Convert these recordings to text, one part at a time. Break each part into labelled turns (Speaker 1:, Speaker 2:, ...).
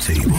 Speaker 1: table.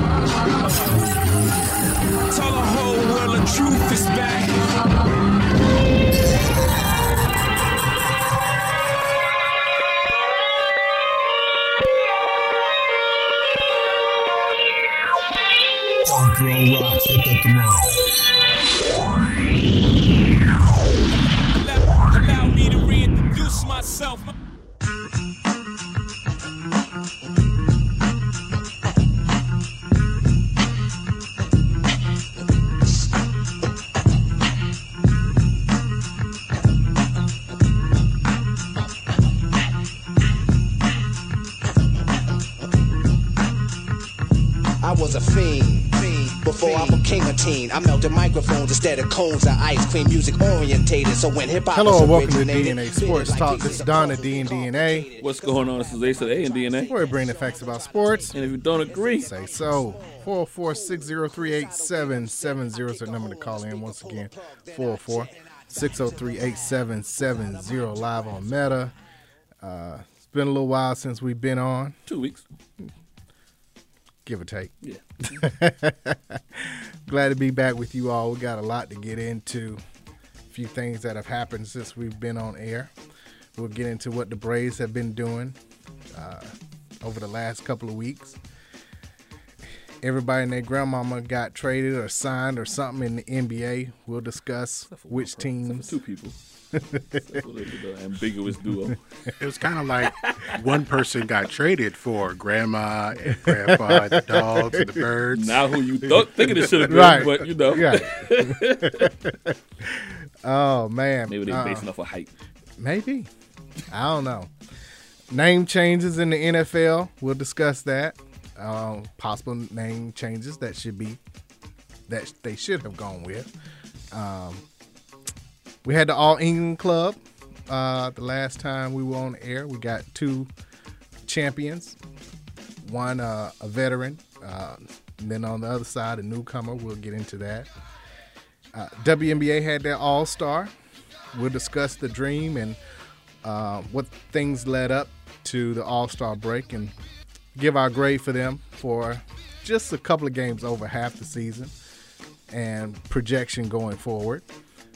Speaker 2: the whole world the truth is back.
Speaker 1: Punk girl rocks at the throne.
Speaker 2: Allow- Allow me to reintroduce myself.
Speaker 3: I was a fiend. Before I became a teen, I melted microphones instead of cones of ice cream. Music orientated, so when hip hop
Speaker 4: Hello
Speaker 3: was
Speaker 4: and welcome to
Speaker 3: originated,
Speaker 4: DNA
Speaker 3: fitted
Speaker 4: Sports
Speaker 3: like
Speaker 4: Talk.
Speaker 3: pieces
Speaker 4: This is
Speaker 3: of
Speaker 4: Don at
Speaker 3: puzzles
Speaker 4: D&D and
Speaker 3: complicated.
Speaker 4: A.
Speaker 5: what's going on? This is Ace of the A and DNA.
Speaker 4: We're bringing the facts about sports.
Speaker 5: And if you don't agree,
Speaker 4: Say so. 404-603-8770 is the number to call in once again. 404-603-8770 live on Meta. Uh, it's been a little while since we've been on,
Speaker 5: two weeks.
Speaker 4: give or take.
Speaker 5: Yeah.
Speaker 4: Glad to be back with you all. We got a lot to get into. A few things that have happened since we've been on air. We'll get into what the Braves have been doing uh, over the last couple of weeks. Everybody and their grandmama got traded or signed or something in the NBA. We'll discuss which teams.
Speaker 5: Two people. That's what they do, the ambiguous duo.
Speaker 6: It was kind of like one person got traded for grandma and grandpa, and the dogs and the birds.
Speaker 5: Now who you thought thinking it should have been,
Speaker 4: Right.
Speaker 5: but you know.
Speaker 4: Yeah. oh man.
Speaker 5: Maybe they
Speaker 4: Uh,
Speaker 5: basing off a hype.
Speaker 4: Maybe. I don't know. Name changes in the NFL. We'll discuss that. Um, possible name changes that should be that they should have gone with. Um, we had the All England Club uh, the last time we were on air. We got two champions, one uh, a veteran, uh, and then on the other side a newcomer. We'll get into that. Uh, WNBA had their All Star. We'll discuss the dream and uh, what things led up to the All Star break and give our grade for them for just a couple of games over half the season and projection going forward.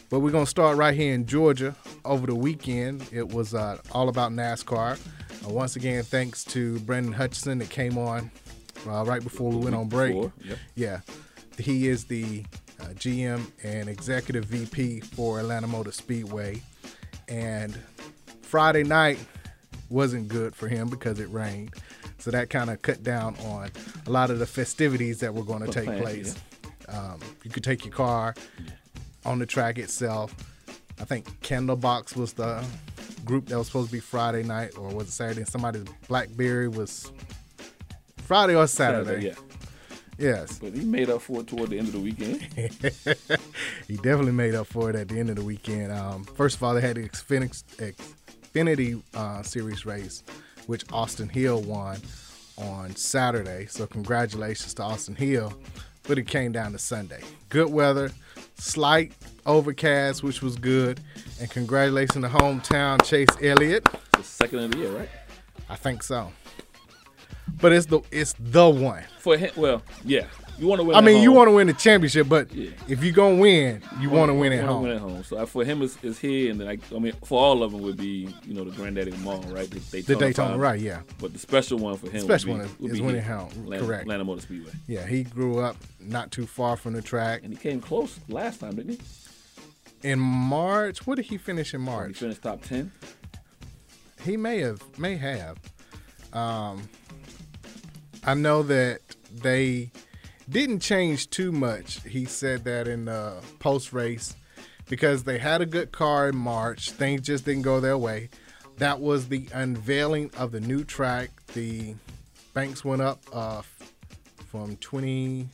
Speaker 4: But we're going to start right here in Georgia over the weekend. It was uh, all about NASCAR. Uh, once again, thanks to Brandon Hutchinson that came on uh, right before we went on break.
Speaker 5: Before, yep.
Speaker 4: Yeah. He is the uh, GM and executive VP for Atlanta Motor Speedway. And Friday night wasn't good for him because it rained. So that kind of cut down on a lot of the festivities that were going to take
Speaker 5: plans,
Speaker 4: place. Um, you could take your car on the track itself. I think Candlebox was the group that was supposed to be Friday night, or was it Saturday? Somebody's Blackberry was Friday or Saturday.
Speaker 5: Yeah.
Speaker 4: Yes.
Speaker 5: But he made up for it toward the end of the weekend.
Speaker 4: he definitely made up for it at the end of the weekend. Um, first of all, they had the Xfinix, Xfinity uh, Series race, which Austin Hill won on Saturday. So congratulations to Austin Hill. But it came down to Sunday. Good weather, slight overcast, which was good. And congratulations to hometown Chase Elliott.
Speaker 5: It's the second of the year, right?
Speaker 4: I think so. But it's the it's the one.
Speaker 5: For him, well, yeah. You want to win.
Speaker 4: I
Speaker 5: at
Speaker 4: mean, you
Speaker 5: home.
Speaker 4: want to win the championship, but
Speaker 5: Yeah.
Speaker 4: if you're gonna win, you want to win at
Speaker 5: Wanna
Speaker 4: home.
Speaker 5: Win at home. So I- for him, it's, it's here, and then I, I mean, for all of them would be, you know, the granddaddy of them all, right? The Daytona,
Speaker 4: The Daytona,
Speaker 5: five.
Speaker 4: right? Yeah,
Speaker 5: But the special one for him,
Speaker 4: Special
Speaker 5: would be,
Speaker 4: one is-
Speaker 5: would
Speaker 4: is
Speaker 5: be
Speaker 4: winning
Speaker 5: here,
Speaker 4: home,
Speaker 5: Atlanta,
Speaker 4: correct.
Speaker 5: Atlanta Motor Speedway,
Speaker 4: yeah. He grew up not too far from the track.
Speaker 5: and he came close last time, didn't he?
Speaker 4: In March, what did he finish in
Speaker 5: He
Speaker 4: March?
Speaker 5: finished top ten.
Speaker 4: He may have, may have. Um, I know that they didn't change too much. He said that in the post race because they had a good car in March. Things just didn't go their way. That was the unveiling of the new track. The banks went up uh, from 20.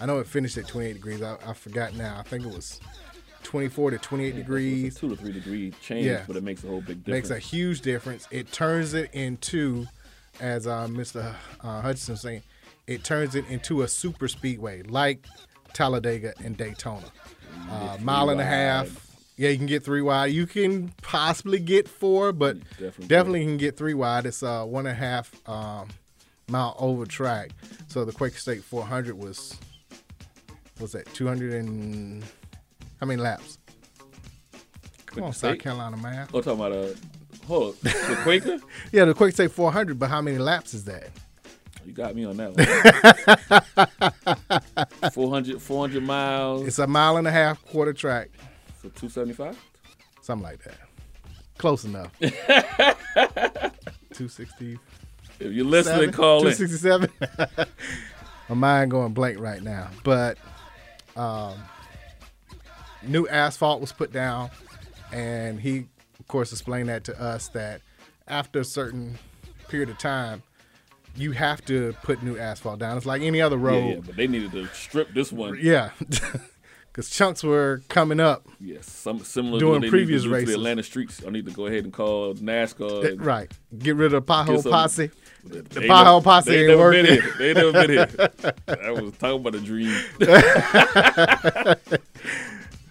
Speaker 4: I know it finished at 28 degrees. I, I forgot now. I think it was 24 to 28 degrees.
Speaker 5: Two to three degree change,
Speaker 4: Yeah.
Speaker 5: but it makes a whole big
Speaker 4: makes
Speaker 5: difference.
Speaker 4: a huge difference. It turns it into, as uh, Mr. Uh, Hutchinson saying, it turns it into a super speedway like Talladega and Daytona. Uh, mile and a half. Yeah, you can get three wide. You can possibly get four, but
Speaker 5: Definitely.
Speaker 4: definitely, can get three wide. It's uh, one and a half um, mile over track. So the Quaker State 400 was, was that 200 and how many laps? Come on, South
Speaker 5: State?
Speaker 4: Carolina math.
Speaker 5: Oh, talking about a hold up, the Quaker.
Speaker 4: Yeah, the quick say 400, but how many laps is that?
Speaker 5: You got me on that one. 400, 400 miles
Speaker 4: It's a mile and a half quarter track,
Speaker 5: for two seventy five.
Speaker 4: something like that. Close enough. 267.
Speaker 5: If you're listening, call in.
Speaker 4: 267. My mind going blank right now. But um, new asphalt was put down, and he, of course, explained that to us that after a certain period of time, you have to put new asphalt down. It's like any other
Speaker 5: Yeah,
Speaker 4: road.
Speaker 5: yeah, but they needed to strip this one.
Speaker 4: Yeah, because chunks were coming up.
Speaker 5: Yes, some similar to
Speaker 4: Doing
Speaker 5: what they
Speaker 4: previous
Speaker 5: need to do to
Speaker 4: races.
Speaker 5: the Atlanta streets. I need to go ahead and call NASCAR. and
Speaker 4: Right. Get rid of pothole
Speaker 5: some-
Speaker 4: posse.
Speaker 5: The
Speaker 4: pothole posse ain't working.
Speaker 5: Been here. They never been here. I was talking about a dream.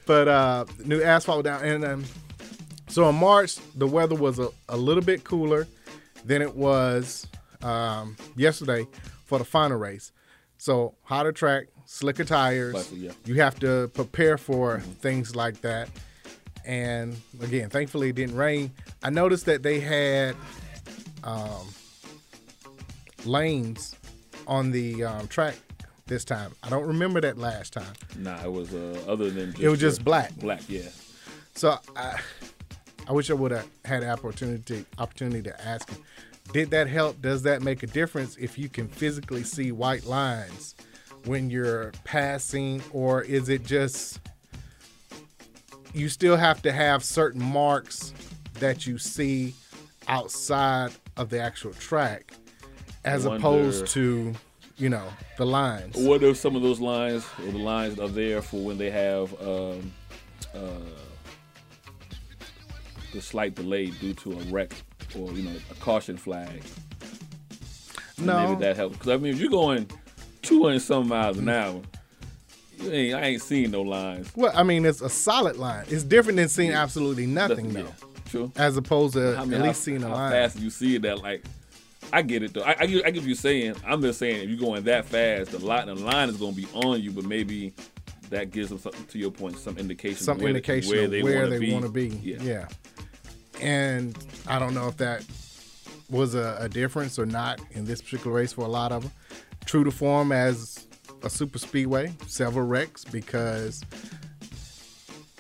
Speaker 4: But uh, new asphalt down. And um, so in March, the weather was a, a little bit cooler than it was um, yesterday for the final race. So hotter track, slicker tires.
Speaker 5: Slightly, yeah.
Speaker 4: You have to prepare for things like that. And again, thankfully it didn't rain. I noticed that they had um, lanes on the um, track this time. I don't remember that last time.
Speaker 5: Nah, it was uh, other than just
Speaker 4: It was just
Speaker 5: the-
Speaker 4: black.
Speaker 5: Black, yeah.
Speaker 4: So I, I wish I would have had an opportunity opportunity to ask him. Did that help? Does that make a difference if you can physically see white lines when you're passing, or is it just you still have to have certain marks that you see outside of the actual track, as
Speaker 5: Wonder-
Speaker 4: opposed to you know the lines?
Speaker 5: What if some of those lines or the lines are there for when they have um, uh, the slight delay due to a wreck or you know a caution flag?
Speaker 4: No.
Speaker 5: maybe that helps. Because I mean, if you're going 200 some miles an hour, you ain't, I ain't seen no lines.
Speaker 4: Well, I mean, it's a solid line. It's different than seeing absolutely nothing, though,
Speaker 5: yeah, True.
Speaker 4: as opposed to
Speaker 5: I mean,
Speaker 4: at
Speaker 5: how-
Speaker 4: least seeing a
Speaker 5: how
Speaker 4: line.
Speaker 5: fast you see that, like, I get it though. I, I, get- I get what you're saying. I'm just saying if you're going that fast, the line, the line is going to be on you. But maybe that gives them something to your point, some indication,
Speaker 4: Some
Speaker 5: of where,
Speaker 4: indication
Speaker 5: where
Speaker 4: of
Speaker 5: they
Speaker 4: where
Speaker 5: wanna
Speaker 4: they want to be.
Speaker 5: Yeah.
Speaker 4: yeah. And I don't know if that was a, a difference or not in this particular race for a lot of them. True to form as a super speedway, several wrecks because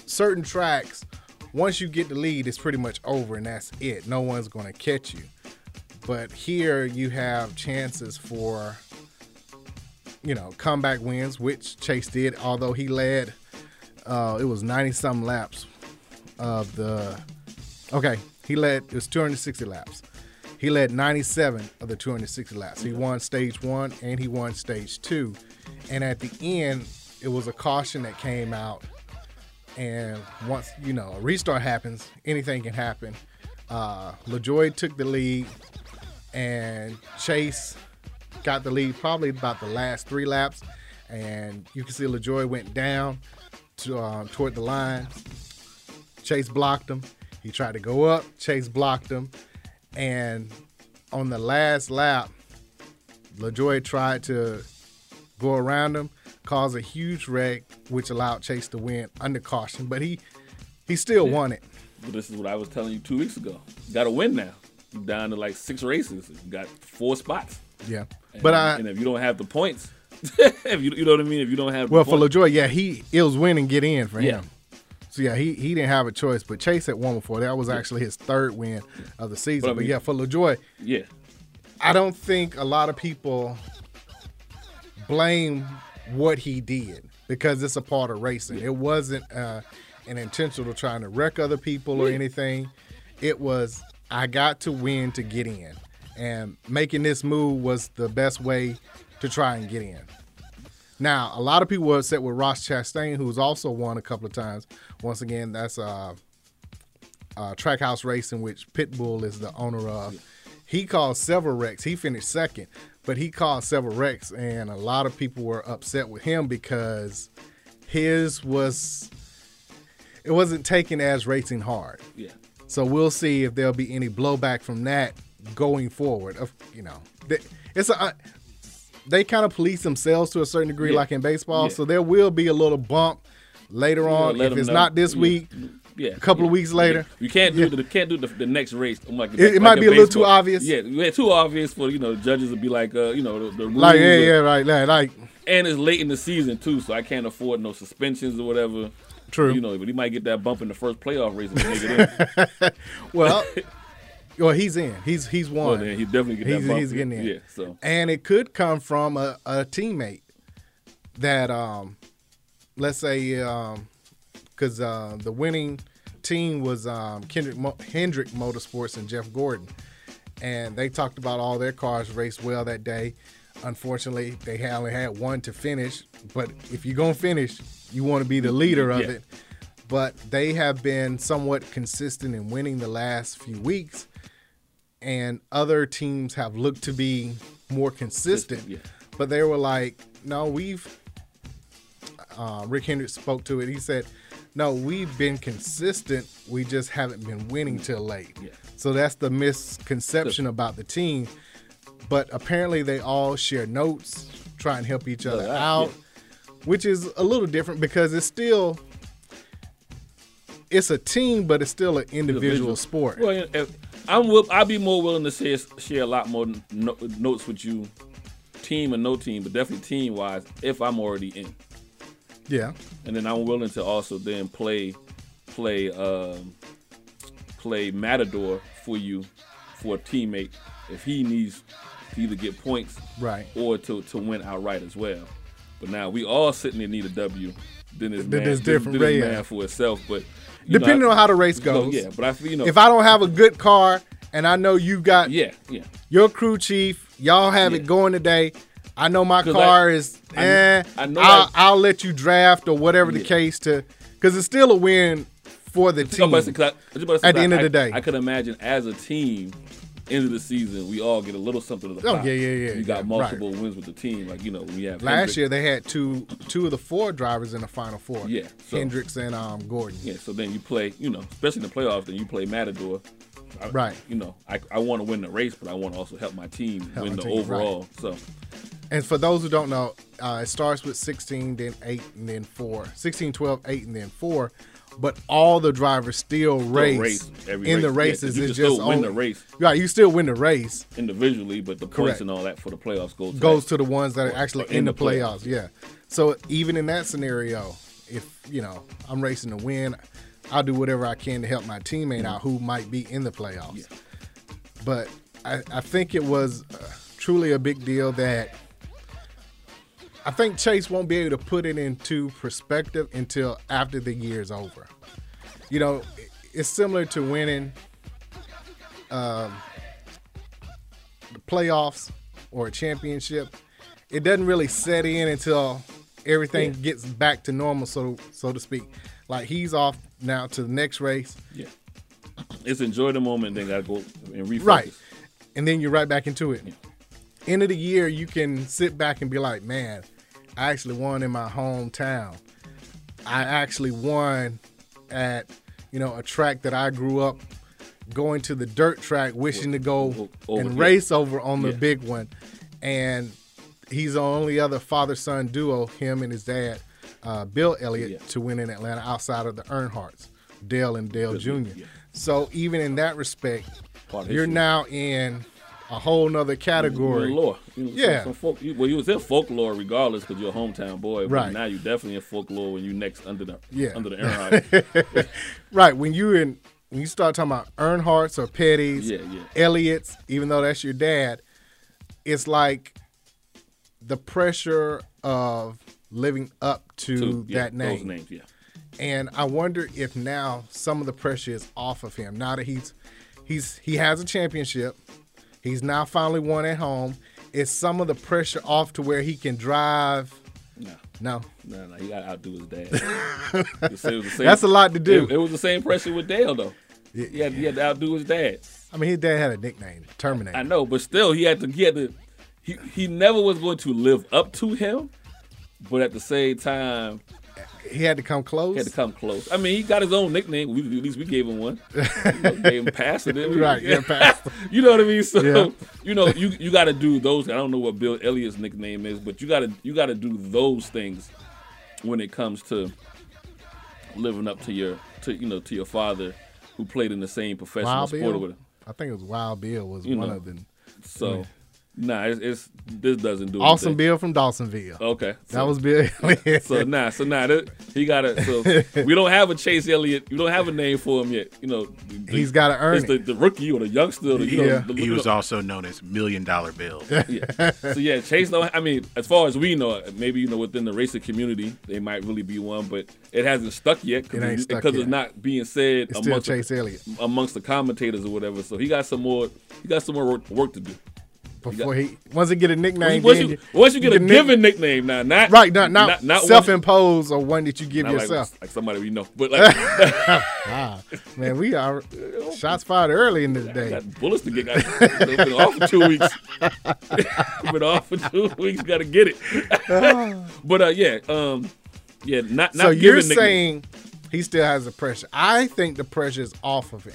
Speaker 4: certain tracks, once you get the lead, it's pretty much over and that's it. No one's going to catch you. But here you have chances for, you know, comeback wins, which Chase did, although he led, uh, it was 90 some laps of the Okay, he led. It was 260 laps. He led 97 of the 260 laps. He won stage one and he won stage two. And at the end, it was a caution that came out. And once you know a restart happens, anything can happen. Uh, LaJoy took the lead, and Chase got the lead probably about the last three laps. And you can see LaJoy went down to um, toward the line. Chase blocked him. He tried to go up. Chase blocked him. And on the last lap, LaJoy tried to go around him, cause a huge wreck, which allowed Chase to win under caution. But he he still won it.
Speaker 5: But this is what I was telling you two weeks ago. Got to win now. You down to like six races. You got four spots.
Speaker 4: Yeah.
Speaker 5: And,
Speaker 4: But I
Speaker 5: and if you don't have the points, if you you know what I mean, if you don't have
Speaker 4: well
Speaker 5: the
Speaker 4: for
Speaker 5: points,
Speaker 4: LaJoy, yeah, he it was win and get in for
Speaker 5: Yeah.
Speaker 4: him. So yeah, he, he didn't have a choice. But Chase had won before. That was actually his third win of the season.
Speaker 5: But I
Speaker 4: But,
Speaker 5: mean-
Speaker 4: yeah, for LaJoy,
Speaker 5: yeah,
Speaker 4: I don't think a lot of people blame what he did because it's a part of racing. It wasn't uh, an intentional trying to wreck other people or anything. It was I got to win to get in, and making this move was the best way to try and get in. Now, a lot of people were upset with Ross Chastain, who's also won a couple of times. Once again, that's uh, uh, Trackhouse Racing, which Pitbull is the owner of. He caused several wrecks. He finished second, but he caused several wrecks, and a lot of people were upset with him because his was it wasn't taken as racing hard.
Speaker 5: Yeah.
Speaker 4: So we'll see if there'll be any blowback from that going forward. Of you know, th- it's a they kind of police themselves to a certain degree,
Speaker 5: Yeah.
Speaker 4: like in baseball.
Speaker 5: Yeah.
Speaker 4: So there will be a little bump later on
Speaker 5: let
Speaker 4: if
Speaker 5: 'em
Speaker 4: it's
Speaker 5: know.
Speaker 4: not this
Speaker 5: Yeah.
Speaker 4: week.
Speaker 5: Yeah,
Speaker 4: A couple of
Speaker 5: yeah,
Speaker 4: weeks later.
Speaker 5: yeah. you can't do the can't do the, the next race. I'm like,
Speaker 4: It- it
Speaker 5: like
Speaker 4: might
Speaker 5: in
Speaker 4: be a little too
Speaker 5: baseball.
Speaker 4: obvious.
Speaker 5: Yeah, yeah, too obvious for you know the judges to be like, uh, you know, the, the rules.
Speaker 4: Like yeah,
Speaker 5: are-
Speaker 4: yeah, right, like, like
Speaker 5: And it's late in the season too, so I can't afford no suspensions or whatever.
Speaker 4: True.
Speaker 5: You know, but he might get that bump in the first playoff race. If he make it in.
Speaker 4: well, well, he's in. He's he's won.
Speaker 5: Well, oh, then he definitely get that
Speaker 4: he's,
Speaker 5: bump.
Speaker 4: he's getting in.
Speaker 5: Yeah, so
Speaker 4: and it could come from a, a teammate that um let's say um because uh the winning team was um kendrick Mo- hendrick motorsports and jeff gordon and they talked about all their cars raced well that day unfortunately they only had one to finish but if you're gonna finish you want to be the leader of
Speaker 5: Yeah.
Speaker 4: it but they have been somewhat consistent in winning the last few weeks and other teams have looked to be more consistent.
Speaker 5: Consistent,
Speaker 4: But they were like, no, we've. Uh, Rick Hendricks spoke to it. He said, no, we've been consistent. We just haven't been winning till late.
Speaker 5: Yeah.
Speaker 4: So that's the misconception about the team. But apparently, they all share notes, try and help each other
Speaker 5: Yeah,
Speaker 4: out, which is a little different because it's still. It's a team, but it's still an individual
Speaker 5: Individual.
Speaker 4: sport.
Speaker 5: Well, yeah, if, I'm will, I'll be more willing to share share a lot more no, notes with you, team and no team, but definitely team wise if I'm already in,
Speaker 4: yeah.
Speaker 5: and then I'm willing to also then play play um, play matador for you for a teammate if he needs to either get points
Speaker 4: Right.
Speaker 5: or to to win outright as well. But now we all sitting in need a W. Then it's
Speaker 4: Then
Speaker 5: man,
Speaker 4: it's different,
Speaker 5: Then it's
Speaker 4: yeah.
Speaker 5: man for itself, but you know,
Speaker 4: Depending
Speaker 5: I-
Speaker 4: on how the race
Speaker 5: so,
Speaker 4: goes.
Speaker 5: yeah. But I feel you know,
Speaker 4: if I don't have a good car and I know you got
Speaker 5: yeah, yeah.
Speaker 4: your crew chief, y'all have it
Speaker 5: Yeah.
Speaker 4: going today. I know my
Speaker 5: 'Cause
Speaker 4: car
Speaker 5: I-
Speaker 4: is.
Speaker 5: I-
Speaker 4: eh,
Speaker 5: I know
Speaker 4: I'll,
Speaker 5: I-
Speaker 4: I'll let you draft or whatever the
Speaker 5: Yeah.
Speaker 4: case to, because it's still a win for the
Speaker 5: I'm
Speaker 4: team.
Speaker 5: about to say, 'cause I- I was about to say,
Speaker 4: At the
Speaker 5: I-
Speaker 4: end of
Speaker 5: I-
Speaker 4: the day.
Speaker 5: I could imagine as a team, end of the season, we all get a little something of the
Speaker 4: Oh,
Speaker 5: pie.
Speaker 4: yeah, yeah, yeah,
Speaker 5: You
Speaker 4: yeah,
Speaker 5: got multiple wins with the team, like you know when you have
Speaker 4: Last
Speaker 5: Hendrick-
Speaker 4: year they had two two of the four drivers in the final four.
Speaker 5: Yeah, so-
Speaker 4: Hendricks and um Gordon.
Speaker 5: Yeah, so then you play, you know, especially in the playoffs, then you play Matador. I-
Speaker 4: Right.
Speaker 5: You know, I, I want to win the race, but I want to also help my team
Speaker 4: Help my
Speaker 5: win the
Speaker 4: team, right.
Speaker 5: overall. So
Speaker 4: And for those who don't know, uh, it starts with 16, then 8, and then 4. 16, 12, 8, and then 4. But all the drivers still race,
Speaker 5: race, every
Speaker 4: in
Speaker 5: race.
Speaker 4: the
Speaker 5: Yeah,
Speaker 4: races.
Speaker 5: you
Speaker 4: it's
Speaker 5: can
Speaker 4: just
Speaker 5: still win
Speaker 4: only-
Speaker 5: the race.
Speaker 4: Right, you still win the race.
Speaker 5: individually, but the points
Speaker 4: Correct.
Speaker 5: and all that for the playoffs goes to
Speaker 4: Goes
Speaker 5: that.
Speaker 4: to the ones that are actually in, the,
Speaker 5: the playoffs.
Speaker 4: playoffs. Yeah. So even in that scenario, if you know I'm racing to win, I'll do whatever I can to help my teammate out who might be in the playoffs. But I, I think it was uh, truly a big deal that I think Chase won't be able to put it into perspective until after the year's over. You know, it- it's similar to winning um, the playoffs or a championship. It doesn't really set in until everything gets back to normal, so so to speak. Like he's off now to the next race,
Speaker 5: Yeah. It's enjoy the moment, then gotta go and refocus.
Speaker 4: right? And then you're right back into it. End of the year, you can sit back and be like, man, I actually won in my hometown. I actually won at you know a track that I grew up going to the dirt track, wishing to go
Speaker 5: Over
Speaker 4: and
Speaker 5: here.
Speaker 4: race over on the
Speaker 5: Yeah.
Speaker 4: big one. And he's the only other father son duo, him and his dad, uh, Bill Elliott,
Speaker 5: Yeah.
Speaker 4: to win in Atlanta outside of the Earnhardts, Dale and Dale Jr.
Speaker 5: yeah.
Speaker 4: So even in that respect,
Speaker 5: Part of
Speaker 4: you're
Speaker 5: history.
Speaker 4: now in a whole nother category.
Speaker 5: Folklore. You know,
Speaker 4: Yeah.
Speaker 5: some- some folk- you- well, you was in folklore regardless because you're a hometown boy. But
Speaker 4: Right.
Speaker 5: Now you definitely in folklore when you next under the
Speaker 4: Yeah.
Speaker 5: under the Earnhardt.
Speaker 4: Right. When you in when you start talking about Earnhardt's or Petty's,
Speaker 5: Yeah, yeah.
Speaker 4: Elliott's, even though that's your dad, it's like the pressure of living up to,
Speaker 5: too. Yeah,
Speaker 4: that name.
Speaker 5: Those names, yeah.
Speaker 4: And I wonder if now some of the pressure is off of him. Now that he's he's he has a championship. He's now finally won at home. Is some of the pressure off to where he can drive
Speaker 5: Nah.
Speaker 4: No,
Speaker 5: No, no, he got to outdo his dad. You see, it was the same-
Speaker 4: that's a lot to do.
Speaker 5: It, it was the same pressure with Dale though. He had, he had to outdo his dad.
Speaker 4: I mean, his dad had a nickname, Terminator.
Speaker 5: I know, but still, he had to. He had to. He, he never was going to live up to him, but at the same time,
Speaker 4: He had to come close.
Speaker 5: he had to come close. I mean, he got his own nickname. We, at least we gave him one. You know, gave him Pastor. didn't we?
Speaker 4: Right, yeah, Pastor.
Speaker 5: you know what I mean. So
Speaker 4: Yeah.
Speaker 5: you know, you you got to do those. I don't know what Bill Elliott's nickname is, but you got to you got to do those things when it comes to living up to your to you know to your father who played in the same professional
Speaker 4: Wild
Speaker 5: sport
Speaker 4: Bill.
Speaker 5: or whatever.
Speaker 4: I think it was Wild Bill was
Speaker 5: You
Speaker 4: one
Speaker 5: know.
Speaker 4: of them.
Speaker 5: So. Nah, it's, it's this doesn't do
Speaker 4: Awesome
Speaker 5: anything.
Speaker 4: Bill from Dawsonville.
Speaker 5: Okay, so,
Speaker 4: That was Bill. Elliott.
Speaker 5: so nah, so nah. That, he got it. So we don't have a Chase Elliott. We don't have a name for him yet. You know, the- the-
Speaker 4: He's gotta earn
Speaker 5: It's the,
Speaker 4: it.
Speaker 5: the rookie or the youngster. Or the, you
Speaker 4: Yeah.
Speaker 5: know, the,
Speaker 6: He
Speaker 5: you
Speaker 6: was
Speaker 5: know,
Speaker 6: also known as Million Dollar Bill.
Speaker 5: yeah. So yeah, Chase. Don't, I mean, as far as we know, maybe you know within the racing community, they might really be one, but it hasn't stuck yet
Speaker 4: It ain't
Speaker 5: because
Speaker 4: stuck
Speaker 5: because
Speaker 4: yet.
Speaker 5: it's not being said
Speaker 4: It's still
Speaker 5: amongst
Speaker 4: Chase
Speaker 5: the,
Speaker 4: Elliott
Speaker 5: amongst the commentators or whatever. So he got some more. He got some more work, work to do.
Speaker 4: before he once he get a nickname.
Speaker 5: Once
Speaker 4: then
Speaker 5: you, once you get a
Speaker 4: nick-
Speaker 5: given nickname, now not
Speaker 4: right, not not,
Speaker 5: once-
Speaker 4: self-imposed or one that you give
Speaker 5: not like,
Speaker 4: yourself.
Speaker 5: like somebody we know, but like.
Speaker 4: Man, we are shots fired early in this day.
Speaker 5: Got bullets to get. Got, I've been off for two weeks. been off for two weeks. Got to get it. but uh, yeah, um, yeah. Not not.
Speaker 4: Ah. So you're
Speaker 5: giving nicknames.
Speaker 4: saying he still has the pressure. I think the pressure is off of him,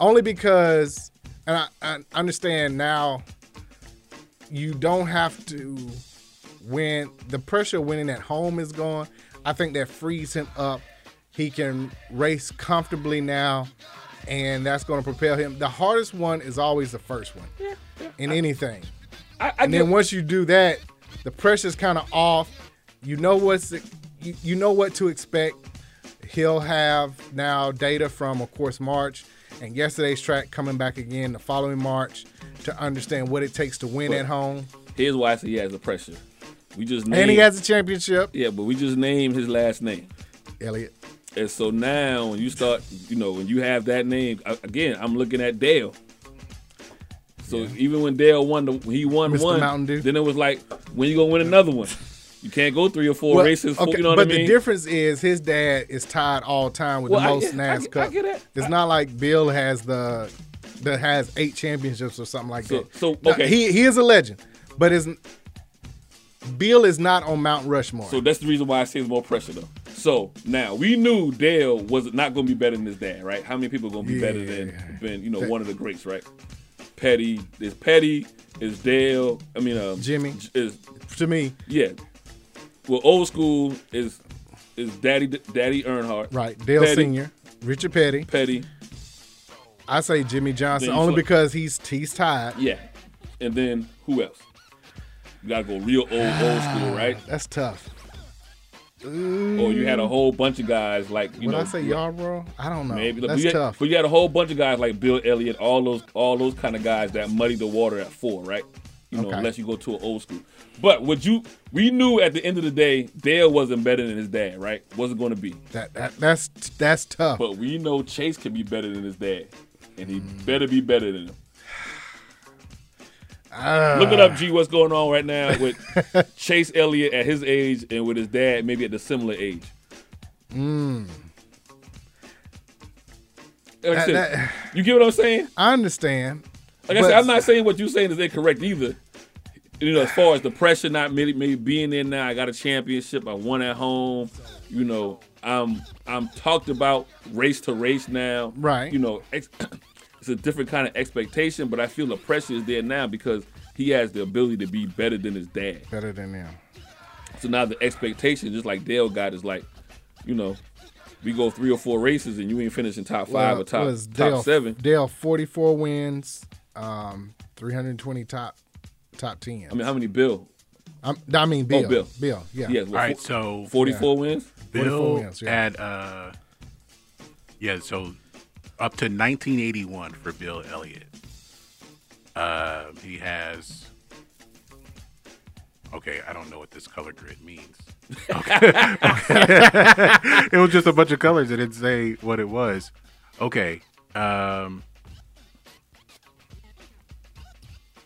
Speaker 4: only because, and I, I understand now. You don't have to win. The pressure of winning at home is gone. I think that frees him up. He can race comfortably now, and that's going to propel him. The hardest one is always the first one in anything.
Speaker 5: I, I
Speaker 4: And
Speaker 5: get,
Speaker 4: then once you do that, the pressure's kind of off. You know what's you, you know what to expect. He'll have now data from, of course, March and yesterday's track coming back again the following March to understand what it takes to win at home.
Speaker 5: here's why I say he has the pressure. We just named,
Speaker 4: And he has a championship.
Speaker 5: yeah, but we just named his last name,
Speaker 4: Elliot.
Speaker 5: and so now when you start, you know, when you have that name a- again, I'm looking at Dale. So even when Dale won, the, when he won
Speaker 4: Mr.
Speaker 5: one,
Speaker 4: Mountain Dew.
Speaker 5: then it was like, when you gonna win another one? You can't go three or four
Speaker 4: Well,
Speaker 5: races. four-
Speaker 4: okay,
Speaker 5: you know what
Speaker 4: but
Speaker 5: I mean?
Speaker 4: the difference is his dad is tied all time with
Speaker 5: Well,
Speaker 4: the
Speaker 5: I-
Speaker 4: most
Speaker 5: yeah, I
Speaker 4: NASCAR.
Speaker 5: get- I get it.
Speaker 4: It's not like Bill has the that has eight championships or something like
Speaker 5: So-
Speaker 4: that.
Speaker 5: so,
Speaker 4: Now,
Speaker 5: okay.
Speaker 4: he he is a legend, but is Bill is not on Mount Rushmore.
Speaker 5: So that's the reason why I say it's more pressure though. So now we knew Dale was not going to be better than his dad, right? How many people are going to be better than than you know one of the greats, right? Petty is Petty is Dale. I mean, um,
Speaker 4: Jimmy.
Speaker 5: is
Speaker 4: to me,
Speaker 5: yeah. Well, old school is is Daddy Daddy Earnhardt,
Speaker 4: right, Dale
Speaker 5: Petty,
Speaker 4: Senior, Richard Petty.
Speaker 5: Petty,
Speaker 4: I say Jimmy Johnson
Speaker 5: Then you
Speaker 4: only
Speaker 5: flip-
Speaker 4: because he's he's tied.
Speaker 5: yeah, and then who else? You gotta go real old old
Speaker 4: Ah.
Speaker 5: school, right?
Speaker 4: That's tough.
Speaker 5: Or you had a whole bunch of guys like you
Speaker 4: When
Speaker 5: know.
Speaker 4: I say y'all, bro, I don't know.
Speaker 5: Maybe
Speaker 4: That's
Speaker 5: but you had,
Speaker 4: tough.
Speaker 5: But you had a whole bunch of guys like Bill Elliott, all those all those kind of guys that muddy the water at four, right? You know,
Speaker 4: Okay.
Speaker 5: unless you go to an old school. But would you? We knew at the end of the day, Dale wasn't better than his dad, right? Wasn't going to be.
Speaker 4: That, that that's that's tough.
Speaker 5: But we know Chase can be better than his dad, and he
Speaker 4: Mm.
Speaker 5: better be better than him.
Speaker 4: Ah.
Speaker 5: Look it up, G. What's going on right now with Chase Elliott at his age and with his dad maybe at the similar age? Like I
Speaker 4: Mm. That-
Speaker 5: said,
Speaker 4: that-
Speaker 5: you get what I'm saying?
Speaker 4: I understand.
Speaker 5: Like I said,
Speaker 4: But-
Speaker 5: I'm not saying what you're saying is incorrect either. You know, as far as the pressure not maybe, maybe being there now, I got a championship, I won at home. You know, I'm I'm talked about race to race now.
Speaker 4: Right.
Speaker 5: You know, ex- it's a different kind of expectation, but I feel the pressure is there now because he has the ability to be better than his dad.
Speaker 4: Better than them.
Speaker 5: So now the expectation, just like Dale got, is like, you know, we go three or four races and you ain't finishing top five
Speaker 4: Well,
Speaker 5: or top,
Speaker 4: was
Speaker 5: top
Speaker 4: Dale,
Speaker 5: seven.
Speaker 4: Dale, forty-four wins, um, three hundred twenty top, top ten.
Speaker 5: I mean, how many Bill?
Speaker 4: I'm- I mean Bill.
Speaker 5: Bill.
Speaker 4: Bill. Yeah.
Speaker 5: He has what,
Speaker 6: All right,
Speaker 5: four-
Speaker 6: so
Speaker 5: 44 wins?
Speaker 6: Bill
Speaker 4: wins, yeah.
Speaker 6: had uh, yeah, so up to 1981 for Bill Elliott. Uh, he has. Okay, I don't know what this color grid means. Okay. it was just a bunch of colors. It didn't say what it was. Okay. Um,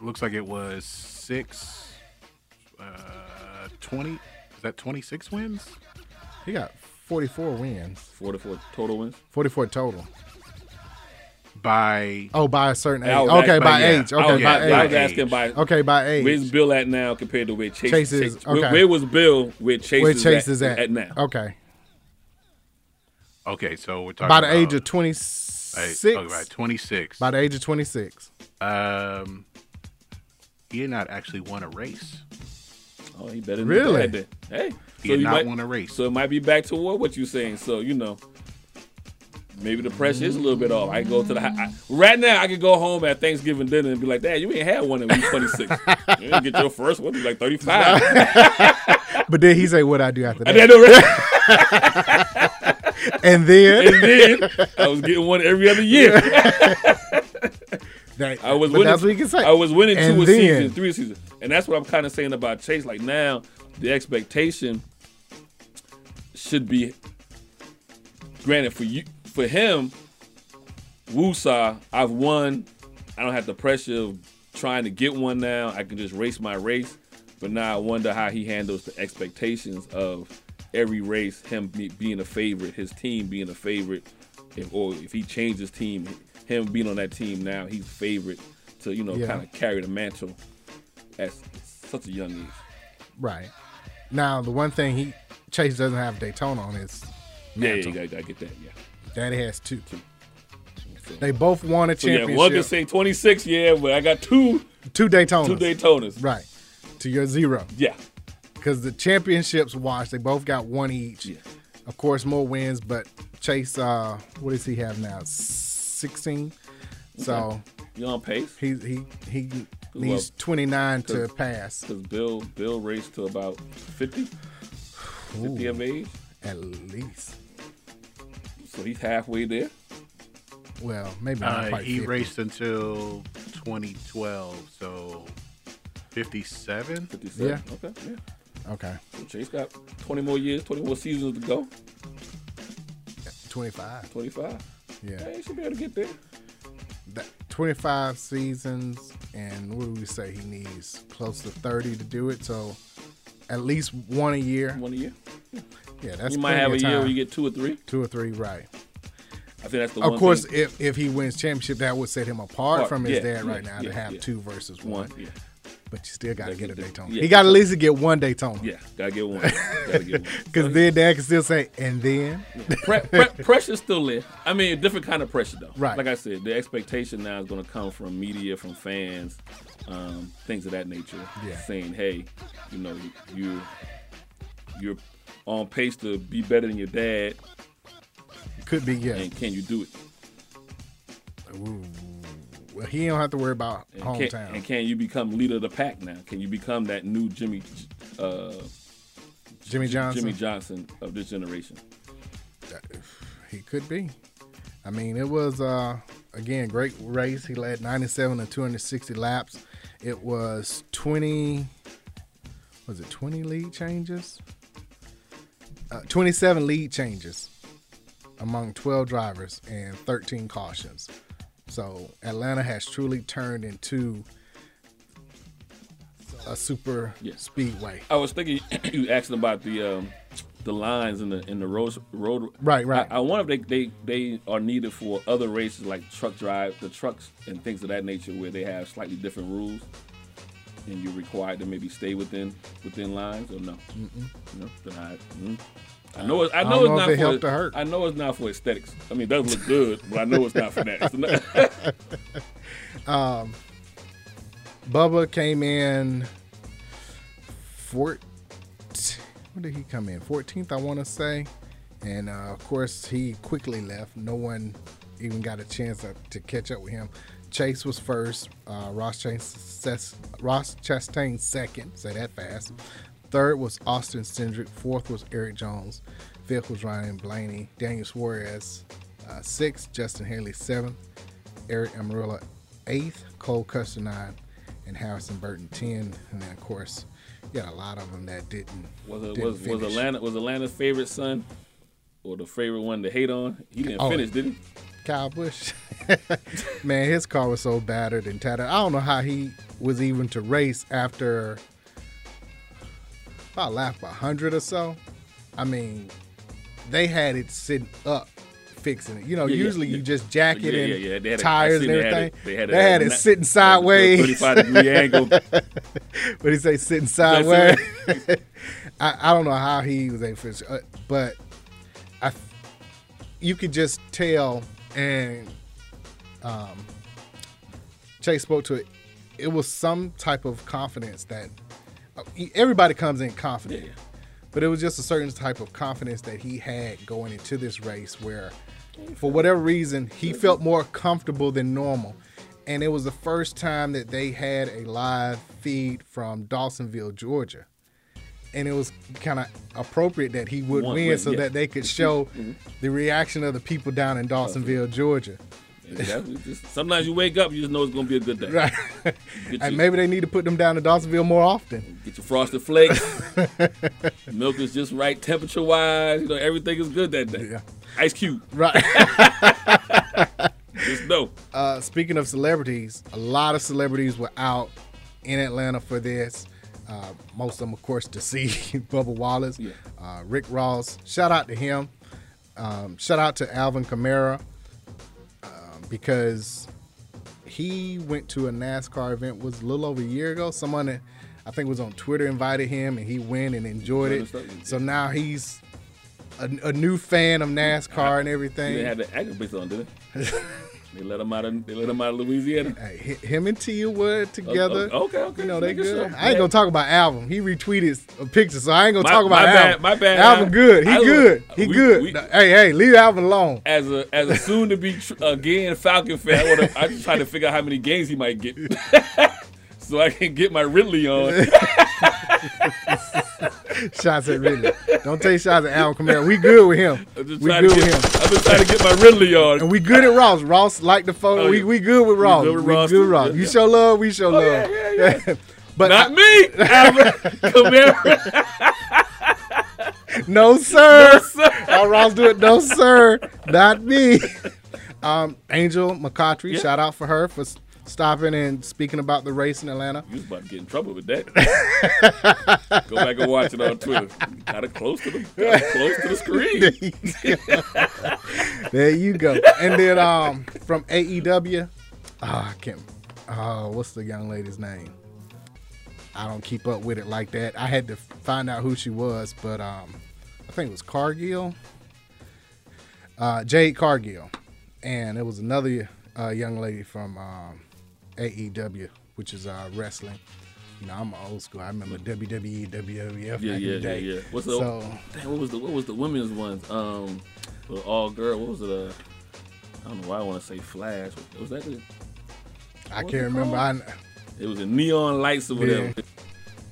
Speaker 6: looks like it was six uh, 20. Is that 26 wins?
Speaker 4: He got 44 wins,
Speaker 5: 44 total wins.
Speaker 4: 44 total.
Speaker 6: By
Speaker 4: Oh, by a certain age.
Speaker 5: I was
Speaker 4: Okay,
Speaker 5: asking-
Speaker 4: by
Speaker 6: yeah.
Speaker 4: age.
Speaker 5: I was,
Speaker 4: Okay,
Speaker 6: yeah,
Speaker 4: by
Speaker 5: I was
Speaker 4: age.
Speaker 5: asking by
Speaker 4: Okay, by
Speaker 5: where's
Speaker 4: age.
Speaker 5: Bill at now compared to where Chase,
Speaker 4: Chase is-
Speaker 5: where-
Speaker 4: okay.
Speaker 5: Where was Bill? Where Chase,
Speaker 4: Where Chase is
Speaker 5: at,
Speaker 4: at Oh,
Speaker 5: now?
Speaker 4: Okay,
Speaker 6: okay, so we're talking
Speaker 4: by the
Speaker 6: about
Speaker 4: age of
Speaker 6: by- okay,
Speaker 4: 26.
Speaker 6: by 26.
Speaker 4: By the age of 26.
Speaker 6: um, he had not actually won a race.
Speaker 5: Oh, he better than
Speaker 4: Really?
Speaker 5: Dad then. Hey,
Speaker 6: He
Speaker 5: so
Speaker 6: had
Speaker 5: you
Speaker 6: not
Speaker 5: might
Speaker 6: won a race.
Speaker 5: So it might be back to what what you saying. So you know, maybe the pressure is a little bit off. I can go to the hi- I, right now. I could go home at Thanksgiving dinner and be like, "Dad, you ain't had one in week 26. you didn't get your first one. You like 35."
Speaker 4: But then he say, "What I do after
Speaker 5: I didn't
Speaker 4: that?"
Speaker 5: know
Speaker 4: And then
Speaker 5: and then I was getting one every other year.
Speaker 4: that,
Speaker 5: I was
Speaker 4: but
Speaker 5: winning.
Speaker 4: that's what he can say.
Speaker 5: I was winning
Speaker 4: And
Speaker 5: two a
Speaker 4: then-
Speaker 5: season, three a season, and that's what I'm kind of saying about Chase. Like now, the expectation should be granted for you for him. Wusa, I've won. I don't have the pressure of trying to get one now. I can just race my race. But now I wonder how he handles the expectations of every race, him be, being a favorite, his team being a favorite, if, or if he changes team, him being on that team now, he's favorite to you know
Speaker 4: Yeah.
Speaker 5: kind of carry the mantle at such a young age.
Speaker 4: Right. Now, the one thing he Chase doesn't have Daytona on is
Speaker 5: Yeah, yeah,
Speaker 4: Mantle.
Speaker 5: you gotta, gotta get that. Yeah.
Speaker 4: that he has two. They both won a
Speaker 5: So yeah,
Speaker 4: championship.
Speaker 5: one can say 26, yeah, but I got two
Speaker 4: two Daytonas.
Speaker 5: two Daytonas.
Speaker 4: Right. To your zero.
Speaker 5: Yeah,
Speaker 4: Because the championships watched, they both got one each.
Speaker 5: Yeah.
Speaker 4: Of course, more wins, but Chase, uh, what does he have now? 16. So
Speaker 5: you on pace?
Speaker 4: he he he
Speaker 5: Well,
Speaker 4: needs 29 to
Speaker 5: cause-
Speaker 4: pass
Speaker 5: Because Bill Bill raced to about 50, 50 of age.
Speaker 4: at least.
Speaker 5: So he's halfway there.
Speaker 4: Well, maybe not
Speaker 6: Uh,
Speaker 4: quite
Speaker 6: he
Speaker 4: 50.
Speaker 6: raced until 2012, so 57.
Speaker 5: 57. Okay. Yeah.
Speaker 4: Okay,
Speaker 5: So Chase got 20 more years, 20 more seasons to go.
Speaker 4: 25.
Speaker 5: 25.
Speaker 4: Yeah.
Speaker 5: Yeah, he should be able to get there.
Speaker 4: that 25 seasons and what do we say he needs close to 30 to do it so at least one a year
Speaker 5: One a year.
Speaker 4: yeah that's
Speaker 5: you might
Speaker 4: plenty
Speaker 5: have
Speaker 4: of
Speaker 5: a year where
Speaker 4: time.
Speaker 5: you get two or three.
Speaker 4: two or three right
Speaker 5: I think that's the one.
Speaker 4: of course
Speaker 5: thing-
Speaker 4: if if he wins championship that would set him apart
Speaker 5: Apart,
Speaker 4: from his
Speaker 5: yeah,
Speaker 4: dad
Speaker 5: yeah,
Speaker 4: right now
Speaker 5: yeah,
Speaker 4: to have
Speaker 5: yeah.
Speaker 4: two versus one,
Speaker 5: one. Yeah.
Speaker 4: but you still got to
Speaker 5: They
Speaker 4: get a
Speaker 5: get the-
Speaker 4: daytona
Speaker 5: yeah,
Speaker 4: he got to at
Speaker 5: Daytona.
Speaker 4: least get one daytona
Speaker 5: Yeah. Gotta get one. Gotta get one.
Speaker 4: because then dad can still say and then
Speaker 5: pre- pre- pressure's still there. I mean, a different kind of pressure though.
Speaker 4: Right.
Speaker 5: Like I said, the expectation now is going to come from media, from fans, um, things of that nature.
Speaker 4: Yeah.
Speaker 5: Saying, hey, you know, you you're on pace to be better than your dad,
Speaker 4: could be yeah
Speaker 5: and can you do it?
Speaker 4: well, he don't have to worry about
Speaker 5: And Can,
Speaker 4: hometown
Speaker 5: and can you become leader of the pack now? Can you become that new Jimmy uh,
Speaker 4: jimmy johnson
Speaker 5: Jimmy Johnson of this generation?
Speaker 4: He could be. I mean, it was uh again great race. He led 97 and 260 laps. It was 20 was it 20 lead changes? Uh, 27 lead changes among 12 drivers and 13 cautions. So Atlanta has truly turned into a super
Speaker 5: Yeah.
Speaker 4: speedway.
Speaker 5: I was thinking you asking about the um, the lines in the in the road road.
Speaker 4: Right, right.
Speaker 5: I, I wonder if they, they they are needed for other races like truck drive, the trucks and things of that nature, where they have slightly different rules, and you're required to maybe stay within within lines or no. No, then I. mm. I know, it, I
Speaker 4: don't
Speaker 5: know it's
Speaker 4: know if
Speaker 5: not
Speaker 4: it
Speaker 5: for
Speaker 4: helped or hurt.
Speaker 5: I know it's not for aesthetics. I mean, it does look good, but I know it's not for that. It's not-
Speaker 4: Bubba came in four. What did he come in? Fourteenth, I want to say. And uh, of course, he quickly left. No one even got a chance to, to catch up with him. Chase was first. Uh, Ross, Chastain, Ross Chastain second. Say that fast. Third was Austin Cindric. Fourth was Eric Jones. Fifth was Ryan Blaney. Daniel Suarez. Uh, sixth, Justin Haley. Seventh, Eric Amarillo, eighth, Cole Custer nine, and Harrison Burton ten. And then of course, you got a lot of them that didn't.
Speaker 5: was it,
Speaker 4: didn't
Speaker 5: was, was
Speaker 4: finish.
Speaker 5: Atlanta was Atlanta's favorite son, or the favorite one to hate on? He didn't
Speaker 4: Oh.
Speaker 5: finish, did he?
Speaker 4: Kyle Bush? Man, his car was so battered and tattered. I don't know how he was even to race after about lap 100 or so, I mean, they had it sitting up fixing it. You know,
Speaker 5: Yeah, yeah,
Speaker 4: usually
Speaker 5: yeah.
Speaker 4: you just jack it
Speaker 5: Yeah,
Speaker 4: in
Speaker 5: yeah, yeah. They had it- I
Speaker 4: tires
Speaker 5: seen
Speaker 4: and
Speaker 5: they had
Speaker 4: everything.
Speaker 5: it- they had it
Speaker 4: they had
Speaker 5: at
Speaker 4: it
Speaker 5: ni-
Speaker 4: sitting sideways.
Speaker 5: Thirty-five degree angle.
Speaker 4: But he say sitting
Speaker 5: That's
Speaker 4: sideways. I, I don't know how he was able to finish, uh, but I, you could just tell. And um, Chase spoke to it. It was some type of confidence that uh, he- everybody comes in confident, but it was just a certain type of confidence that he had going into this race where, for whatever reason, he felt more comfortable than normal. And it was the first time that they had a live feed from Dawsonville, Georgia and it was kind of appropriate that he would
Speaker 5: One
Speaker 4: win,
Speaker 5: win,
Speaker 4: so
Speaker 5: yeah.
Speaker 4: that they could show the reaction of the people down in Dawsonville, Georgia.
Speaker 5: That was just- sometimes you wake up, you just know it's gonna be a good day.
Speaker 4: Right.
Speaker 5: Get, your,
Speaker 4: and maybe they need to put them down in Dawsonville more often.
Speaker 5: get your frosted flakes. Milk is just right temperature wise. You know everything is good that day.
Speaker 4: Yeah.
Speaker 5: Ice cube.
Speaker 4: Right.
Speaker 5: Just know.
Speaker 4: uh, speaking of celebrities, a lot of celebrities were out in Atlanta for this. Uh, most of them, of course, to see Bubba Wallace,
Speaker 5: Yeah.
Speaker 4: uh, Rick Ross. Shout out to him. Um, shout out to Alvin Kamara um, because he went to a NASCAR event was a little over a year ago. Someone that I think was on Twitter invited him, and he went and enjoyed it.
Speaker 5: Understood, yeah.
Speaker 4: So now he's a, a new fan of NASCAR and
Speaker 5: They
Speaker 4: everything.
Speaker 5: didn't have the acting on, did they? they let him out of they let him out of Louisiana.
Speaker 4: Hey, hi- him and Tia were together.
Speaker 5: oh, okay, okay,
Speaker 4: You know they
Speaker 5: making
Speaker 4: good.
Speaker 5: sure.
Speaker 4: I ain't
Speaker 5: Yeah.
Speaker 4: gonna talk about album. He retweeted a picture, so I ain't gonna
Speaker 5: My-
Speaker 4: talk about
Speaker 5: my bad,
Speaker 4: album.
Speaker 5: my bad.
Speaker 4: Album
Speaker 5: I-
Speaker 4: good. He
Speaker 5: I was-
Speaker 4: good. he
Speaker 5: we-
Speaker 4: good.
Speaker 5: we-
Speaker 4: No, hey, hey, leave album alone.
Speaker 5: As a as a soon to be tr- again Falcon fan, I, wanna, I just try to figure out how many games he might get, so I can get my Ridley on.
Speaker 4: Shots at Ridley. Don't take shots at Alvin Kamara. We good with him.
Speaker 5: I'm just
Speaker 4: We
Speaker 5: trying to
Speaker 4: good with
Speaker 5: get.
Speaker 4: him.
Speaker 5: I've been trying to get my Ridley on.
Speaker 4: And we good at Ross. Ross like the photo.
Speaker 5: Oh,
Speaker 4: we,
Speaker 5: yeah.
Speaker 4: we good with Ross. We good with Ross.
Speaker 5: too. Yeah,
Speaker 4: You
Speaker 5: yeah.
Speaker 4: show love. We show love.
Speaker 5: yeah, yeah,
Speaker 4: but
Speaker 5: Not
Speaker 4: I-
Speaker 5: me, Alvin Kamara.
Speaker 4: no sir.
Speaker 5: sir.
Speaker 4: How Ross do it? No sir. Not me. Um, Angel McCautry. Shout out for her for s- stopping and speaking about the race in Atlanta.
Speaker 5: You was about to get in trouble with that. Go back and watch it on Twitter. Kind of close to the, kinda close to the screen.
Speaker 4: There you go. And then um from AEW, ah, I can't. Oh, what's the young lady's name? I don't keep up with it like that. I had to find out who she was, but um, I think it was Cargill, uh, Jade Cargill, and it was another uh, young lady from um, AEW, which is uh, wrestling. You know, I'm old school. I remember WWE, WWF
Speaker 5: Yeah,
Speaker 4: back in
Speaker 5: yeah,
Speaker 4: the
Speaker 5: yeah,
Speaker 4: day.
Speaker 5: yeah. What's the
Speaker 4: So-
Speaker 5: damn, what was the what was the women's one? Um, the all girl. What was it? Uh, I don't know why I want to say Flash. Was that the,
Speaker 4: I
Speaker 5: What's
Speaker 4: can't
Speaker 5: it
Speaker 4: remember.
Speaker 5: called?
Speaker 4: I,
Speaker 5: it was the neon lights or whatever.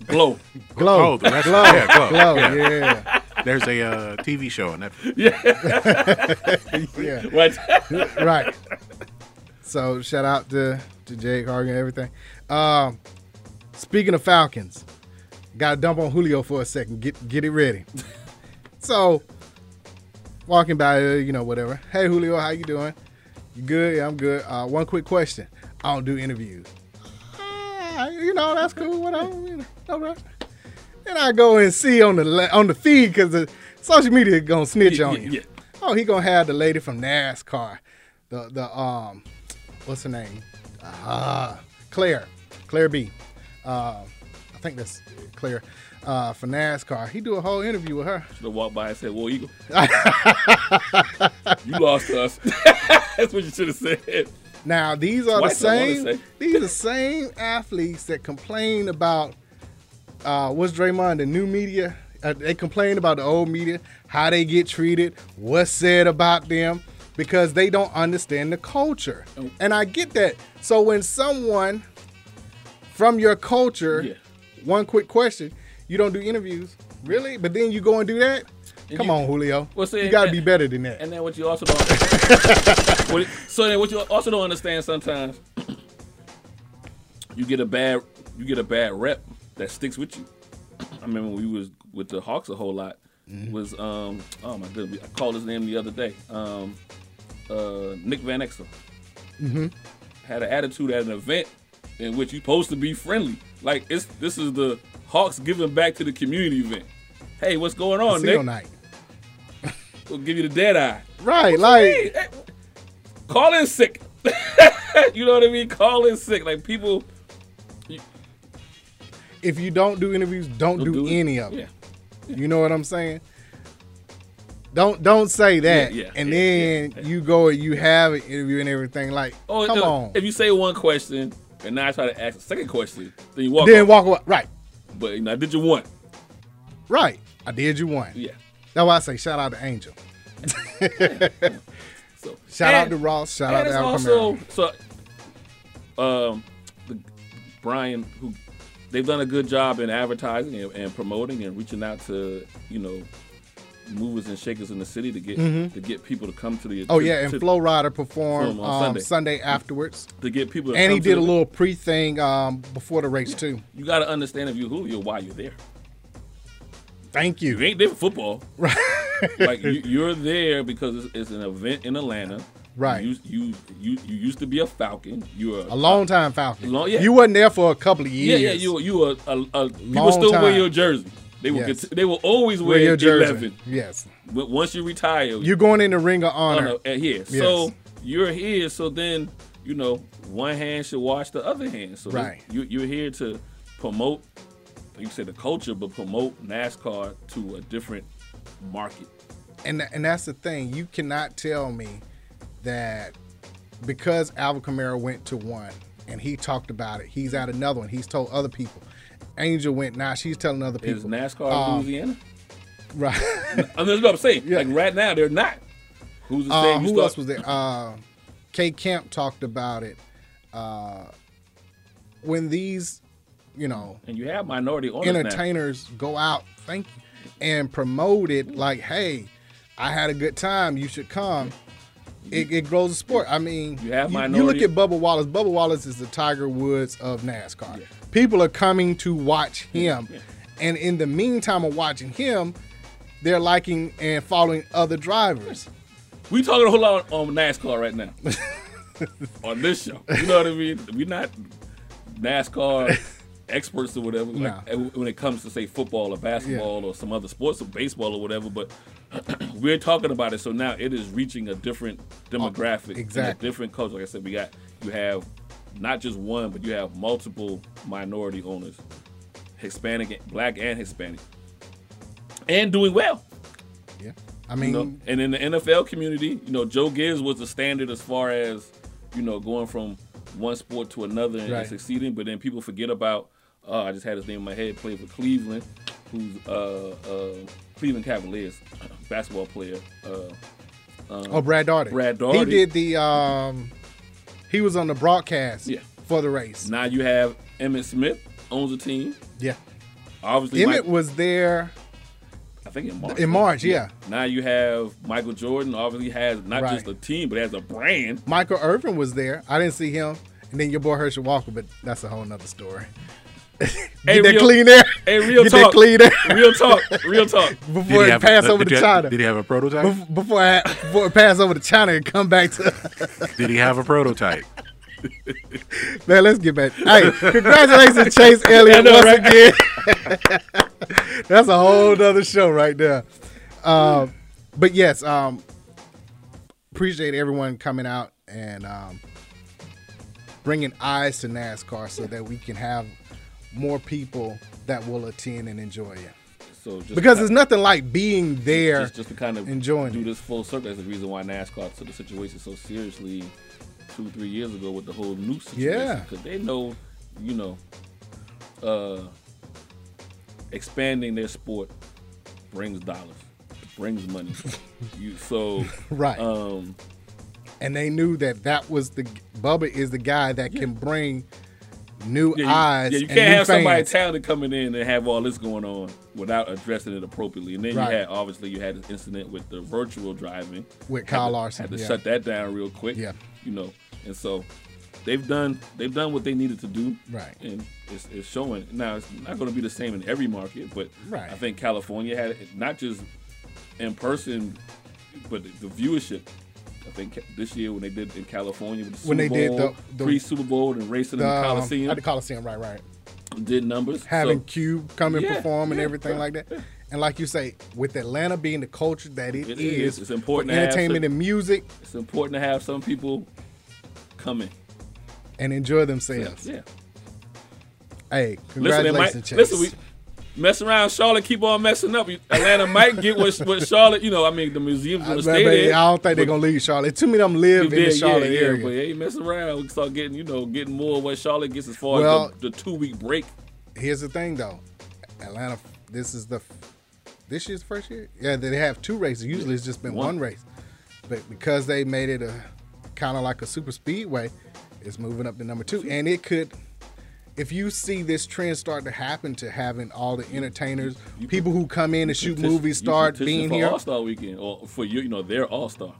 Speaker 5: Glow.
Speaker 4: glow,
Speaker 6: Oh, the rest
Speaker 4: glow,
Speaker 6: yeah, glow,
Speaker 4: glow.
Speaker 6: yeah.
Speaker 4: yeah.
Speaker 6: There's a uh, TV show on Netflix.
Speaker 4: yeah,
Speaker 5: What?
Speaker 4: right. So shout out to to Jake Hargan and everything. Um, speaking of Falcons, got to dump on Julio for a second. Get get it ready. so walking by, uh, you know, whatever. Hey Julio, how you doing? You good? Yeah, I'm good. Uh, one quick question. I don't do interviews. Ah, you know that's cool. Whatever. You know, no rush. And I go and see on the le- on the feed because the social media gonna snitch
Speaker 5: Yeah,
Speaker 4: on
Speaker 5: yeah,
Speaker 4: you.
Speaker 5: yeah.
Speaker 4: Oh, he gonna have the lady from NASCAR, the the um, what's her name? Ah, Claire, Claire B. Uh, I think that's Claire uh, for NASCAR. He do a whole interview with her.
Speaker 5: Should have walked by and said, "War Eagle, you lost to us." That's what you should have said.
Speaker 4: Now these are
Speaker 5: Twice,
Speaker 4: the
Speaker 5: I wanna
Speaker 4: same.
Speaker 5: say.
Speaker 4: These are the same athletes that complain about uh, what's Draymond the new media. Uh, they complain about the old media, how they get treated, what's said about them, because they don't understand the culture.
Speaker 5: Oh.
Speaker 4: And I get that. So when someone from your culture,
Speaker 5: Yeah.
Speaker 4: one quick question, you don't do interviews, really? But then you go and do that? Come
Speaker 5: you-
Speaker 4: on, Julio.
Speaker 5: Well, see,
Speaker 4: you got to
Speaker 5: and-
Speaker 4: be better than that.
Speaker 5: And then what you also don't what, so then what you also don't understand sometimes you get a bad you get a bad rep that sticks with you. I remember when we was with the Hawks a whole lot was um oh my goodness I called his name the other day um uh Nick Van Exel had an attitude at an event in which you supposed to be friendly like it's this is the Hawks giving back to the community event. Hey, what's going on,
Speaker 4: Casino
Speaker 5: Nick?
Speaker 4: night.
Speaker 5: We'll give you the dead eye.
Speaker 4: Right, like
Speaker 5: Hey, hey, call in sick. you know what I mean? Call in sick. Like people
Speaker 4: if you don't do interviews, don't,
Speaker 5: will
Speaker 4: do
Speaker 5: it.
Speaker 4: any of
Speaker 5: Yeah.
Speaker 4: it. You know what I'm saying? Don't don't say that,
Speaker 5: yeah,
Speaker 4: and
Speaker 5: yeah,
Speaker 4: then you go and you have an interview and everything. Like,
Speaker 5: Oh,
Speaker 4: come
Speaker 5: no,
Speaker 4: on,
Speaker 5: If you say one question and now I try to ask a second question, then you walk.
Speaker 4: then
Speaker 5: off.
Speaker 4: walk away. Right,
Speaker 5: But you know, I did you one?
Speaker 4: right. I did you one.
Speaker 5: Yeah.
Speaker 4: That's why I say shout out to Angel.
Speaker 5: So
Speaker 4: Shout out
Speaker 5: and-
Speaker 4: to Ross. Shout out
Speaker 5: And
Speaker 4: to
Speaker 5: it's
Speaker 4: Al
Speaker 5: also
Speaker 4: Camaro.
Speaker 5: so, um, the, Brian, who they've done a good job in advertising and, and promoting and reaching out to you know movers and shakers in the city to get to get people to come to the.
Speaker 4: Mm-hmm. Oh
Speaker 5: to-
Speaker 4: yeah, and
Speaker 5: to,
Speaker 4: Flow Rider performed
Speaker 5: Performed
Speaker 4: um,
Speaker 5: on
Speaker 4: Sunday.
Speaker 5: Sunday.
Speaker 4: afterwards,
Speaker 5: to get people. To
Speaker 4: and he
Speaker 5: come to
Speaker 4: did a
Speaker 5: the-
Speaker 4: little pre thing um, before the race too.
Speaker 5: You got to understand if you Julio why you're there.
Speaker 4: Thank you.
Speaker 5: You ain't there for football. Right. like you, you're there because it's, it's an event in Atlanta.
Speaker 4: Right.
Speaker 5: You you you, you used to be a Falcon. You're a,
Speaker 4: A long time Falcon.
Speaker 5: Long- yeah.
Speaker 4: You wasn't there for a couple of
Speaker 5: yeah
Speaker 4: years.
Speaker 5: yeah you you were a, a people
Speaker 4: Long
Speaker 5: still wear
Speaker 4: time.
Speaker 5: your jersey. They will
Speaker 4: Yes.
Speaker 5: get, they will always
Speaker 4: Wear
Speaker 5: wear
Speaker 4: your jersey.
Speaker 5: eleven.
Speaker 4: Yes.
Speaker 5: But once you retire,
Speaker 4: You're going in the ring of
Speaker 5: oh,
Speaker 4: honor.
Speaker 5: no, and here.
Speaker 4: Yes.
Speaker 5: So you're here. So then you know one hand should wash the other hand. So
Speaker 4: Right.
Speaker 5: you, you're here to promote. You say the culture, but promote NASCAR to a different market.
Speaker 4: And tha- and that's the thing. You cannot tell me that because Alvin Kamara went to one and he talked about it, he's at another one. He's told other people. Angel went now. She's telling other people.
Speaker 5: Is NASCAR
Speaker 4: Um,
Speaker 5: Louisiana?
Speaker 4: right.
Speaker 5: I mean, that's what I'm saying.
Speaker 4: Yeah.
Speaker 5: Like right now, they're not. Who's the
Speaker 4: Uh,
Speaker 5: same?
Speaker 4: who else was there? Uh, K. Camp talked about it. Uh, when these, you know,
Speaker 5: And you have minority owners now.
Speaker 4: entertainers go out, thank you, and promote it like, hey, I had a good time. You should come. It, it grows the sport. I mean,
Speaker 5: You have
Speaker 4: you look
Speaker 5: minority-
Speaker 4: at Bubba Wallace. Bubba Wallace is the Tiger Woods of NASCAR. People are coming to watch him. And in the meantime of watching him, they're liking and following other drivers.
Speaker 5: We talking a whole lot on NASCAR right now. on this show, you know what I mean. We're not NASCAR experts or whatever. Like, When it comes to say football or basketball or some other sports or baseball or whatever, but we're talking about it. So now it is reaching a different demographic, and
Speaker 4: exactly.
Speaker 5: a different culture. Like I said, we got you have not just one, but you have multiple minority owners, Hispanic, and- black, and Hispanic, and doing well.
Speaker 4: Yeah. I mean,
Speaker 5: You know, and in the NFL community, you know, Joe Gibbs was the standard as far as you know going from one sport to another and,
Speaker 4: Right.
Speaker 5: succeeding. But then people forget about. Uh, I just had his name in my head. Played for Cleveland, who's uh, uh, Cleveland Cavaliers basketball player. Uh,
Speaker 4: Oh, Brad Daugherty.
Speaker 5: Brad
Speaker 4: He
Speaker 5: Daugherty.
Speaker 4: did the. um He was on the broadcast.
Speaker 5: Yeah.
Speaker 4: For the race.
Speaker 5: now you have Emmett Smith owns a team.
Speaker 4: Yeah.
Speaker 5: Obviously,
Speaker 4: Emmett
Speaker 5: Mike-
Speaker 4: was there
Speaker 5: I think in March.
Speaker 4: in March. Yeah.
Speaker 5: Now you have Michael Jordan. Obviously, has not
Speaker 4: Right.
Speaker 5: just a team, but has a brand.
Speaker 4: Michael Irvin was there. I didn't see him. And then your boy Herschel Walker, but that's a whole nother story.
Speaker 5: Hey,
Speaker 4: Get that
Speaker 5: real-
Speaker 4: clean air.
Speaker 5: Hey, real
Speaker 4: Get that
Speaker 5: talk.
Speaker 4: clean air
Speaker 5: Real talk. Real talk.
Speaker 6: Did
Speaker 4: before
Speaker 6: he
Speaker 4: it
Speaker 6: have-
Speaker 4: pass
Speaker 6: uh,
Speaker 4: over
Speaker 6: did
Speaker 4: to
Speaker 6: he have-
Speaker 4: China.
Speaker 6: Did he have a prototype?
Speaker 4: Bef- Before I, before it pass over to China and come back to
Speaker 6: Did he have a prototype?
Speaker 4: man, let's get back. Hey, congratulations, Chase Elliott
Speaker 5: I know,
Speaker 4: once
Speaker 5: right?
Speaker 4: again. That's a whole nother show right there. Um, but yes, um, appreciate everyone coming out and um, bringing eyes to NASCAR so that we can have more people that will attend and enjoy it.
Speaker 5: So just
Speaker 4: Because it's nothing like being there.
Speaker 5: just, just to kind of
Speaker 4: enjoying
Speaker 5: do
Speaker 4: it.
Speaker 5: this full circle. That's the reason why NASCAR took the situation so seriously two, three years ago with the whole new situation.
Speaker 4: Yeah.
Speaker 5: Because they know, you know, uh, expanding their sport brings dollars, brings money. you so
Speaker 4: Right.
Speaker 5: um,
Speaker 4: and they knew that that was the Bubba is the guy that can bring new
Speaker 5: yeah, you,
Speaker 4: eyes.
Speaker 5: yeah, you
Speaker 4: and
Speaker 5: can't
Speaker 4: new
Speaker 5: have somebody
Speaker 4: fans.
Speaker 5: talented coming in and have all this going on without addressing it appropriately. And then
Speaker 4: Right.
Speaker 5: you had obviously you had this incident with the virtual driving.
Speaker 4: with Kyle Larson.
Speaker 5: had to
Speaker 4: yeah.
Speaker 5: shut that down real quick.
Speaker 4: Yeah.
Speaker 5: You know, and so they've done they've done what they needed to do.
Speaker 4: Right.
Speaker 5: And it's, it's showing now. It's not going to be the same in every market, but
Speaker 4: Right.
Speaker 5: I think California had it not just in person, but the, the viewership. I think ca- this year when they did in California with the Super
Speaker 4: When they did
Speaker 5: Bowl,
Speaker 4: the- the-
Speaker 5: pre Super Bowl and racing in
Speaker 4: The,
Speaker 5: the
Speaker 4: um,
Speaker 5: Coliseum,
Speaker 4: At the Coliseum, right, right.
Speaker 5: did numbers.
Speaker 4: having
Speaker 5: so,
Speaker 4: Cube come and
Speaker 5: Yeah,
Speaker 4: perform and
Speaker 5: yeah,
Speaker 4: everything like that. And like you say, with Atlanta being the culture that
Speaker 5: It
Speaker 4: it is,
Speaker 5: is. It's important
Speaker 4: for
Speaker 5: to have
Speaker 4: entertainment
Speaker 5: some-
Speaker 4: and music,
Speaker 5: it's important to have some people coming.
Speaker 4: and enjoy themselves.
Speaker 5: Yeah.
Speaker 4: Hey,
Speaker 5: Listen, they
Speaker 4: congratulations,
Speaker 5: might,
Speaker 4: Chase.
Speaker 5: listen, we mess around. Charlotte keep on messing up. Atlanta might get what, what Charlotte. You know, I mean, the museum's
Speaker 4: I,
Speaker 5: gonna
Speaker 4: I
Speaker 5: stay
Speaker 4: mean,
Speaker 5: there.
Speaker 4: I don't think they're gonna leave Charlotte. Too many of them live in
Speaker 5: Yeah,
Speaker 4: the Charlotte
Speaker 5: yeah,
Speaker 4: area.
Speaker 5: Yeah, but hey, mess around. We start getting, you know, getting more of what Charlotte gets as far
Speaker 4: Well-
Speaker 5: as the, the two week break.
Speaker 4: Here's the thing, though. Atlanta, this is the this year's first year. Yeah, they have two races. Usually, it's just been
Speaker 5: One.
Speaker 4: one, race, but because they made it a kind of like a super speedway, it's moving up to number two, and it could. If you see this trend start to happen to having all the entertainers, people who come in and shoot
Speaker 5: Petition-
Speaker 4: movies,
Speaker 5: you
Speaker 4: start
Speaker 5: petition
Speaker 4: being
Speaker 5: for
Speaker 4: here.
Speaker 5: All Star Weekend or for you, you know, their All Star.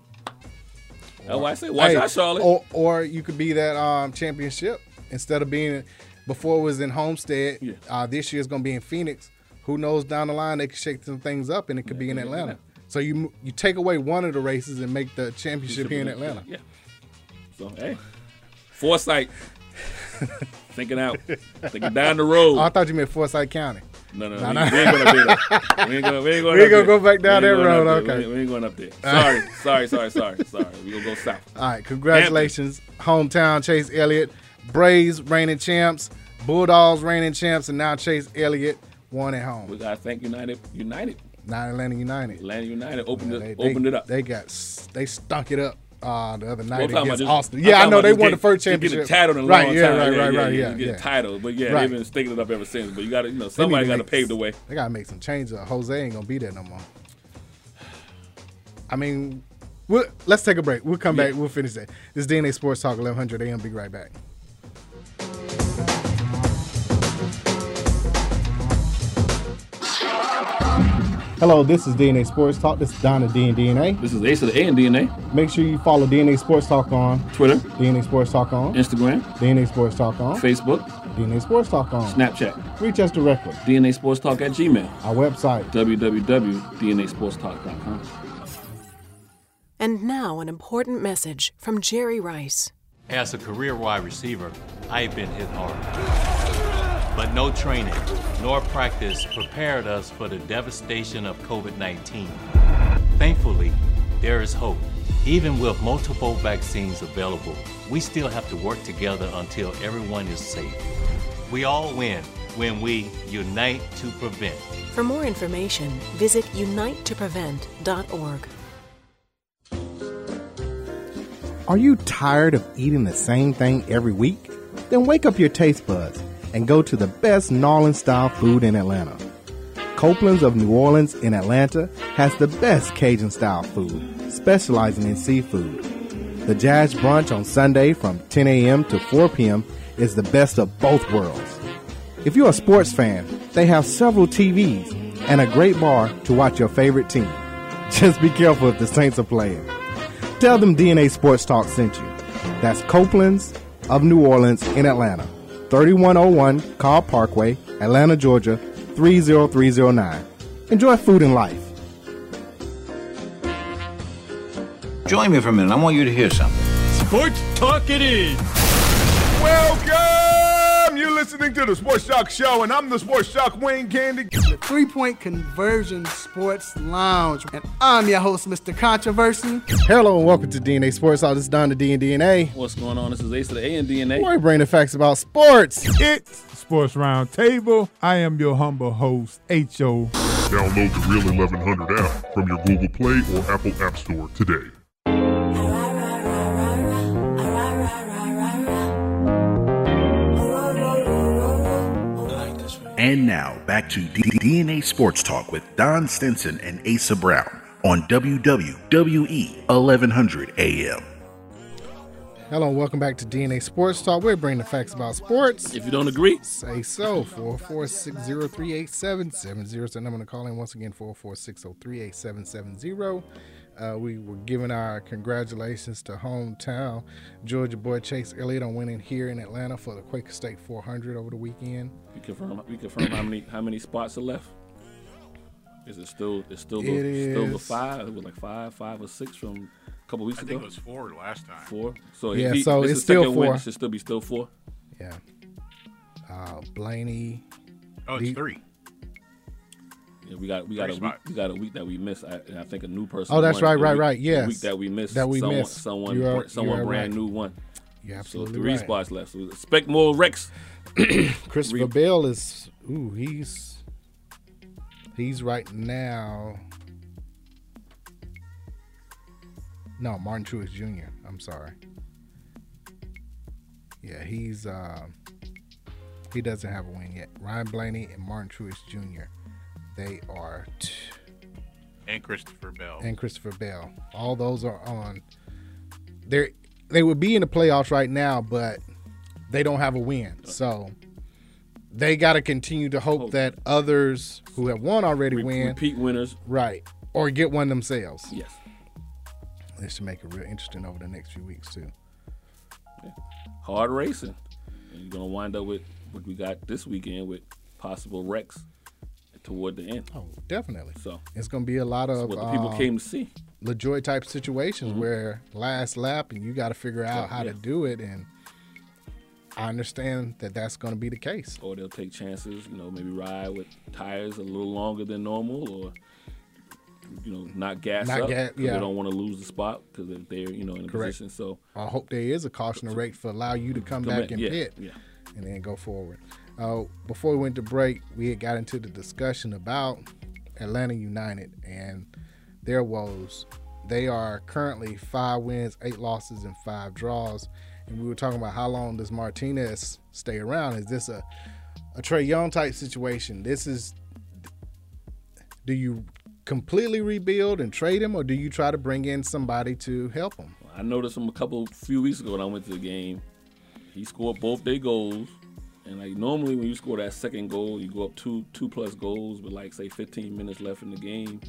Speaker 5: That's why I say watch
Speaker 4: Hey,
Speaker 5: out, Charlotte.
Speaker 4: Or, or you could be that um, championship instead of being before it was in Homestead.
Speaker 5: Yeah.
Speaker 4: Uh, this year it's going to be in Phoenix. Who knows? Down the line they could shake some things up, and it could be in
Speaker 5: yeah, yeah.
Speaker 4: Atlanta. So you m- you take away one of the races and make the championship here in Atlanta.
Speaker 5: Yeah. So hey, foresight, thinking out, thinking down the road.
Speaker 4: Oh, I thought you meant Forsyth County.
Speaker 5: No, no, we, we ain't gonna be there. We ain't gonna, we ain't going
Speaker 4: We
Speaker 5: up
Speaker 4: gonna
Speaker 5: there.
Speaker 4: go back down
Speaker 5: We ain't
Speaker 4: that
Speaker 5: going
Speaker 4: road,
Speaker 5: up there.
Speaker 4: okay.
Speaker 5: We, we ain't going up there. Sorry, sorry, sorry, sorry, sorry. We gonna go south.
Speaker 4: All right, congratulations, hometown Chase Elliott, Braves reigning champs, Bulldogs reigning champs, and now Chase Elliott won at
Speaker 5: We
Speaker 4: home.
Speaker 5: gotta thank United, United,
Speaker 4: Not Atlanta United.
Speaker 5: Atlanta United. Opened
Speaker 4: They-
Speaker 5: it,
Speaker 4: they-
Speaker 5: opened it up.
Speaker 4: They got s- they stunk it up uh, the other
Speaker 5: Well,
Speaker 4: night
Speaker 5: I'm talking about
Speaker 4: against
Speaker 5: this-
Speaker 4: Austin.
Speaker 5: I'm
Speaker 4: Yeah, I
Speaker 5: talking
Speaker 4: know
Speaker 5: about
Speaker 4: they
Speaker 5: this
Speaker 4: won the
Speaker 5: getting-
Speaker 4: first
Speaker 5: this
Speaker 4: championship.
Speaker 5: Getting a title in a
Speaker 4: right,
Speaker 5: long
Speaker 4: yeah,
Speaker 5: time.
Speaker 4: right, right, right,
Speaker 5: yeah.
Speaker 4: yeah,
Speaker 5: Get
Speaker 4: yeah.
Speaker 5: a title, but yeah,
Speaker 4: Right.
Speaker 5: they've been stinking it up ever since. But you gotta, you know,
Speaker 4: They need
Speaker 5: somebody
Speaker 4: to
Speaker 5: gotta
Speaker 4: make-
Speaker 5: pave the way.
Speaker 4: They gotta make some changes. or Jose ain't gonna be there no more. I mean, we'll, let's take a break. We'll come back. We'll finish that. This is DNA Sports Talk 1100 AM. Be right back. Hello, this is DNA Sports Talk. This is Donna D and DNA.
Speaker 5: This is Ace of the A and DNA.
Speaker 4: Make sure you follow DNA Sports Talk on
Speaker 5: Twitter,
Speaker 4: DNA Sports Talk on
Speaker 5: Instagram,
Speaker 4: DNA Sports Talk on
Speaker 5: Facebook,
Speaker 4: DNA Sports Talk on.
Speaker 5: Snapchat,
Speaker 4: Reach us directly.
Speaker 5: DNA Sports Talk at Gmail,
Speaker 4: Our website.
Speaker 5: www.dnasportstalk.com.
Speaker 7: And now, an important message from Jerry Rice.
Speaker 8: As a career wide receiver, I've been hit hard. But no training nor practice prepared us for the devastation of COVID 19. Thankfully, there is hope. Even with multiple vaccines available, we still have to work together until everyone is safe. We all win when we unite to prevent.
Speaker 7: For more information, visit unitetoprevent.org.
Speaker 9: Are you tired of eating the same thing every week? Then wake up your taste buds and go to the best gnarling style food in Atlanta. Copeland's of New Orleans in Atlanta has the best Cajun style food, specializing in seafood. The Jazz Brunch on Sunday from 10 a.m. to 4 p.m. is the best of both worlds. If you're a sports fan, they have several TVs and a great bar to watch your favorite team. Just be careful if the Saints are playing. Tell them DNA Sports Talk sent you. That's Copeland's of New Orleans in Atlanta. 3101 Carl Parkway, Atlanta, Georgia 30309. Enjoy food and life.
Speaker 10: Join me for a minute. I want you to hear something.
Speaker 2: Sports Talk It Is.
Speaker 10: Welcome! You're listening to the Sports Shock Show, and I'm the Sports Shock Wayne Candy.
Speaker 11: Three Point Conversion Sports Lounge. And I'm your host, Mr. Controversy.
Speaker 4: Hello and welcome to DNA Sports Talk. This is Don the D and DNA.
Speaker 5: What's going on? This is Ace of the A and DNA.
Speaker 4: We're bringing the facts about sports.
Speaker 10: It's Sports Roundtable. I am your humble host, H.O.
Speaker 1: Download the Real 1100 app from your Google Play or Apple App Store today.
Speaker 12: And now back to D- DNA Sports Talk with Don Stinson and Asa Brown on WWE 1100 AM.
Speaker 4: Hello and welcome back to DNA Sports Talk. We're bringing the facts about sports.
Speaker 5: If you don't agree,
Speaker 4: Say so. 446038770. So number to call in once again 446038770. Uh, we were giving our congratulations to hometown Georgia boy Chase Elliott on winning here in Atlanta for the Quaker State 400 over the weekend.
Speaker 5: we confirm we confirm how many how many spots are left. Is it still it's still the,
Speaker 4: It
Speaker 5: still the
Speaker 4: is-
Speaker 5: five? It was like five, five or six from a couple weeks
Speaker 6: I
Speaker 5: ago.
Speaker 6: think it was four last time.
Speaker 5: four. So
Speaker 4: Yeah,
Speaker 5: if he,
Speaker 4: so
Speaker 5: this
Speaker 4: it's
Speaker 5: is the
Speaker 4: still
Speaker 5: second win,
Speaker 4: four.
Speaker 5: it should still be still four.
Speaker 4: Yeah. uh, Blaney.
Speaker 6: Oh, it's three.
Speaker 5: Yeah, we got we got
Speaker 6: Three
Speaker 5: a week,
Speaker 6: spots.
Speaker 5: we got a week that we missed. I, and I think a new person.
Speaker 4: Oh, that's
Speaker 5: won
Speaker 4: right,
Speaker 5: the
Speaker 4: right,
Speaker 5: week-
Speaker 4: right.
Speaker 5: the
Speaker 4: Yes.
Speaker 5: week that we missed.
Speaker 4: That we
Speaker 5: someone,
Speaker 4: missed.
Speaker 5: Someone
Speaker 4: You are-
Speaker 5: bra- someone
Speaker 4: you are
Speaker 5: brand
Speaker 4: right.
Speaker 5: new one.
Speaker 4: You're
Speaker 5: so
Speaker 4: absolutely
Speaker 5: three
Speaker 4: right.
Speaker 5: spots left. So expect more Rex.
Speaker 4: Christopher Bell is ooh he's he's right now. No, Martin Truex Jr. I'm sorry. Yeah, he's uh, he doesn't have a win yet. Ryan Blaney and Martin Truex Jr. They are t-
Speaker 6: and Christopher Bell.
Speaker 4: and Christopher Bell. All those are on. They they would be in the playoffs right now, but they don't have a win. So they got to continue to hope that others who have won already win.
Speaker 5: Repeat winners.
Speaker 4: Right. Or get one themselves.
Speaker 5: Yes.
Speaker 4: This should make it real interesting over the next few weeks too.
Speaker 5: Hard racing. And you're gonna wind up with what we got this weekend with possible Rex toward the end.
Speaker 4: Oh, definitely.
Speaker 5: So
Speaker 4: It's going to be a lot of
Speaker 5: what the people
Speaker 4: um,
Speaker 5: came Mm-hmm. to see.
Speaker 4: LaJoy type situations where last lap and you got to figure out how to do it and I understand that that's going to be the case.
Speaker 5: or they'll take chances. You know, maybe ride with tires a little longer than normal, or you know, not gas
Speaker 4: Not
Speaker 5: up
Speaker 4: ga-
Speaker 5: 'cause
Speaker 4: yeah.
Speaker 5: they don't want to lose the spot because if they're you know in a
Speaker 4: Correct.
Speaker 5: position. So
Speaker 4: I hope there is a cautionary rate for allow you to come,
Speaker 5: Come
Speaker 4: back,
Speaker 5: back,
Speaker 4: and
Speaker 5: yeah,
Speaker 4: pit,
Speaker 5: yeah.
Speaker 4: and then go forward. Uh, before we went to break, we had got into the discussion about Atlanta United and their woes. They are currently five wins, eight losses, and five draws. And we were talking about how long does Martinez stay around? Is this a a Trey Young type situation? This is do you completely rebuild and trade him, or do you try to bring in somebody to help him?
Speaker 5: I noticed him a couple few weeks ago when I went to the game. He scored both their goals. And like normally when you score that second goal, you go up two two plus goals with like say 15 minutes left in the game.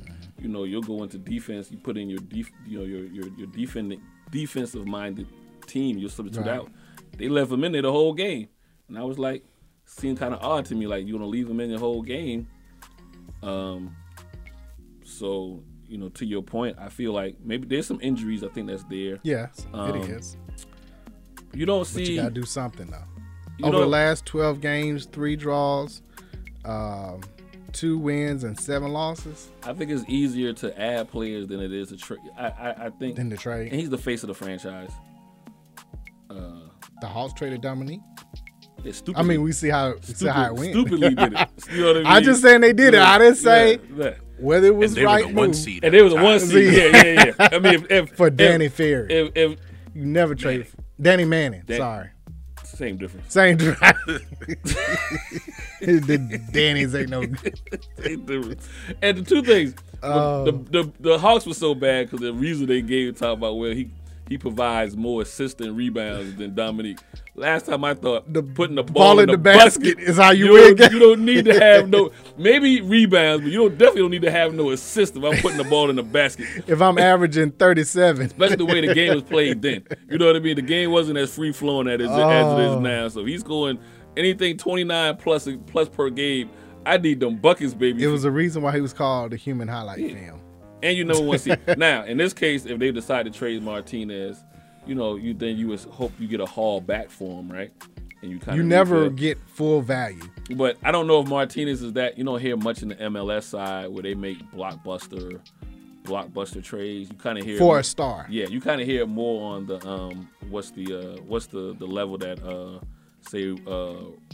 Speaker 5: You know, you'll go into defense, you put in your def, you know, your your, your defending defensive minded team, you'll substitute
Speaker 13: Right.
Speaker 5: out. They left him in there the whole game. And I was like, seemed kind of odd to me, like you gonna leave him in the whole game. Um so, you know, to your point, I feel like maybe there's some injuries I think that's there.
Speaker 4: Yeah,
Speaker 5: Um,
Speaker 4: it is.
Speaker 5: You don't
Speaker 4: But
Speaker 5: see
Speaker 4: you gotta do something though.
Speaker 5: You
Speaker 4: Over the
Speaker 5: don't-
Speaker 4: last twelve games, three draws, um, two wins, and seven losses.
Speaker 5: I think it's easier to add players than it is to trade. I, I I think
Speaker 4: Than to trade.
Speaker 5: And he's the face of the franchise. Uh,
Speaker 4: The Hawks traded Dominique.
Speaker 5: it's stupid.
Speaker 4: I mean, we see how we see how it went.
Speaker 5: Stupidly did it. You know what I mean?
Speaker 4: am just saying they did it. I didn't say
Speaker 5: Yeah, yeah.
Speaker 4: whether it was
Speaker 6: they were
Speaker 4: right.
Speaker 6: the one
Speaker 4: move.
Speaker 6: seed
Speaker 5: And it was a one seed. Yeah, yeah, yeah. I mean, if, if
Speaker 4: for
Speaker 5: if-
Speaker 4: Danny Ferry,
Speaker 5: if, if
Speaker 4: you never traded Danny Manning.
Speaker 5: Dan-
Speaker 4: sorry,
Speaker 5: same difference.
Speaker 4: same drive. the Danny's ain't no good.
Speaker 5: Same difference. And the two things,
Speaker 4: Oh.
Speaker 5: the, the, the the Hawks were so bad because the reason they gave talk about well he he provides more assists and rebounds than Dominique. Last time I thought the, putting the ball, in the, basket,
Speaker 4: is how you win
Speaker 5: don't-
Speaker 4: games.
Speaker 5: You don't need to have no maybe rebounds, but you don't definitely don't need to have no assist if I'm putting the ball in the basket.
Speaker 4: If I'm averaging 37,
Speaker 5: Especially the way the game was played then. You know what I mean? The game wasn't as free flowing as, it- as it
Speaker 4: Oh.
Speaker 5: is now. So he's going anything 29 plus plus per game. I need them buckets, baby.
Speaker 4: it was a reason why he was called the human highlight film.
Speaker 5: and you never want to see. Now, in this case, if they decide to trade Martinez, you know, you then you would hope you get a haul back for him, right? And you kind
Speaker 4: You never get full value.
Speaker 5: But I don't know if Martinez is that. You don't hear much in the MLS side where they make blockbuster, blockbuster trades. You kind of hear
Speaker 4: For a star.
Speaker 5: Yeah, you kind of hear more on the um, what's the uh, what's the the level that uh, say uh,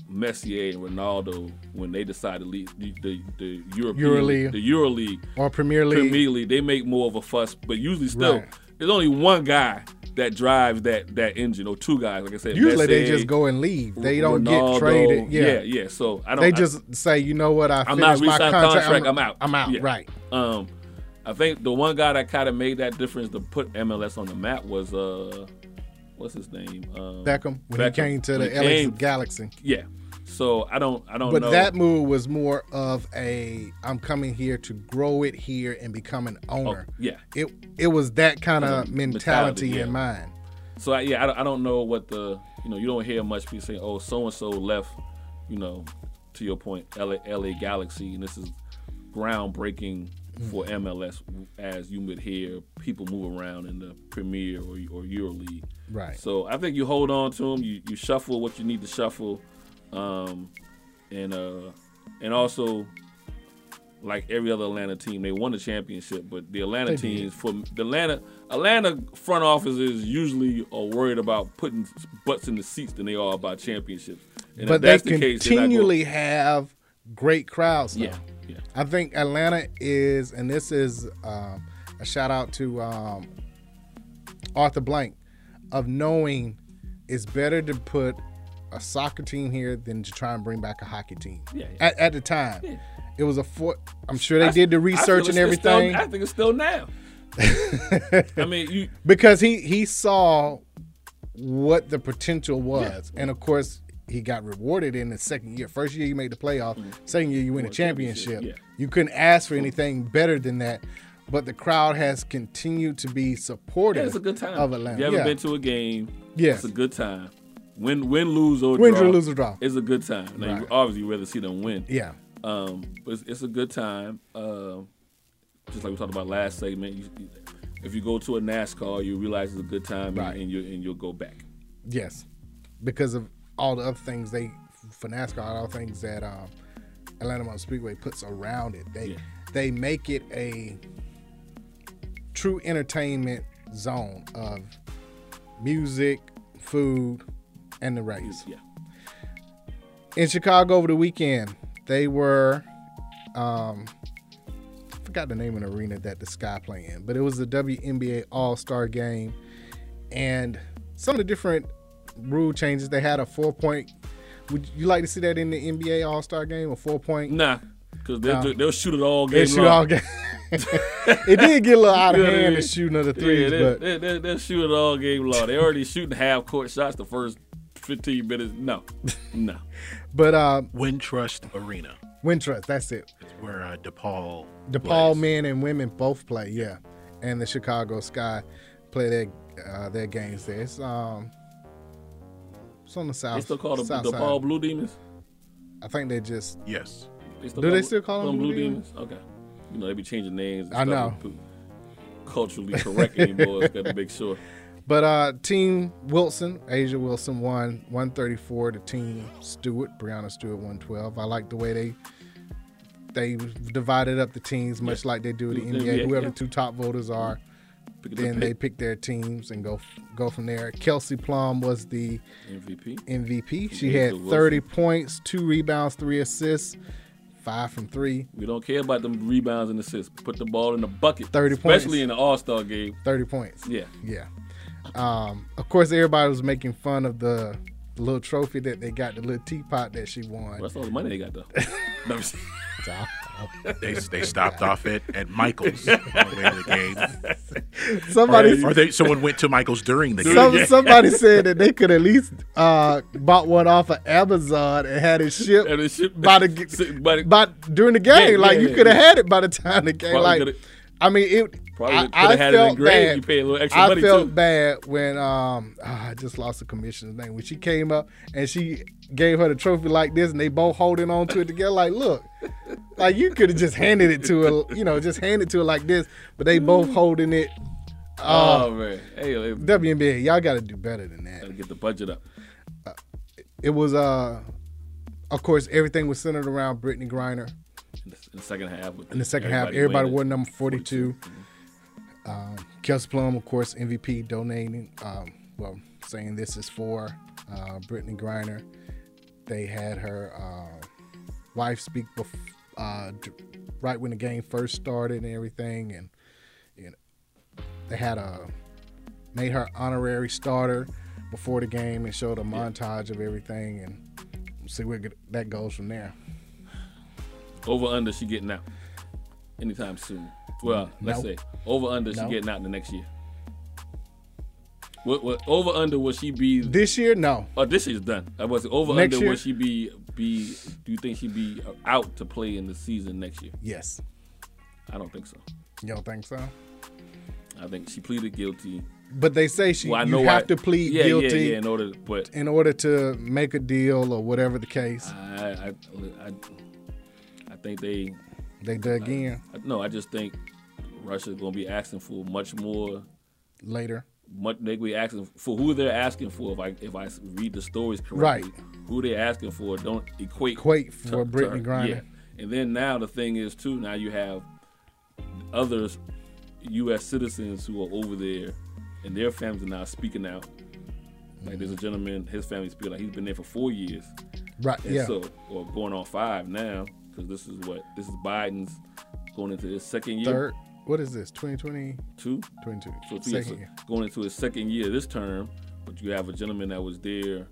Speaker 5: Messier and Ronaldo when they decide to leave the the, the European
Speaker 4: EuroLeague.
Speaker 5: the EuroLeague
Speaker 4: Or Premier League.
Speaker 5: Premier League, they make more of a fuss, but usually still
Speaker 4: Right.
Speaker 5: there's only one guy that drives that that engine or two guys. Like I said,
Speaker 4: Usually they
Speaker 5: Messi,
Speaker 4: just go and leave. They don't
Speaker 5: Ronaldo.
Speaker 4: get traded. Yeah.
Speaker 5: yeah, yeah. So I don't.
Speaker 4: They
Speaker 5: I-
Speaker 4: just say, you know what? I
Speaker 5: I'm not
Speaker 4: finished my
Speaker 5: re-signing
Speaker 4: contract.
Speaker 5: contract. I'm, out.
Speaker 4: I'm out.
Speaker 5: Yeah.
Speaker 4: Right.
Speaker 5: Um, I think the one guy that kind of made that difference to put MLS on the map was uh, what's his name? Um,
Speaker 4: Beckham when he came to
Speaker 5: When
Speaker 4: the
Speaker 5: he
Speaker 4: LA
Speaker 5: came- Oh,
Speaker 4: Galaxy.
Speaker 5: Yeah. So I don't. I don't
Speaker 4: But
Speaker 5: know.
Speaker 4: that move was more of a I'm coming here to grow it here and become an owner.
Speaker 5: yeah.
Speaker 4: It it was that kind
Speaker 5: It was
Speaker 4: of
Speaker 5: a
Speaker 4: mentality,
Speaker 5: Oh. mentality, yeah.
Speaker 4: in mind.
Speaker 5: So I, yeah, I, don't- I don't know what the you know you don't hear much people saying oh so and so left, you know, to your point LA, LA Galaxy and this is groundbreaking for MLS as you would hear people move around in the Premier or or EuroLeague.
Speaker 4: Right.
Speaker 5: So I think you hold on to them, you you shuffle what you need to shuffle, um, and uh, and also like every other Atlanta team, they won the championship. But the Atlanta
Speaker 4: They did.
Speaker 5: teams for the Atlanta Atlanta front offices usually are worried about putting butts in the seats than they are about championships. And
Speaker 4: but
Speaker 5: if that's
Speaker 4: they
Speaker 5: the case, they're not gonna-
Speaker 4: continually have great crowds. Now.
Speaker 5: Yeah, yeah.
Speaker 4: I think Atlanta is, and this is um, a shout out to um, Arthur Blank of knowing it's better to put a soccer team here than to try and bring back a hockey team.
Speaker 5: Yeah, yeah.
Speaker 4: At, at the time,
Speaker 5: Yeah.
Speaker 4: it was a four. I'm sure they
Speaker 5: I-
Speaker 4: did the
Speaker 5: I feel
Speaker 4: research
Speaker 5: it's-
Speaker 4: and
Speaker 5: it's still-
Speaker 4: everything
Speaker 5: I think it's still now. I mean, you
Speaker 4: because he he saw what the potential was, and of course he got rewarded in the second year. First year you made the playoff,
Speaker 5: Mm-hmm.
Speaker 4: second year you win a championship. You couldn't ask for anything better than that. But the crowd has continued to be supportive.
Speaker 5: Yeah, it's a good time.
Speaker 4: of Atlanta.
Speaker 5: You ever
Speaker 4: yeah.
Speaker 5: been to a game?
Speaker 4: Yes.
Speaker 5: It's a good time. Win, win, lose or
Speaker 4: Win or
Speaker 5: draw.
Speaker 4: lose or draw.
Speaker 5: It's a good time. Now, you
Speaker 4: Right.
Speaker 5: obviously, you rather see them win.
Speaker 4: Yeah.
Speaker 5: Um, but it's, it's a good time. Um, just like we talked about last segment, you, you- if you go to a NASCAR, you realize it's a good time, and-
Speaker 4: Right.
Speaker 5: and you and you'll go back.
Speaker 4: Yes, because of all the other things they for NASCAR, all the things that um, Atlanta Motor Speedway puts around it. They they make it a true entertainment zone of music, food, and the race.
Speaker 5: Yeah.
Speaker 4: In Chicago over the weekend, they were um I forgot the name of the arena that the Sky play in, but it was the WNBA All-Star game and some of the different rule changes they had a 4 point would you like to see that in the NBA All-Star game a 4 point
Speaker 5: Nah, because they'll,
Speaker 4: Nah.
Speaker 5: do- they'll shoot it all game.
Speaker 4: They shoot
Speaker 5: long.
Speaker 4: all game. it did get a little out of
Speaker 5: You know what I
Speaker 4: hand, the
Speaker 5: mean?
Speaker 4: shooting of the threes,
Speaker 5: Yeah, they,
Speaker 4: but
Speaker 5: they, they, they'll shoot it all game long. They already shooting half court shots the first fifteen minutes. No, no.
Speaker 4: but uh,
Speaker 6: Wintrust Arena,
Speaker 4: Wintrust, that's it.
Speaker 6: where uh, DePaul
Speaker 4: DePaul men and women both play, yeah, and the Chicago Sky play their uh, their games there. It's um, it's on the south.
Speaker 5: They still call them
Speaker 4: south
Speaker 5: the
Speaker 4: side.
Speaker 5: Paul Blue Demons.
Speaker 4: I think they just
Speaker 6: Yes.
Speaker 4: Do they still call them Blue
Speaker 5: Okay. You know they be changing names. And
Speaker 4: I
Speaker 5: stuff
Speaker 4: know.
Speaker 5: to put Culturally correct anymore. Got to make sure.
Speaker 4: But uh, Team Wilson, Asia Wilson won 134 to Team Stewart, Brianna Stewart 112. I like the way they they divided up the teams, much like they do with the
Speaker 5: Yeah,
Speaker 4: NBA.
Speaker 5: yeah,
Speaker 4: Whoever
Speaker 5: yeah.
Speaker 4: the two top voters are,
Speaker 5: Pick the
Speaker 4: then
Speaker 5: pick.
Speaker 4: they pick their teams and go go from there. Kelsey Plum was the
Speaker 5: MVP.
Speaker 4: MVP. She
Speaker 5: Asia
Speaker 4: had
Speaker 5: Wilson.
Speaker 4: 30 points, two rebounds, three assists, five from three.
Speaker 5: We don't care about them rebounds and assists. Put the ball in the bucket.
Speaker 4: 30
Speaker 5: especially
Speaker 4: points.
Speaker 5: in the All Star game.
Speaker 4: 30 points.
Speaker 5: Yeah.
Speaker 4: Yeah. Um, of course, everybody was making fun of the little trophy that they got, the little teapot that she won.
Speaker 5: Well, that's all the money they got though. No, I'm just-
Speaker 6: They, they stopped off at, at Michael's on the way to the game.
Speaker 4: Somebody-
Speaker 6: or, they someone went to Michael's during the game.
Speaker 4: Some, somebody said that they could at least uh, bought one off of Amazon and had it shipped
Speaker 5: And it shipped-
Speaker 4: by the g-
Speaker 5: si- by the-
Speaker 4: by during the game.
Speaker 5: Yeah,
Speaker 4: like
Speaker 5: yeah,
Speaker 4: you
Speaker 5: yeah,
Speaker 4: could have
Speaker 5: yeah.
Speaker 4: had it by the time the game.
Speaker 5: Probably
Speaker 4: like
Speaker 5: coulda-
Speaker 4: I mean, it.
Speaker 5: Probably
Speaker 4: I,
Speaker 5: coulda
Speaker 4: I
Speaker 5: had it
Speaker 4: felt
Speaker 5: engraved,
Speaker 4: bad.
Speaker 5: you paid a little extra
Speaker 4: I
Speaker 5: money,
Speaker 4: felt
Speaker 5: too.
Speaker 4: bad when um ah, I just lost the commissioner's name when she came up and she gave her the trophy like this and they both holding on to it together. Like, look. Like you could have just handed it to her, you know, just handed to her like this, but they both holding it.
Speaker 5: oh,
Speaker 4: Uh,
Speaker 5: man. Hey, they
Speaker 4: WNBA, y'all got to do better than that
Speaker 5: gotta get the budget up.
Speaker 4: it was uh of course everything was centered around Brittany Griner
Speaker 5: In the, in the second half, with
Speaker 4: in the second half. Everybody
Speaker 5: winning.
Speaker 4: wore number 42. Um, Kelsey Plum, of course, MVP donating, um, well, saying this is for uh, Brittany Griner. They had her uh, wife speak bef- uh, d- right when the game first started and everything. And you know, they had a made her honorary starter before the game and showed a montage of everything. And we'll see where good- that goes from there.
Speaker 5: Over under, she getting out anytime soon. Well, let's
Speaker 4: No.
Speaker 5: say over under,
Speaker 4: No.
Speaker 5: she getting out in the next year. What, what over under will she be?
Speaker 4: This year, no.
Speaker 5: Oh, this year's done. I was over
Speaker 4: Next
Speaker 5: under.
Speaker 4: year?
Speaker 5: Will she be be? Do you think she'd be out to play in the season next year?
Speaker 4: Yes.
Speaker 5: I don't think so.
Speaker 4: You don't think so?
Speaker 5: I think she pleaded guilty.
Speaker 4: But they say she
Speaker 5: Well, I
Speaker 4: you
Speaker 5: know
Speaker 4: have
Speaker 5: I-
Speaker 4: to plead
Speaker 5: yeah, yeah,
Speaker 4: guilty
Speaker 5: yeah, in order to- but-
Speaker 4: in order to make a deal or whatever the case.
Speaker 5: I I I, I think they
Speaker 4: They dug in
Speaker 5: I- no, I just think Russia's gonna be asking for much more.
Speaker 4: later.
Speaker 5: Much they be asking for who they're asking for. If I if I read the stories correctly,
Speaker 4: Right.
Speaker 5: who they're asking for don't equate
Speaker 4: Equate for Brittany Griner.
Speaker 5: And then now the thing is too. Now you have other U.S. citizens who are over there, and their families are now speaking out. Like there's a gentleman, his family speaking out. He's been there for four years,
Speaker 4: Right,
Speaker 5: And
Speaker 4: yeah.
Speaker 5: So or going on five now because this is what this is Biden's going into his second year.
Speaker 4: Third, what is this? 2020?
Speaker 5: Two?
Speaker 4: 22.
Speaker 5: So two years
Speaker 4: Second year.
Speaker 5: going into his second year this term, but you have a gentleman that was there.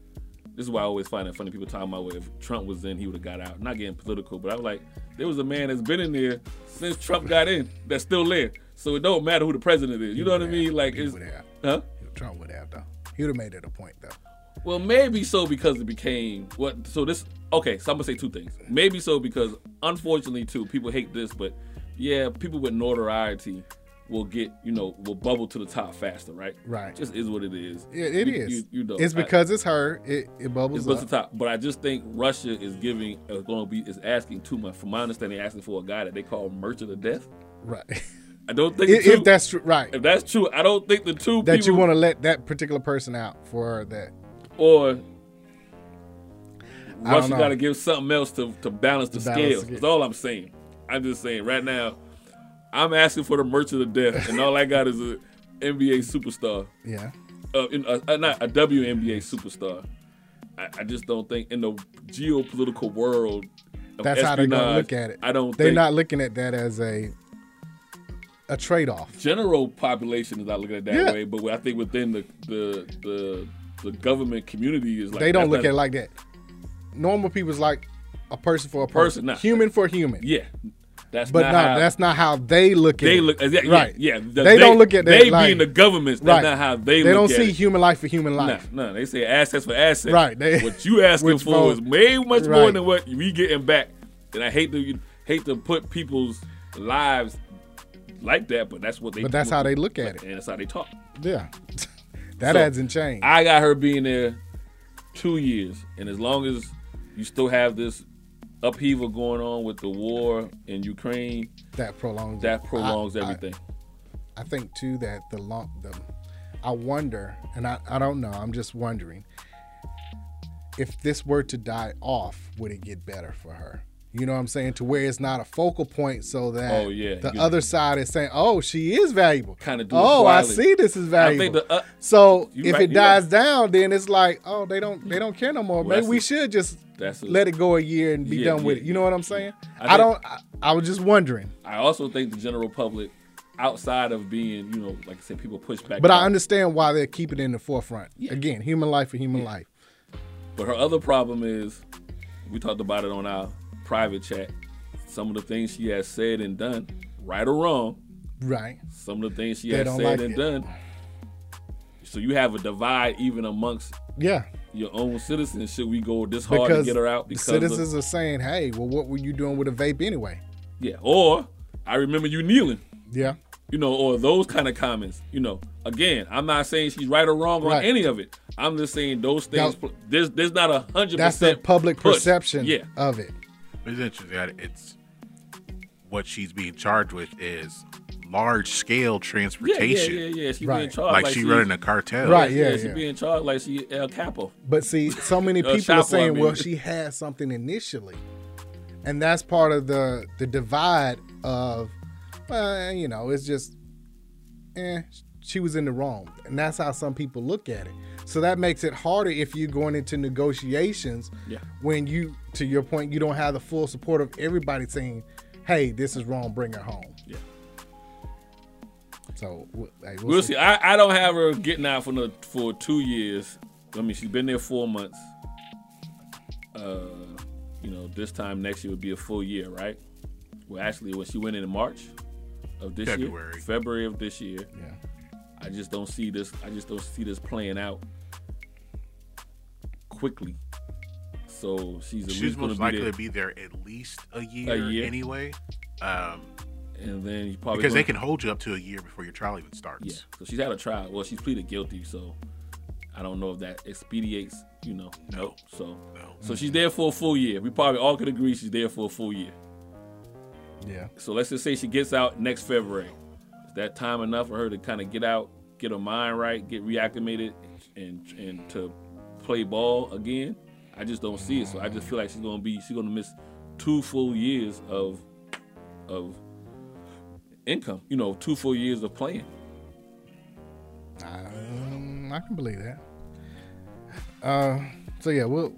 Speaker 5: This is why I always find it funny people talking about well, if Trump was in, he would have got out. Not getting political, but I was like, there was a man that's been in there since Trump got in that's still there. So it don't matter who the president is. You know what I mean? Like it's huh?
Speaker 4: Trump would have, though. He would have made it a point, though.
Speaker 5: Well, maybe so because it became what. So this okay. So I'm gonna say two things. Maybe so because unfortunately, too, people hate this, but yeah, people with notoriety will get you know will bubble to the top faster, right?
Speaker 4: Right.
Speaker 5: Just is what it is.
Speaker 4: Yeah, it
Speaker 5: You-
Speaker 4: is.
Speaker 5: You, you know,
Speaker 4: it's
Speaker 5: I-
Speaker 4: because it's her. It, it bubbles
Speaker 5: it's what's
Speaker 4: up.
Speaker 5: the top. But I just think Russia is giving is going to be is asking too much. From my understanding, asking for a guy that they call Merchant of Death.
Speaker 4: Right.
Speaker 5: I don't think
Speaker 4: If-
Speaker 5: the two-
Speaker 4: if that's true- right.
Speaker 5: If that's true, I don't think the two
Speaker 4: That you
Speaker 5: people-
Speaker 4: want to let that particular person out for that.
Speaker 5: or
Speaker 4: I don't
Speaker 5: Russia
Speaker 4: know.
Speaker 5: got to give something else to, to balance the
Speaker 4: To balance
Speaker 5: scales.
Speaker 4: the-
Speaker 5: That's all I'm saying. I'm just saying right now, I'm asking for the merchant of death, and all I got is a NBA superstar.
Speaker 4: Yeah.
Speaker 5: Uh, in, uh, uh, not a WNBA superstar. I, I just don't think in the geopolitical world. Of
Speaker 4: That's how they're going to
Speaker 5: espionage,
Speaker 4: look at it.
Speaker 5: I don't.
Speaker 4: They're
Speaker 5: think
Speaker 4: not looking at that as a a trade off.
Speaker 5: general population is not looking at it that
Speaker 4: Yeah.
Speaker 5: way, but I think within the the the, the government community is like
Speaker 4: they don't look
Speaker 5: that's not-
Speaker 4: at it like that. Normal people's like a person for a person,
Speaker 5: Person, nah.
Speaker 4: human for human.
Speaker 5: Yeah, that's
Speaker 4: but
Speaker 5: not
Speaker 4: no,
Speaker 5: how-
Speaker 4: that's not how they look at
Speaker 5: They
Speaker 4: it.
Speaker 5: look- uh, yeah, yeah,
Speaker 4: right.
Speaker 5: yeah. The-
Speaker 4: they,
Speaker 5: they-
Speaker 4: don't look at that.
Speaker 5: they being
Speaker 4: like-
Speaker 5: the governments, that's not how they
Speaker 4: They
Speaker 5: look
Speaker 4: don't
Speaker 5: at
Speaker 4: see
Speaker 5: it.
Speaker 4: human life for human life.
Speaker 5: No, no, they say assets for assets.
Speaker 4: Right, they-
Speaker 5: what you asking
Speaker 4: Which
Speaker 5: for
Speaker 4: phone-
Speaker 5: is way much
Speaker 4: Right.
Speaker 5: more than what we getting back. And I hate to hate to put people's lives like that, but that's what they.
Speaker 4: But that's how they look at it.
Speaker 5: and that's how they talk.
Speaker 4: Yeah, that
Speaker 5: So,
Speaker 4: hasn't changed.
Speaker 5: I got her being there two years, and as long as you still have this upheaval going on with the war in Ukraine,
Speaker 4: That prolongs.
Speaker 5: that
Speaker 4: it.
Speaker 5: prolongs
Speaker 4: I- I-
Speaker 5: everything.
Speaker 4: I think too that the long the I wonder, and I, I don't know, I'm just wondering if this were to die off, would it get better for her? You know what I'm saying? To where it's not a focal point so that
Speaker 5: Oh, yeah.
Speaker 4: the
Speaker 5: You-
Speaker 4: other side is saying, Oh, she is valuable.
Speaker 5: Kinda do it
Speaker 4: Oh, I
Speaker 5: quietly.
Speaker 4: see this is
Speaker 5: I
Speaker 4: valuable.
Speaker 5: think the, uh,
Speaker 4: so
Speaker 5: you
Speaker 4: if
Speaker 5: right,
Speaker 4: it
Speaker 5: you
Speaker 4: dies
Speaker 5: right.
Speaker 4: down, then it's like, oh, they don't they don't care no more.
Speaker 5: Well,
Speaker 4: Maybe
Speaker 5: that's
Speaker 4: we
Speaker 5: a-
Speaker 4: should just
Speaker 5: that's a-
Speaker 4: let it go a year and be
Speaker 5: Yeah,
Speaker 4: done
Speaker 5: yeah,
Speaker 4: with it. You know what I'm saying? I,
Speaker 5: I think-
Speaker 4: don't I, I was just wondering.
Speaker 5: I also think the general public, outside of being, you know, like I said, people push back.
Speaker 4: But I
Speaker 5: about-
Speaker 4: understand why they keep it in the forefront. Again, human life for human life.
Speaker 5: But her other problem is, we talked about it on our private chat. Some of the things she has said and done, right or wrong,
Speaker 4: Right.
Speaker 5: some of the things she
Speaker 4: They
Speaker 5: has
Speaker 4: don't
Speaker 5: said
Speaker 4: like
Speaker 5: and
Speaker 4: it.
Speaker 5: done. So you have a divide even amongst
Speaker 4: Yeah.
Speaker 5: your own citizens. Should we go this hard to get her out?
Speaker 4: the
Speaker 5: Because of-
Speaker 4: citizens are saying, hey, well, what were you doing with a vape anyway?
Speaker 5: yeah, or I remember you kneeling.
Speaker 4: Yeah.
Speaker 5: you know, or those kind of comments. You know, again, I'm not saying she's right or wrong on
Speaker 4: Right.
Speaker 5: any of it. I'm just saying those things.
Speaker 4: Now-
Speaker 5: there's there's not a hundred
Speaker 4: That's the
Speaker 5: percent
Speaker 4: public
Speaker 5: push.
Speaker 4: perception
Speaker 5: Yeah,
Speaker 4: of it.
Speaker 6: It's interesting that it's what she's being charged with is large scale
Speaker 5: yeah, yeah,
Speaker 6: transportation.
Speaker 5: yeah, yeah. She's being
Speaker 6: Right.
Speaker 5: charged
Speaker 6: Like
Speaker 5: like,
Speaker 6: she
Speaker 5: she's-
Speaker 6: running a cartel.
Speaker 4: Right, yeah,
Speaker 5: She's
Speaker 4: yeah.
Speaker 5: being charged like she El Capo.
Speaker 4: But see, so many
Speaker 5: Uh,
Speaker 4: people are
Speaker 5: Chapo, I
Speaker 4: saying,
Speaker 5: mean.
Speaker 4: well, she had something initially. And that's part of the the divide of, well, you know, it's just, eh, she was in the wrong. And that's how some people look at it. So that makes it harder if you're going into negotiations
Speaker 5: Yeah.
Speaker 4: when you, to your point, you don't have the full support of everybody saying, hey, this is wrong, bring her home.
Speaker 5: Yeah.
Speaker 4: So w- hey, we'll,
Speaker 5: We'll see. I, I don't have her getting out for another, for two years. I mean, she's been there four months. Uh, you know, this time next year would be a full year, right? Well, actually, when she went in in March of this
Speaker 6: February.
Speaker 5: year, February of this year.
Speaker 4: Yeah.
Speaker 5: I just don't see this. I just don't see this playing out quickly. So she's at
Speaker 6: She's
Speaker 5: least going
Speaker 6: most
Speaker 5: to be
Speaker 6: likely
Speaker 5: there,
Speaker 6: to be there at least a year,
Speaker 5: year.
Speaker 6: anyway. Um,
Speaker 5: and then you probably
Speaker 6: because they
Speaker 5: gonna-
Speaker 6: can hold you up to a year before your trial even starts.
Speaker 5: Yeah. So she's had a trial. Well, she's pleaded guilty, so I don't know if that expedites, you know.
Speaker 6: No.
Speaker 5: So so she's there for a full year. We probably all could agree she's there for a full year.
Speaker 4: Yeah.
Speaker 5: So let's just say she gets out next February. Is that time enough for her to kind of get out, get her mind right, get reacclimated, and and to play ball again? I just don't see it. So I just feel like she's gonna be she's gonna miss two full years of of income. You know, two full years of playing.
Speaker 4: Um, I can believe that. Uh, so yeah, well,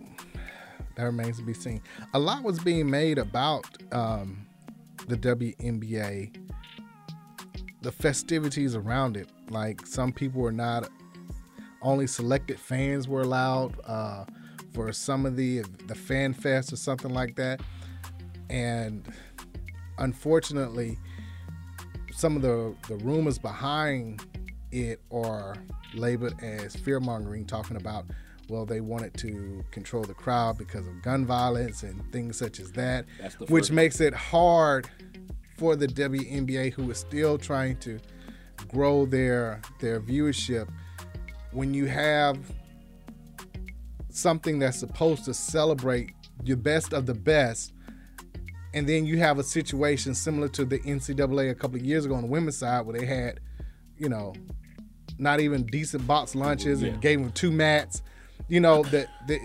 Speaker 4: that remains to be seen. A lot was being made about um, the WNBA, the festivities around it. Like some people were not only selected fans were allowed uh, for some of the the fan fest or something like that, and unfortunately, some of the the rumors behind it are labeled as fear mongering, talking about well they wanted to control the crowd because of gun violence and things such as that,
Speaker 5: That's the
Speaker 4: which
Speaker 5: first.
Speaker 4: makes it hard for the WNBA who is still trying to grow their their viewership when you have something that's supposed to celebrate your best of the best, and then you have a situation similar to the NCAA a couple of years ago on the women's side where they had, you know, not even decent box lunches
Speaker 5: Yeah.
Speaker 4: and gave them two mats, you know, the the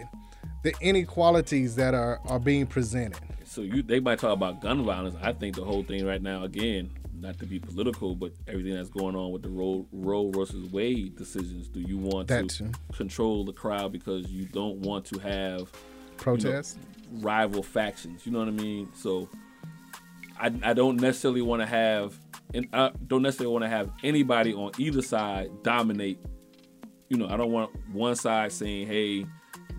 Speaker 4: the inequalities that are are being presented.
Speaker 5: So you they might talk about gun violence. I think the whole thing right now, again, not to be political, but everything that's going on with the Roe, Roe versus Wade decisions. Do you want
Speaker 4: That
Speaker 5: to
Speaker 4: too.
Speaker 5: control the crowd because you don't want to have you know,
Speaker 4: Protests?
Speaker 5: rival factions? You know what I mean? So I, I don't necessarily want to have, and I don't necessarily want to have anybody on either side dominate. You know, I don't want one side saying, "Hey,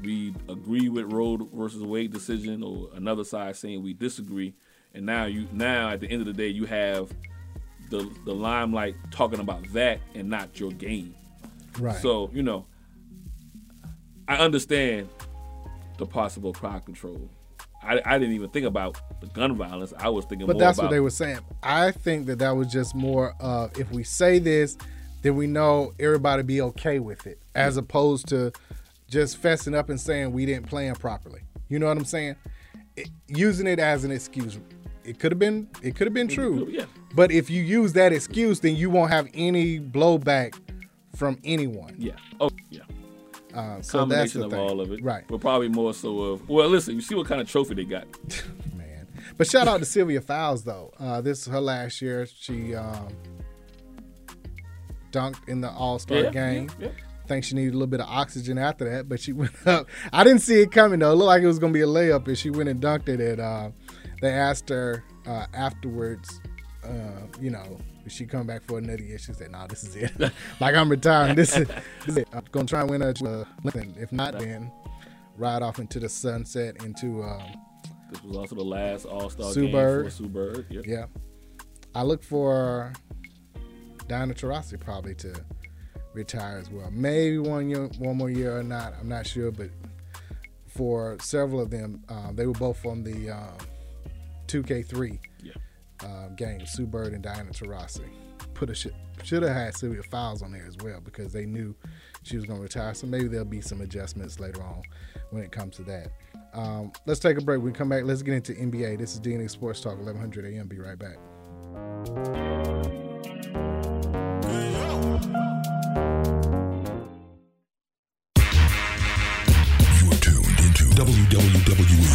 Speaker 5: we agree with Roe versus Wade decision," or another side saying we disagree. And now you, now at the end of the day, you have the the limelight talking about that and not your game.
Speaker 4: Right.
Speaker 5: So you know, I understand the possible crowd control. I, I didn't even think about the gun violence. I was thinking
Speaker 4: But
Speaker 5: more
Speaker 4: that's
Speaker 5: about
Speaker 4: what they were saying. I think that that was just more of if we say this, then we know everybody be okay with it, as opposed to just fessing up and saying we didn't plan properly. You know what I'm saying? It- using it as an excuse, it could have been it could have been true.
Speaker 5: yeah.
Speaker 4: But if you use that excuse, then you won't have any blowback from anyone.
Speaker 5: Yeah. Oh, yeah.
Speaker 4: Uh, so that's
Speaker 5: combination
Speaker 4: the
Speaker 5: of
Speaker 4: thing.
Speaker 5: all of it.
Speaker 4: Right.
Speaker 5: But probably more so of well, listen, you see what kind of trophy they got.
Speaker 4: But shout out to Sylvia Fowles though. Uh, this is her last year. She um, dunked in the All Star
Speaker 5: Yeah,
Speaker 4: game.
Speaker 5: yeah, yeah.
Speaker 4: Think she needed a little bit of oxygen after that, but she went up. I didn't see it coming though. It looked like it was gonna be a layup, and she went and dunked it. And uh, they asked her uh, afterwards, uh, you know, if she come back for another year. She said, "Nah, this is it. like I'm retiring. This is, this is it. I'm gonna try and win a uh, Lincoln. If not, then ride off into the sunset into." Um,
Speaker 5: This was also the last All Star
Speaker 4: Sue
Speaker 5: game
Speaker 4: Bird.
Speaker 5: for Sue Bird. Yep.
Speaker 4: Yeah. I look for Diana Taurasi probably to retire as well. Maybe one year, one more year or not. I'm not sure, but for several of them, um, they were both on the um, 2K3
Speaker 5: Yeah.
Speaker 4: uh, game. Sue Bird and Diana Taurasi put a shit. Should have had Sylvia Files on there as well because they knew she was going to retire. So maybe there'll be some adjustments later on when it comes to that. Um, let's take a break. When we come back, let's get into NBA. This is DNA Sports Talk, 1100 AM. Be right back.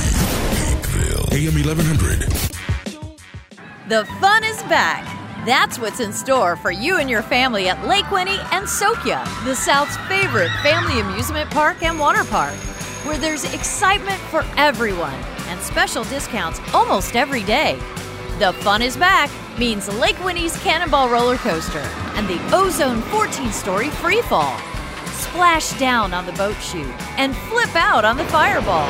Speaker 13: WWE Hickville. AM 1100.
Speaker 14: The fun is back. That's what's in store for you and your family at Lake Winnie and Sokia, the South's favorite family amusement park and water park, where there's excitement for everyone and special discounts almost every day. The fun is back means Lake Winnie's Cannonball Roller Coaster and the Ozone 14 story free fall. Splash down on the boat chute and flip out on the fireball.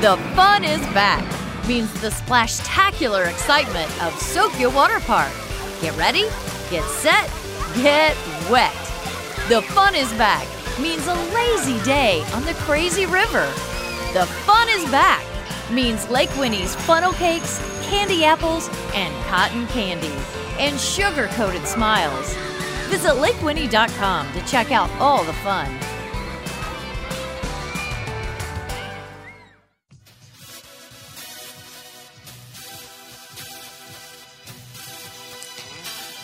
Speaker 14: The fun is back means the splashtacular excitement of Sokia Water Park. Get ready, get set, get wet. The fun is back means a lazy day on the crazy river. The fun is back means Lake Winnie's funnel cakes, candy apples, and cotton candy, and sugar coated smiles. Visit lakewinnie.com to check out all the fun.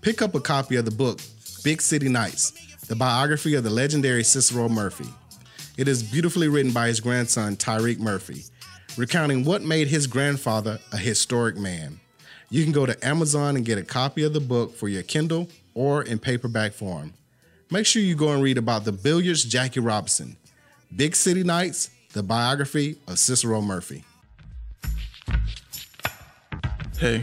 Speaker 4: Pick up a copy of the book, Big City Nights, the biography of the legendary Cicero Murphy. It is beautifully written by his grandson, Tyreek Murphy, recounting what made his grandfather a historic man. You can go to Amazon and get a copy of the book for your Kindle or in paperback form. Make sure you go and read about the billiards Jackie Robinson, Big City Nights, the biography of Cicero Murphy.
Speaker 15: Hey,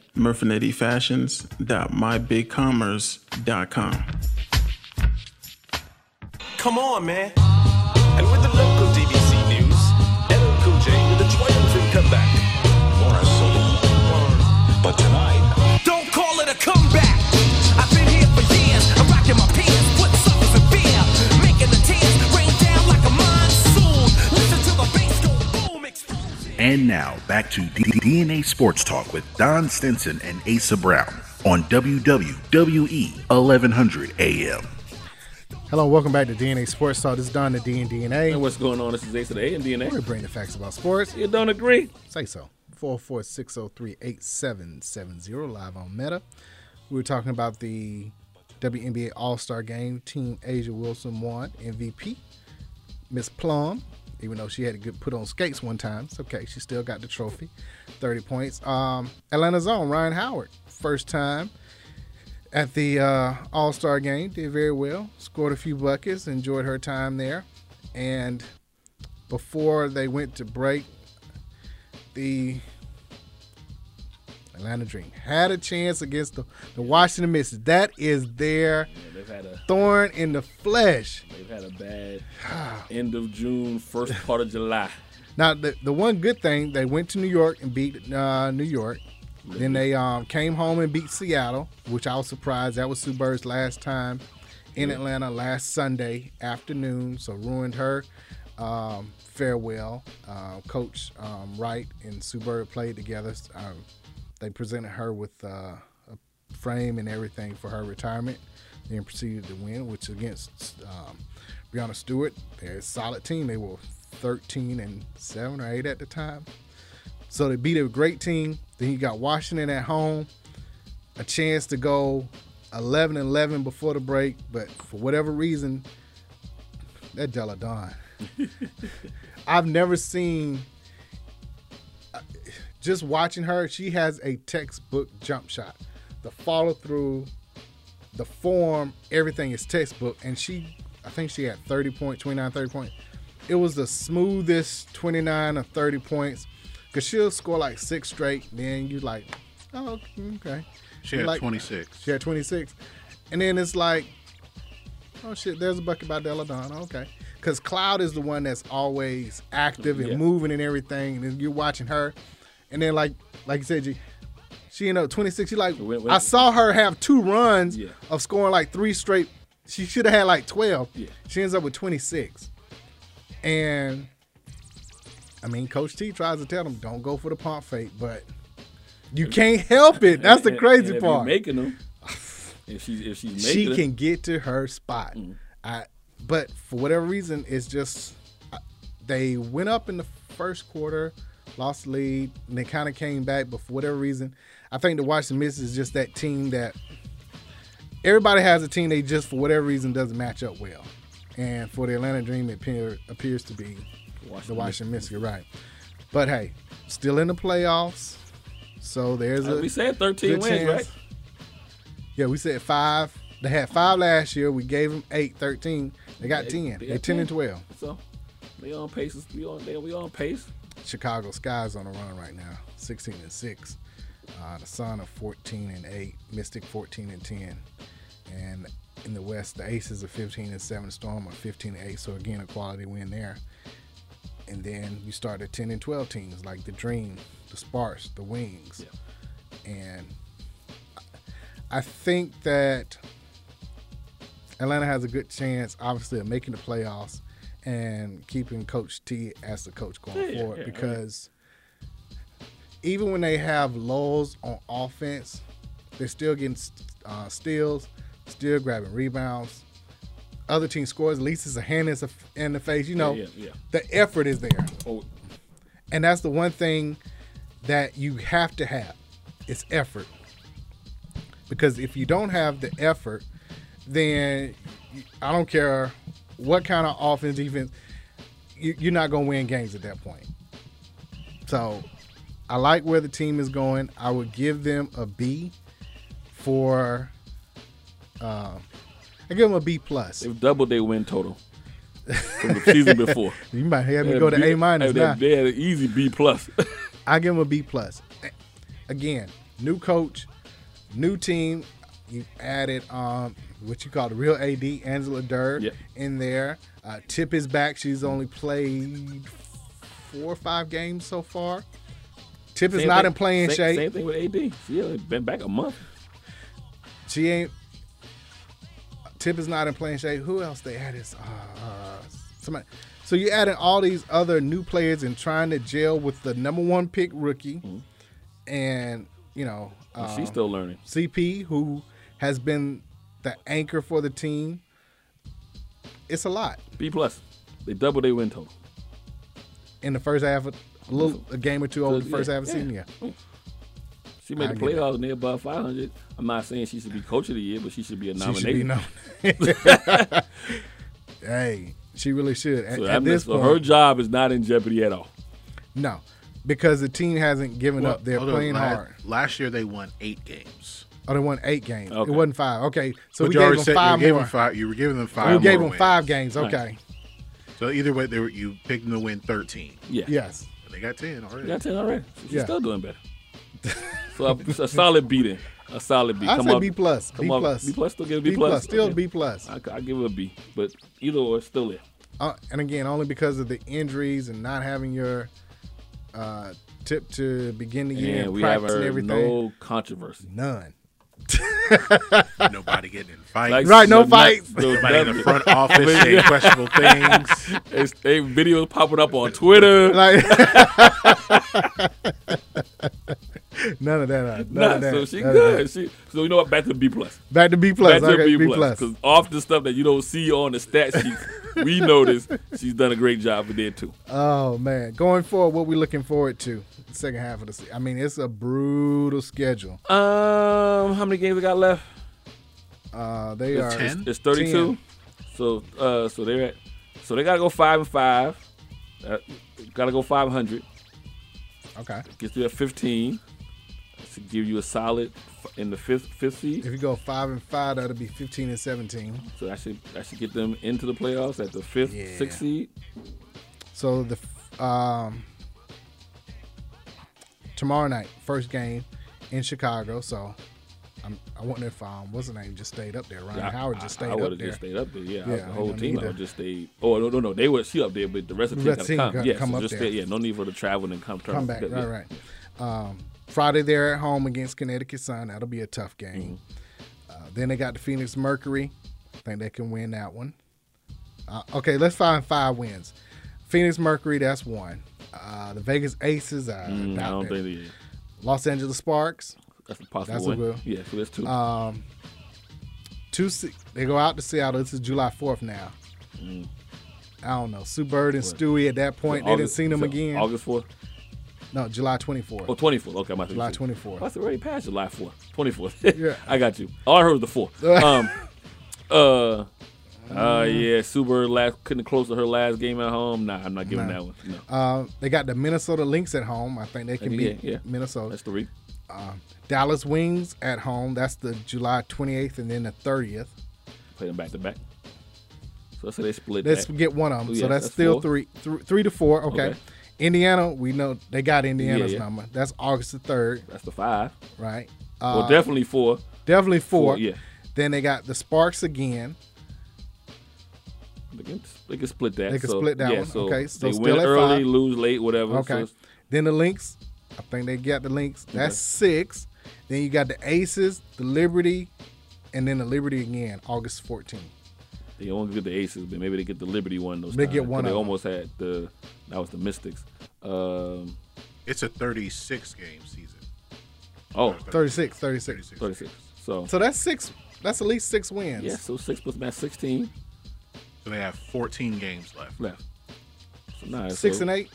Speaker 15: murfinettifashions.mybigcommerce.com.
Speaker 3: Come on, man. And with the local DBC news, LL Cool J with a triumphant comeback. More a solo, but tonight. Don't call it a comeback. I've been here for years. I'm rocking my pants, put suckers in beer, making the tears rain down like a monsoon. Listen to the bass go boom.
Speaker 6: And now back to D- D- DNA Sports Talk with Don Stinson and Asa Brown on E WWE 1100 AM.
Speaker 9: Hello, welcome back to DNA Sports Talk. This is Don the D and DNA.
Speaker 5: And what's going on? This is Ace of the A and DNA.
Speaker 9: We're bringing the facts about sports.
Speaker 5: You don't agree?
Speaker 9: Say so. 404-603-8770 live on Meta. We were talking about the WNBA All-Star Game. Team Asia Wilson won MVP. Miss Plum, even though she had to get put on skates one time, it's okay. She still got the trophy. 30 points. Um, Atlanta's own Ryan Howard, first time at the uh, All Star game, did very well, scored a few buckets, enjoyed her time there. And before they went to break, the Atlanta Dream had a chance against the, the Washington Mystics. That is their
Speaker 5: they've had a-
Speaker 9: thorn in the flesh.
Speaker 5: They've had a bad end of June, first part of July.
Speaker 9: Now, the, the one good thing, they went to New York and beat uh, New York. Then they um, came home and beat Seattle, which I was surprised. That was Sue Bird's last time in
Speaker 5: Yeah.
Speaker 9: Atlanta last Sunday afternoon, so ruined her um, farewell. Uh, Coach um, Wright and Sue Bird played together. Um, they presented her with uh, a frame and everything for her retirement, then proceeded to win, which against um, Breonna Stewart, they're a solid team. They were 13 and 7 or 8 at the time. So they beat a great team. Then you got Washington at home, a chance to go 11 11 before the break, but for whatever reason, that Della Don. I've never seen, just watching her, she has a textbook jump shot. The follow through, the form, everything is textbook. And she, I think she had 30 points, 29, 30 points. It was the smoothest 29 or 30 points. Cause she'll score like six straight, then you like, oh, okay.
Speaker 16: She
Speaker 9: You
Speaker 16: had
Speaker 9: like-
Speaker 16: 26.
Speaker 9: She had 26. And then it's like, oh shit, there's a bucket by Deladon. Okay. Because Cloud is the one that's always active and
Speaker 5: Yeah.
Speaker 9: moving and everything. And you're watching her. And then, like like you said, G, she ended up 26. You like,
Speaker 5: went-
Speaker 9: I saw her have two runs
Speaker 5: Yeah.
Speaker 9: of scoring like three straight. She should have had like 12. She ends up with 26. And I mean, Coach T tries to tell them, don't go for the pump fake, but you can't help it. That's the
Speaker 5: And-
Speaker 9: crazy
Speaker 5: and if you
Speaker 9: part.
Speaker 5: Making them. If she's if she's making Mm.
Speaker 9: She
Speaker 5: them,
Speaker 9: can get to her spot. I, but for whatever reason, it's just I- they went up in the first quarter, lost the lead, and they kind of came back. But for whatever reason, I think the Washington Miss is just that team that everybody has a team they just for whatever reason doesn't match up well. And for the Atlanta Dream, it appear, appears to be the Washington Miss. You're right. But hey, still in the playoffs. So there's
Speaker 5: Uh,
Speaker 9: a
Speaker 5: we said 13
Speaker 9: good
Speaker 5: wins,
Speaker 9: chance.
Speaker 5: right?
Speaker 9: Yeah, we said five. They had five last year. We gave them eight, 13. They got 10. They're
Speaker 5: got
Speaker 9: 10 and 12.
Speaker 5: So they on pace. We on they, we on pace.
Speaker 9: Chicago Sky's on a run right now, 16 and 6. Uh, the Sun are 14 and 8. Mystic 14 and 10. And in the West, the Aces are 15 and 7. Storm are 15 and 8. So again, a quality win there. And then you start at 10 and 12 teams like the Dream, the Sparks, the Wings. And I think that Atlanta has a good chance, obviously, of making the playoffs and keeping Coach T as the coach going
Speaker 17: Yeah, yeah,
Speaker 9: forward
Speaker 17: yeah, okay.
Speaker 9: because even when they have lulls on offense, they're still getting uh, steals, still grabbing rebounds. Other team scores, at least it's a hand in the- in the face. You know,
Speaker 5: Yeah, yeah, yeah.
Speaker 9: the effort is there.
Speaker 5: Oh.
Speaker 9: And that's the one thing that you have to have. It's effort. Because if you don't have the effort, then you- I don't care what kind of offense, defense, you- you're not going to win games at that point. So I like where the team is going. I would give them a B for. Uh, I give them a B plus.
Speaker 5: They've doubled their win total from the season before.
Speaker 9: You might have me
Speaker 5: They had
Speaker 9: go to
Speaker 5: B-
Speaker 9: A minus
Speaker 5: Hey, they-
Speaker 9: now.
Speaker 5: They had an easy B plus.
Speaker 9: I give them a B plus. Again, new coach, new team. You added um what you call the real AD Angela Durr in there. Uh, Tip is back. She's only played four or five games so far. Tip is
Speaker 5: Same
Speaker 9: not
Speaker 5: thing-
Speaker 9: in playing
Speaker 5: same-
Speaker 9: shape.
Speaker 5: Same thing with AD. She only been back a month.
Speaker 9: She ain't. Tip is not in playing shape. Who else they had is uh, uh, somebody. So you adding all these other new players and trying to gel with the number one pick rookie,
Speaker 5: Mm-hmm.
Speaker 9: and you know
Speaker 5: And she's still learning.
Speaker 9: CP, who has been the anchor for the team. It's a lot
Speaker 5: B plus. They doubled their win total.
Speaker 9: in the first half, of, a little a game or two over the
Speaker 5: Yeah,
Speaker 9: first half of the
Speaker 5: yeah.
Speaker 9: season. Yeah,
Speaker 5: She made
Speaker 9: I
Speaker 5: the
Speaker 9: get it.
Speaker 5: playoffs and they're above 500. I'm not saying she should be coach of the year, but she should be a
Speaker 9: She
Speaker 5: nomination.
Speaker 9: should be known. hey, she really should. At,
Speaker 5: so
Speaker 9: at
Speaker 5: that means-
Speaker 9: this
Speaker 5: so
Speaker 9: point,
Speaker 5: her job is not in jeopardy at all.
Speaker 9: No, because the team hasn't given
Speaker 6: Well,
Speaker 9: up. They're
Speaker 6: hold on,
Speaker 9: playing
Speaker 6: last,
Speaker 9: hard.
Speaker 6: Last year they won eight games.
Speaker 9: Oh, they won eight games.
Speaker 6: Okay.
Speaker 9: It wasn't five. Okay, so
Speaker 6: But
Speaker 9: we
Speaker 6: you
Speaker 9: gave
Speaker 6: already
Speaker 9: them
Speaker 6: said- you
Speaker 9: five
Speaker 6: gave
Speaker 9: more.
Speaker 6: them five- you were giving them
Speaker 9: We
Speaker 6: five
Speaker 9: gave
Speaker 6: more
Speaker 9: them five
Speaker 6: wins.
Speaker 9: games.
Speaker 6: Right.
Speaker 9: Okay,
Speaker 6: So either way, they were, you picked them to win thirteen.
Speaker 5: Yeah.
Speaker 9: Yes.
Speaker 6: And they got ten already.
Speaker 5: Got 10 already. So she's
Speaker 6: Yeah.
Speaker 5: still doing better. So a, a solid beating. A solid B.
Speaker 9: I
Speaker 5: Come
Speaker 9: say
Speaker 5: on.
Speaker 9: B plus.
Speaker 5: Come
Speaker 9: B
Speaker 5: on.
Speaker 9: plus.
Speaker 5: B plus. Still give it a B,
Speaker 9: B
Speaker 5: plus.
Speaker 9: plus. Still B plus.
Speaker 5: I, I give it a B. But either or, it's still it.
Speaker 9: uh, and again, only because of the injuries and not having your uh, tip to begin the year
Speaker 5: And
Speaker 9: and
Speaker 5: we haven't
Speaker 9: practice and
Speaker 5: heard
Speaker 9: everything.
Speaker 5: no controversy.
Speaker 9: None.
Speaker 6: Nobody getting in fights.
Speaker 5: Like,
Speaker 9: Right, no
Speaker 5: so not-
Speaker 9: fights.
Speaker 5: so
Speaker 6: Somebody in the
Speaker 5: nothing.
Speaker 6: front office
Speaker 5: Yeah.
Speaker 6: saying questionable things.
Speaker 5: It's, they videos popping up on Twitter.
Speaker 9: Like- None of that, uh, none of
Speaker 5: Nah,
Speaker 9: that,
Speaker 5: So she
Speaker 9: none of
Speaker 5: good.
Speaker 9: that.
Speaker 5: She, so you know what? Back to B plus.
Speaker 9: Back to B plus,
Speaker 5: Back to
Speaker 9: okay,
Speaker 5: B
Speaker 9: B
Speaker 5: plus.
Speaker 9: plus.
Speaker 5: Because off the stuff that you don't see on the stat sheets, we notice she's done a great job for there too.
Speaker 9: Oh man, going forward, what we looking forward to the second half of the season? I mean, it's a brutal schedule.
Speaker 5: Um, how many games we got left?
Speaker 9: Uh, they
Speaker 5: it's,
Speaker 9: are
Speaker 5: It's, it's 32. So uh, so they're at. So they gotta go five and five. Uh, gotta go 500.
Speaker 9: 10. Okay,
Speaker 5: Gets you at 15. To give you a solid f- in the fifth fifth seed.
Speaker 9: if you go five and five, that'll be fifteen and seventeen.
Speaker 5: So I should I should get them into the playoffs at the fifth, sixth seed.
Speaker 9: So the f- um, tomorrow night, first game in Chicago. So I'm, I wonder if um, what's the name just stayed up there. Ryan
Speaker 5: I-
Speaker 9: Howard just
Speaker 5: I,
Speaker 9: stayed
Speaker 5: I
Speaker 9: up
Speaker 5: would've
Speaker 9: there.
Speaker 5: just stayed up there. Yeah,
Speaker 9: Yeah,
Speaker 5: the
Speaker 9: he
Speaker 5: whole
Speaker 9: wouldn't
Speaker 5: team I
Speaker 9: either.
Speaker 5: would just stayed. Oh no, no, no. They were she up there, but the rest of the
Speaker 9: The
Speaker 5: team
Speaker 9: rest
Speaker 5: got
Speaker 9: team
Speaker 5: to come.
Speaker 9: gotta
Speaker 5: yeah,
Speaker 9: come
Speaker 5: so
Speaker 9: up
Speaker 5: just
Speaker 9: there.
Speaker 5: stay- yeah, no need for the traveling and come turn.
Speaker 9: Come back,
Speaker 5: yeah, yeah.
Speaker 9: right, right. Um, Friday they're at home against Connecticut Sun. That'll be a tough game.
Speaker 5: Mm-hmm.
Speaker 9: Uh, then they got the Phoenix Mercury. I think they can win that one. Uh, okay, let's find five wins. Phoenix Mercury, that's one. Uh, the Vegas Aces, I
Speaker 5: Mm, I
Speaker 9: doubt
Speaker 5: don't
Speaker 9: that.
Speaker 5: think they.
Speaker 9: Los Angeles Sparks.
Speaker 5: That's a possible
Speaker 9: That's
Speaker 5: win.
Speaker 9: a will.
Speaker 5: Yeah, so that's two.
Speaker 9: Um, two. Se- They go out to Seattle. This is July fourth now.
Speaker 5: Mm.
Speaker 9: I don't know. Sue Bird and Stewie at that point, they didn't
Speaker 5: August-
Speaker 9: see them
Speaker 5: so
Speaker 9: again.
Speaker 5: August fourth.
Speaker 9: No, July twenty fourth.
Speaker 5: Oh, 24th. Okay, my
Speaker 9: July 24th.
Speaker 5: I said already past July 4th. 24th.
Speaker 9: Yeah.
Speaker 5: I got you. All I heard was the 4th. Um, uh, uh, yeah, Super last couldn't close to her last game at home. Nah, I'm not giving
Speaker 9: Nah.
Speaker 5: that one. No.
Speaker 9: Uh, they got the Minnesota Lynx at home. I think they can
Speaker 5: Yeah,
Speaker 9: beat
Speaker 5: yeah.
Speaker 9: Minnesota.
Speaker 5: That's three.
Speaker 9: Uh, Dallas Wings at home. That's the July 28th and then the 30th.
Speaker 5: Play them back to back. So let's say they split.
Speaker 9: Let's
Speaker 5: that.
Speaker 9: get one of them.
Speaker 5: Oh,
Speaker 9: so
Speaker 5: yeah,
Speaker 9: that's, still
Speaker 5: four.
Speaker 9: three, three, three to four. Okay.
Speaker 5: Okay.
Speaker 9: Indiana, we know they got Indiana's
Speaker 5: Yeah, yeah.
Speaker 9: number. That's August the third.
Speaker 5: That's the five.
Speaker 9: Right. Uh,
Speaker 5: well, definitely four.
Speaker 9: Definitely four.
Speaker 5: Four, yeah.
Speaker 9: Then they got the Sparks again.
Speaker 5: They can, they can split that.
Speaker 9: They can
Speaker 5: so,
Speaker 9: split that
Speaker 5: yeah,
Speaker 9: one.
Speaker 5: So
Speaker 9: okay, so
Speaker 5: they
Speaker 9: still
Speaker 5: win
Speaker 9: at
Speaker 5: early,
Speaker 9: five.
Speaker 5: lose late, whatever. So
Speaker 9: Okay.
Speaker 5: it's-
Speaker 9: then the Lynx. I think they got the Lynx. That's six. Then you got the Aces, the Liberty, and then the Liberty again, August 14th.
Speaker 5: they only get the aces, but maybe they get the Liberty one. Those
Speaker 9: They
Speaker 5: times,
Speaker 9: get
Speaker 5: 'cause
Speaker 9: one
Speaker 5: They
Speaker 9: of 'em.
Speaker 5: almost had the that was the Mystics. Um,
Speaker 6: it's a 36 game season.
Speaker 5: oh,
Speaker 9: 36, 36.
Speaker 5: 36. So,
Speaker 9: So that's six. That's at least six wins.
Speaker 5: yeah, so six plus that's 16
Speaker 6: So they have 14 games left.
Speaker 5: left. So, nah,
Speaker 9: Six
Speaker 5: so-
Speaker 9: and eight.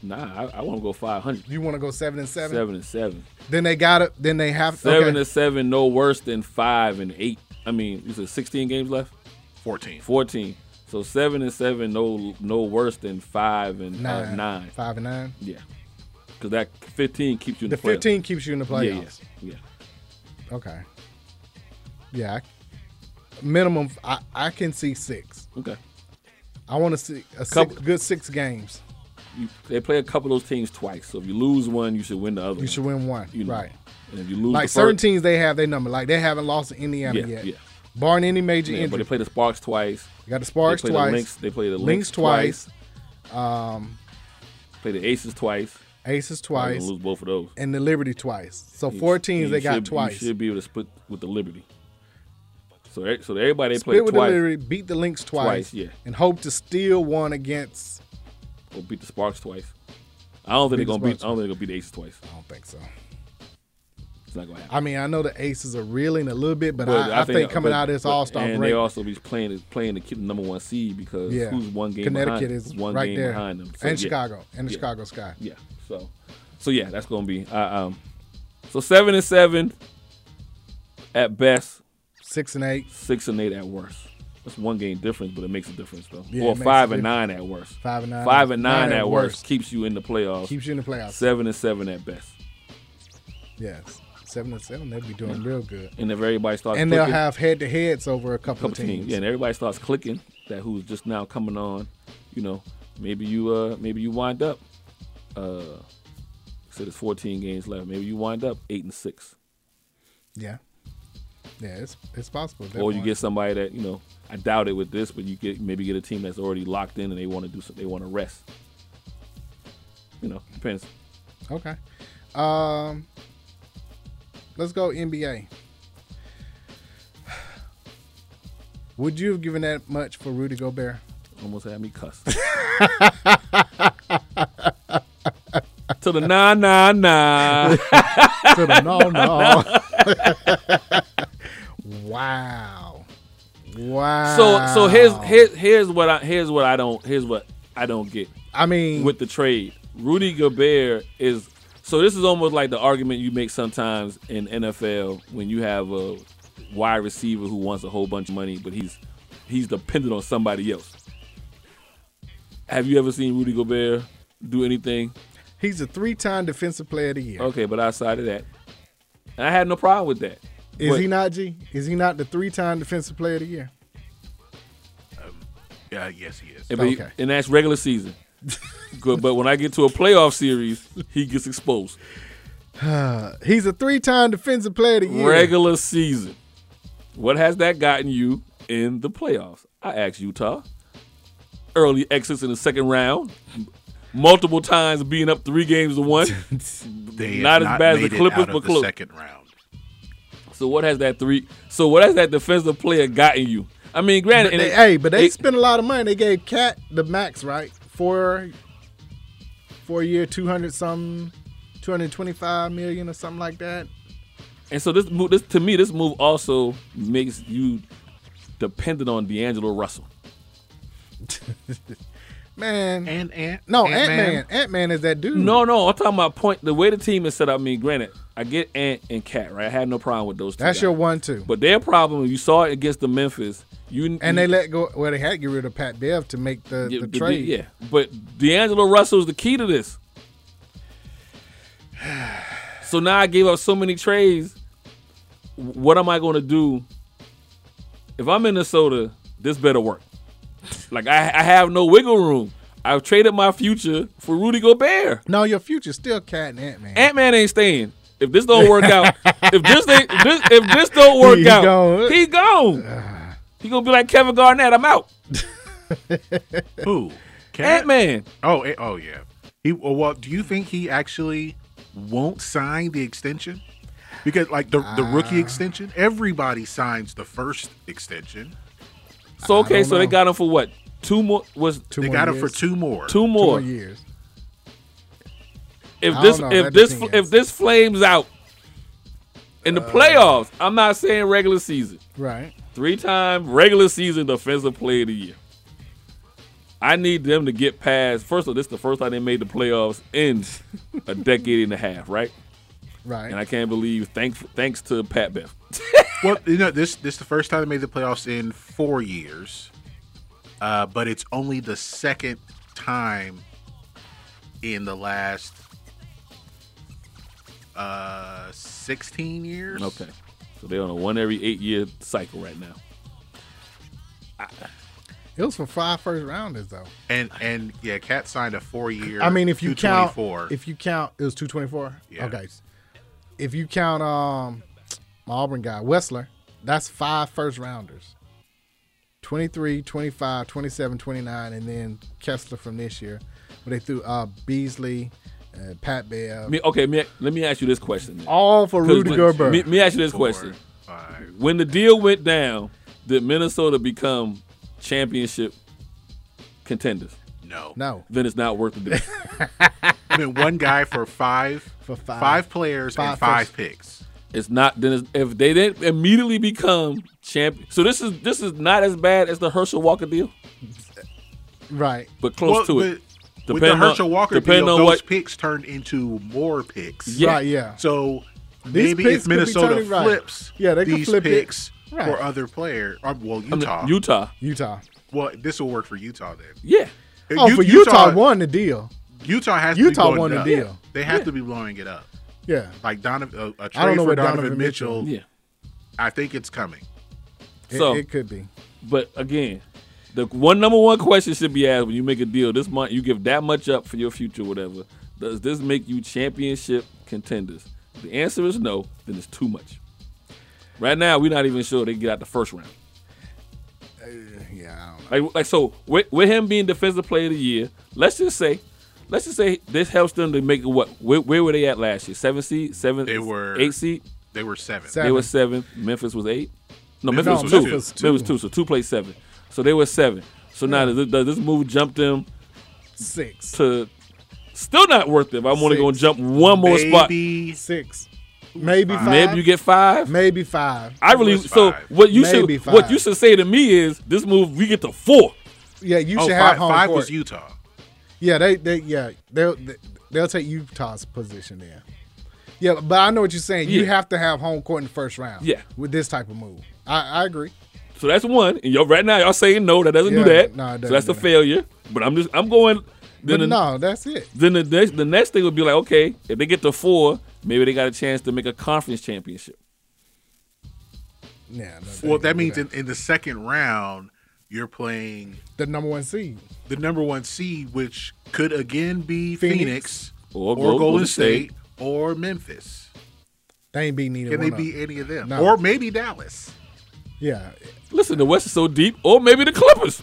Speaker 5: Nah, I, I want to go 500.
Speaker 9: You want to go seven and seven?
Speaker 5: Seven and seven.
Speaker 9: Then they got it. Then they have
Speaker 5: Seven
Speaker 9: okay.
Speaker 5: and seven, no worse than five and eight. I mean, you said sixteen games left.
Speaker 6: 14.
Speaker 5: Fourteen. So seven and seven, no no worse than five and nine. Uh,
Speaker 9: nine,
Speaker 5: nine.
Speaker 9: Five and nine.
Speaker 5: Yeah, because that fifteen keeps you in
Speaker 9: The
Speaker 5: the, playoffs.
Speaker 9: 15 keeps you in the
Speaker 5: Yeah, yeah,
Speaker 9: playoffs.
Speaker 5: yeah.
Speaker 9: Okay. Yeah. I- minimum, I, I can see six.
Speaker 5: Okay.
Speaker 9: I want to see a six,
Speaker 5: Couple-
Speaker 9: good six games.
Speaker 5: You, they play a couple of those teams twice. So if you lose one, you should win the other.
Speaker 9: You should win one.
Speaker 5: You know.
Speaker 9: Right.
Speaker 5: And if you lose,
Speaker 9: Like
Speaker 5: the
Speaker 9: certain
Speaker 5: first,
Speaker 9: teams, they have their number. Like they haven't lost to Indiana
Speaker 5: Yeah,
Speaker 9: yet.
Speaker 5: yeah.
Speaker 9: Barring any major
Speaker 5: yeah, but
Speaker 9: injury.
Speaker 5: they play the Sparks twice.
Speaker 9: You got the Sparks
Speaker 5: they play
Speaker 9: twice.
Speaker 5: The Lynx, they play the Lynx,
Speaker 9: Lynx
Speaker 5: twice.
Speaker 9: twice. Um,
Speaker 5: Play the Aces twice.
Speaker 9: Aces
Speaker 5: Probably
Speaker 9: twice.
Speaker 5: gonna Lose both of those.
Speaker 9: And the Liberty twice. So four teams
Speaker 5: You
Speaker 9: they got
Speaker 5: should-
Speaker 9: twice.
Speaker 5: You should be able to split with the Liberty. So, e- so everybody they
Speaker 9: Split
Speaker 5: played
Speaker 9: with
Speaker 5: twice.
Speaker 9: the Liberty, beat the Lynx twice,
Speaker 5: Twice, yeah.
Speaker 9: and hope to steal one against.
Speaker 5: Or beat the Sparks twice. I don't think they're
Speaker 9: Beat the
Speaker 5: gonna beat.
Speaker 9: Sparks
Speaker 5: I don't think they're gonna beat the Aces twice. I
Speaker 9: don't think so.
Speaker 5: It's not gonna happen.
Speaker 9: I mean, I know the Aces are reeling a little bit, but, I, I, think, coming
Speaker 5: but-
Speaker 9: out of this
Speaker 5: but-
Speaker 9: All Star
Speaker 5: and
Speaker 9: break,
Speaker 5: they also be playing playing the kid- number one seed because
Speaker 9: yeah,
Speaker 5: who's one game
Speaker 9: Connecticut
Speaker 5: behind,
Speaker 9: is
Speaker 5: one
Speaker 9: right
Speaker 5: game
Speaker 9: there,
Speaker 5: behind them So,
Speaker 9: and
Speaker 5: yeah.
Speaker 9: Chicago, and the
Speaker 5: Yeah.
Speaker 9: Chicago Sky.
Speaker 5: Yeah. So, so yeah, that's gonna be. Uh, um, so seven and seven at best.
Speaker 9: Six and eight.
Speaker 5: Six and eight at worst. That's one game difference, but it makes a difference though.
Speaker 9: Yeah, it
Speaker 5: or
Speaker 9: makes a
Speaker 5: five and
Speaker 9: difference.
Speaker 5: nine at worst.
Speaker 9: Five and nine.
Speaker 5: Five and nine, at
Speaker 9: Nine at
Speaker 5: worst
Speaker 9: worst.
Speaker 5: keeps you in the playoffs.
Speaker 9: Keeps you in the playoffs.
Speaker 5: Seven and seven at best.
Speaker 9: Yes, seven and seven, they'd be doing real good,
Speaker 5: And if everybody starts
Speaker 9: and they'll
Speaker 5: clicking-
Speaker 9: have head to heads over a couple,
Speaker 5: Uh, couple
Speaker 9: of teams.
Speaker 5: teams. Yeah, and everybody starts clicking that who's just now coming on. You know, maybe you uh maybe you wind up uh so there's 14 games left. Maybe you wind up eight and six,
Speaker 9: yeah, yeah. It's it's possible. at that
Speaker 5: or you
Speaker 9: point.
Speaker 5: get somebody that you know. I doubt it with this, but you get maybe get a team that's already locked in and they want to do some, they want to rest. You know, depends.
Speaker 9: Okay. Um, let's go NBA. Would you have given that much for Rudy Gobert?
Speaker 5: Almost had me cuss. to the nah nah nah.
Speaker 9: to the no no. wow. Wow.
Speaker 5: So so here's here's here's what I here's what I don't here's what I don't get.
Speaker 9: I mean
Speaker 5: with the trade, Rudy Gobert is so this is almost like the argument you make sometimes in NFL when you have a wide receiver who wants a whole bunch of money, but he's he's dependent on somebody else. Have you ever seen Rudy Gobert do anything?
Speaker 9: He's a three-time defensive player of the year.
Speaker 5: Okay, but outside of that, and I had no problem with that.
Speaker 9: Is
Speaker 5: But-
Speaker 9: he not G? Is he not the three-time defensive player of the year?
Speaker 6: Uh, yes, he is.
Speaker 5: And, but he-
Speaker 9: Okay.
Speaker 5: and that's regular season. Good, but when I get to a playoff series, he gets exposed.
Speaker 9: He's a three-time defensive player of the year.
Speaker 5: Regular season. What has that gotten you in the playoffs? I asked Utah. Early exits in the second round, m- multiple times being up three games to one.
Speaker 6: They
Speaker 5: not
Speaker 6: have
Speaker 5: as bad as the
Speaker 6: made it
Speaker 5: Clippers,
Speaker 6: out of
Speaker 5: but
Speaker 6: the
Speaker 5: close.
Speaker 6: Second round.
Speaker 5: So what has that three? So what has that defensive player gotten you? I mean, granted,
Speaker 9: But
Speaker 5: and
Speaker 9: they-
Speaker 5: it-
Speaker 9: hey, but they
Speaker 5: it-
Speaker 9: spent a lot of money. They gave Cat the max, right? Four, four year, two hundred some, two hundred twenty five million or something like that.
Speaker 5: And so this move, this to me, this move also makes you dependent on D'Angelo Russell.
Speaker 9: Man,
Speaker 6: and Ant
Speaker 9: no Ant
Speaker 6: Ant-Man.
Speaker 9: Man, Ant Man is that dude.
Speaker 5: No, no, I'm talking about point. The way the team is set up. I mean, granted, I get Ant and Cat, right? I had no problem with those. Two
Speaker 9: that's
Speaker 5: guys.
Speaker 9: your one two.
Speaker 5: But their problem, you saw it against the Memphis. You
Speaker 9: And
Speaker 5: you-
Speaker 9: they let go. Well, they had to get rid of Pat Bev to make the,
Speaker 5: yeah,
Speaker 9: the
Speaker 5: the-
Speaker 9: trade.
Speaker 5: Yeah, but D'Angelo Russell is the key to this. So now I gave up so many trades. What am I going to do? If I'm Minnesota, this better work. Like I, I have no wiggle room. I've traded my future for Rudy Gobert.
Speaker 9: No, your future's still Cat and Ant Man.
Speaker 5: Ant Man ain't staying. If this don't work out, if this ain't, if this, if this don't work
Speaker 9: He
Speaker 5: out,
Speaker 9: gone.
Speaker 5: he gone. He gonna be like Kevin Garnett. I'm out.
Speaker 6: Who?
Speaker 5: Ant Man.
Speaker 6: Oh, eh, oh yeah. He well, well, do you think he actually won't sign the extension? Because like the the rookie extension, everybody signs the first extension.
Speaker 5: So okay, so they got him for what? Two more was
Speaker 6: They got him for two more.
Speaker 5: Two more.
Speaker 9: years.
Speaker 5: If
Speaker 9: I
Speaker 5: this
Speaker 9: don't know,
Speaker 5: if
Speaker 9: that
Speaker 5: this
Speaker 9: depends.
Speaker 5: if this flames out in
Speaker 9: Uh,
Speaker 5: the playoffs, I'm not saying regular season.
Speaker 9: Right.
Speaker 5: Three time regular season defensive player of the year. I need them to get past first of all, this is the first time they made the playoffs in a decade and a half, right?
Speaker 9: Right.
Speaker 5: And I can't believe thanks thanks to Pat Beth.
Speaker 6: well, you know this this is the first time they made the playoffs in four years, uh, but it's only the second time in the last uh, sixteen years.
Speaker 5: Okay. So they're on a one every eight year cycle right now.
Speaker 9: It was for five first rounders though.
Speaker 6: And and yeah, Cat signed a four year.
Speaker 9: I mean, if you count,
Speaker 6: 224.
Speaker 9: if you count, it was two twenty four.
Speaker 6: Yeah.
Speaker 9: Okay. If you count, um, my Auburn guy Wessler, that's five first rounders. 23, 25, 27, 29, and then Kessler from this year. But they threw uh, Beasley, uh, Pat Bell.
Speaker 5: Me, okay, me, let me ask you this question. Then.
Speaker 9: All for
Speaker 5: 'Cause
Speaker 9: Rudy
Speaker 5: when-
Speaker 9: Gobert.
Speaker 5: Me, me ask you this question. When the deal went down, did Minnesota become championship contenders?
Speaker 6: No.
Speaker 9: No.
Speaker 5: Then it's not worth the deal.
Speaker 6: I mean, one guy for five, for
Speaker 9: five.
Speaker 6: players
Speaker 9: Five
Speaker 6: and five
Speaker 9: first-
Speaker 6: picks.
Speaker 5: It's not then it's, if they didn't immediately become champion. So this is this is not as bad as the Herschel Walker deal,
Speaker 9: Right.
Speaker 5: but close
Speaker 6: Well,
Speaker 5: to it.
Speaker 6: but With the
Speaker 5: Depending on-
Speaker 6: Herschel Walker
Speaker 5: depending
Speaker 6: deal,
Speaker 5: on
Speaker 6: those
Speaker 5: what-
Speaker 6: picks turned into more picks.
Speaker 5: Yeah. Right, yeah.
Speaker 6: So
Speaker 9: These
Speaker 6: maybe
Speaker 9: picks
Speaker 6: if
Speaker 9: could be
Speaker 6: Minnesota
Speaker 9: turning right.
Speaker 6: flips
Speaker 9: Yeah, they could
Speaker 6: these
Speaker 9: flip it.
Speaker 6: picks
Speaker 9: Right.
Speaker 6: for other player, or, well,
Speaker 5: I mean,
Speaker 6: Utah.
Speaker 5: Utah.
Speaker 9: Utah.
Speaker 6: Well, this will work for Utah then.
Speaker 5: Yeah.
Speaker 6: If
Speaker 9: Oh,
Speaker 6: U-
Speaker 9: for Utah, won the deal.
Speaker 6: Utah has to be
Speaker 9: Utah
Speaker 6: blowing
Speaker 9: won
Speaker 6: it
Speaker 9: the
Speaker 6: up.
Speaker 9: deal.
Speaker 6: They have to be blowing it up.
Speaker 9: Yeah.
Speaker 6: Like Donovan, a, a trade
Speaker 9: know
Speaker 6: for
Speaker 9: what
Speaker 6: Donovan,
Speaker 9: Donovan
Speaker 6: Mitchell.
Speaker 9: Mitchell-
Speaker 6: I think it's coming.
Speaker 9: It,
Speaker 5: So-
Speaker 9: it could be.
Speaker 5: But again, the one number one question should be asked when you make a deal this month. You give that much up for your future, whatever. Does this make you championship contenders? If the answer is no. Then it's too much. Right now, we're not even sure they get out the first round.
Speaker 9: Yeah.
Speaker 5: Like, like so with, with him being defensive player of the year, let's just say, let's just say this helps them to make it what? Where, where were they at last year? Seven seed, seven,
Speaker 6: They were-
Speaker 5: eight seed.
Speaker 6: They were seven.
Speaker 5: They were seventh. Memphis was eight. No, Memphis,
Speaker 6: Memphis was
Speaker 5: was,
Speaker 6: two.
Speaker 5: two. Memphis was two. So two played seven. So they were seven. So now does this, does this move jump them
Speaker 9: Six.
Speaker 5: to? Still not worth it. If I'm only going to
Speaker 9: Six.
Speaker 5: jump one more spot.
Speaker 6: Maybe
Speaker 9: Six. Maybe five.
Speaker 5: Maybe you get five.
Speaker 9: Maybe five.
Speaker 5: I really.
Speaker 6: Where's
Speaker 5: So
Speaker 6: five?
Speaker 5: what you
Speaker 9: Maybe
Speaker 5: should what
Speaker 9: five.
Speaker 5: you should say to me is this move we get to four.
Speaker 9: Yeah, you
Speaker 6: oh,
Speaker 9: should
Speaker 6: five,
Speaker 9: have home
Speaker 6: five
Speaker 9: court.
Speaker 6: was Utah.
Speaker 9: Yeah, they they yeah they'll they'll take Utah's position there. Yeah, but I know what you're saying. You
Speaker 5: Yeah.
Speaker 9: have to have home court in the first round.
Speaker 5: Yeah.
Speaker 9: with this type of move, I, I agree.
Speaker 5: So that's one. And y'all right now y'all saying no, that doesn't
Speaker 9: Yeah,
Speaker 5: do that.
Speaker 9: no, it doesn't
Speaker 5: so that's
Speaker 9: do
Speaker 5: a
Speaker 9: that.
Speaker 5: failure. But I'm just I'm going then
Speaker 9: but
Speaker 5: the,
Speaker 9: no, that's it.
Speaker 5: then the next the next thing would be like, okay, if they get to four, maybe they got a chance to make a conference championship.
Speaker 9: Yeah, no,
Speaker 6: Well, that
Speaker 9: they-
Speaker 6: means in, in the second round, you're playing
Speaker 9: the number one seed.
Speaker 6: the number one seed, which could again be Phoenix,
Speaker 9: Phoenix.
Speaker 5: Or
Speaker 6: or,
Speaker 5: Go-
Speaker 6: Golden,
Speaker 5: Golden
Speaker 6: State, or Memphis.
Speaker 9: They ain't beating either
Speaker 6: Can
Speaker 9: one
Speaker 6: they
Speaker 9: of
Speaker 6: be
Speaker 9: them.
Speaker 6: any of them?
Speaker 9: No.
Speaker 6: Or maybe Dallas.
Speaker 9: Yeah,
Speaker 5: Listen, the West is so deep, or maybe the Clippers.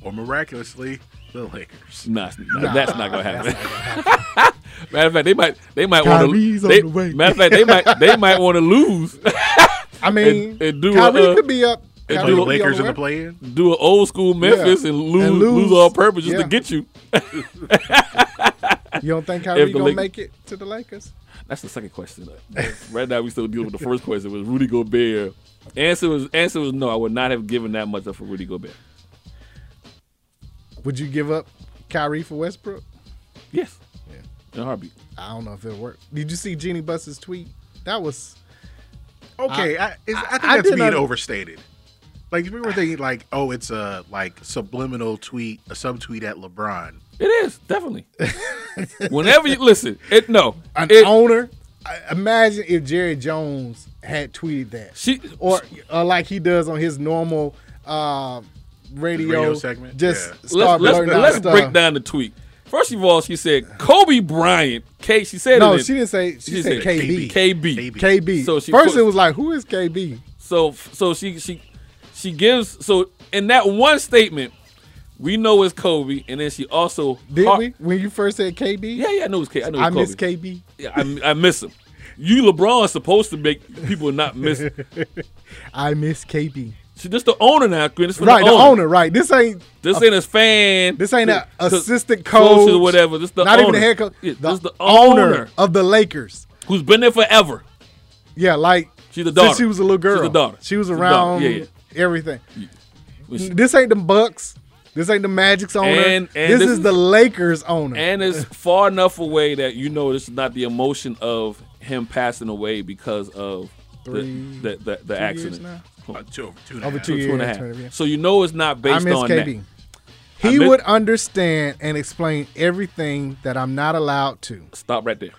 Speaker 6: Or miraculously, the Lakers.
Speaker 5: Nah, it's- nah, that's not gonna happen. matter of fact, they might they might want
Speaker 9: Kyrie's
Speaker 5: to.
Speaker 9: on
Speaker 5: They,
Speaker 9: the way.
Speaker 5: matter of fact, they might they might want to lose.
Speaker 9: I mean,
Speaker 5: And- and do
Speaker 9: Kyrie
Speaker 5: a, uh,
Speaker 9: could be up.
Speaker 5: and
Speaker 9: Kyrie
Speaker 5: do
Speaker 9: could
Speaker 6: the
Speaker 9: be on
Speaker 6: Lakers in the Mm.
Speaker 9: way.
Speaker 6: play in?
Speaker 5: Do an old school Memphis and, lose,
Speaker 9: And
Speaker 5: lose
Speaker 9: lose.
Speaker 5: all purpose just
Speaker 9: Yeah.
Speaker 5: to get you.
Speaker 9: You don't think Kyrie
Speaker 5: the
Speaker 9: gonna
Speaker 5: Lake-
Speaker 9: make it to the Lakers?
Speaker 5: That's the second question. right now, we still dealing with the first question. Was Rudy Gobert? Answer was answer was no. I would not have given that much up for Rudy Gobert.
Speaker 9: Would you give up Kyrie for Westbrook?
Speaker 5: Yes. In a heartbeat.
Speaker 9: I don't know if it worked. Did you see Jeannie Buss's tweet? That was
Speaker 6: Okay, I, is- I, think
Speaker 9: I
Speaker 6: that's
Speaker 9: did
Speaker 6: being
Speaker 9: not-
Speaker 6: overstated. Like if we were thinking like, oh, it's a like subliminal tweet, a subtweet at LeBron.
Speaker 5: It is definitely. Whenever you listen, it no.
Speaker 9: an
Speaker 5: It-
Speaker 9: owner. I- Imagine if Jerry Jones had tweeted that,
Speaker 5: She-
Speaker 9: or, or like he does on his normal uh, radio,
Speaker 6: radio segment?
Speaker 9: Just
Speaker 6: Yeah.
Speaker 5: let's,
Speaker 9: start blurting
Speaker 5: let's,
Speaker 9: out
Speaker 5: let's
Speaker 9: stuff.
Speaker 5: break down the tweet. First of all, she said Kobe Bryant. K. She said
Speaker 9: No,
Speaker 5: it in-
Speaker 9: she didn't say- she said KB.
Speaker 5: KB.
Speaker 9: KB.
Speaker 5: So she
Speaker 9: First,
Speaker 5: put-
Speaker 9: it was like, who is KB?
Speaker 5: So so she she she gives so in that one statement, we know it's Kobe, and then she also
Speaker 9: Did
Speaker 5: har-
Speaker 9: we? When you first said KB?
Speaker 5: Yeah, yeah, I know it's K. I know it's
Speaker 9: I miss
Speaker 5: Kobe.
Speaker 9: KB.
Speaker 5: Yeah, I, I miss him. You LeBron is supposed to make people not miss.
Speaker 9: I miss KB.
Speaker 5: She just the owner now, Quinn. This for
Speaker 9: Right,
Speaker 5: the
Speaker 9: the
Speaker 5: owner.
Speaker 9: owner. Right. This ain't
Speaker 5: This
Speaker 9: a-
Speaker 5: ain't his fan.
Speaker 9: This ain't an
Speaker 5: To- to-
Speaker 9: assistant
Speaker 5: coach
Speaker 9: coach
Speaker 5: or whatever. This the
Speaker 9: not even
Speaker 5: owner.
Speaker 9: the head coach.
Speaker 5: Yeah,
Speaker 9: the
Speaker 5: this the
Speaker 9: owner,
Speaker 5: owner.
Speaker 9: of the Lakers.
Speaker 5: Who's been there forever?
Speaker 9: Yeah, like
Speaker 5: She's the daughter.
Speaker 9: Since she was a little
Speaker 5: She's
Speaker 9: girl,
Speaker 5: the daughter.
Speaker 9: She was
Speaker 5: She's the daughter.
Speaker 9: around
Speaker 5: Yeah, yeah.
Speaker 9: everything.
Speaker 5: Was-
Speaker 9: This ain't the Bucks. This ain't the Magic's owner.
Speaker 5: And- and
Speaker 9: this,
Speaker 5: this
Speaker 9: is
Speaker 5: is-
Speaker 9: the Lakers owner.
Speaker 5: And it's far enough away that you know this is not the emotion of him passing away because of the
Speaker 9: Three-
Speaker 5: the, the, the,
Speaker 9: two years
Speaker 5: accident.
Speaker 9: now?
Speaker 6: Uh, two, two
Speaker 9: and a Over half. two
Speaker 5: two and a
Speaker 9: years,
Speaker 5: half.
Speaker 9: two, yeah.
Speaker 5: So you know it's not
Speaker 9: I
Speaker 5: based
Speaker 9: miss
Speaker 5: on
Speaker 9: KB.
Speaker 5: that.
Speaker 9: He
Speaker 5: I miss-
Speaker 9: would understand and explain everything that I'm not allowed to.
Speaker 5: Stop right there.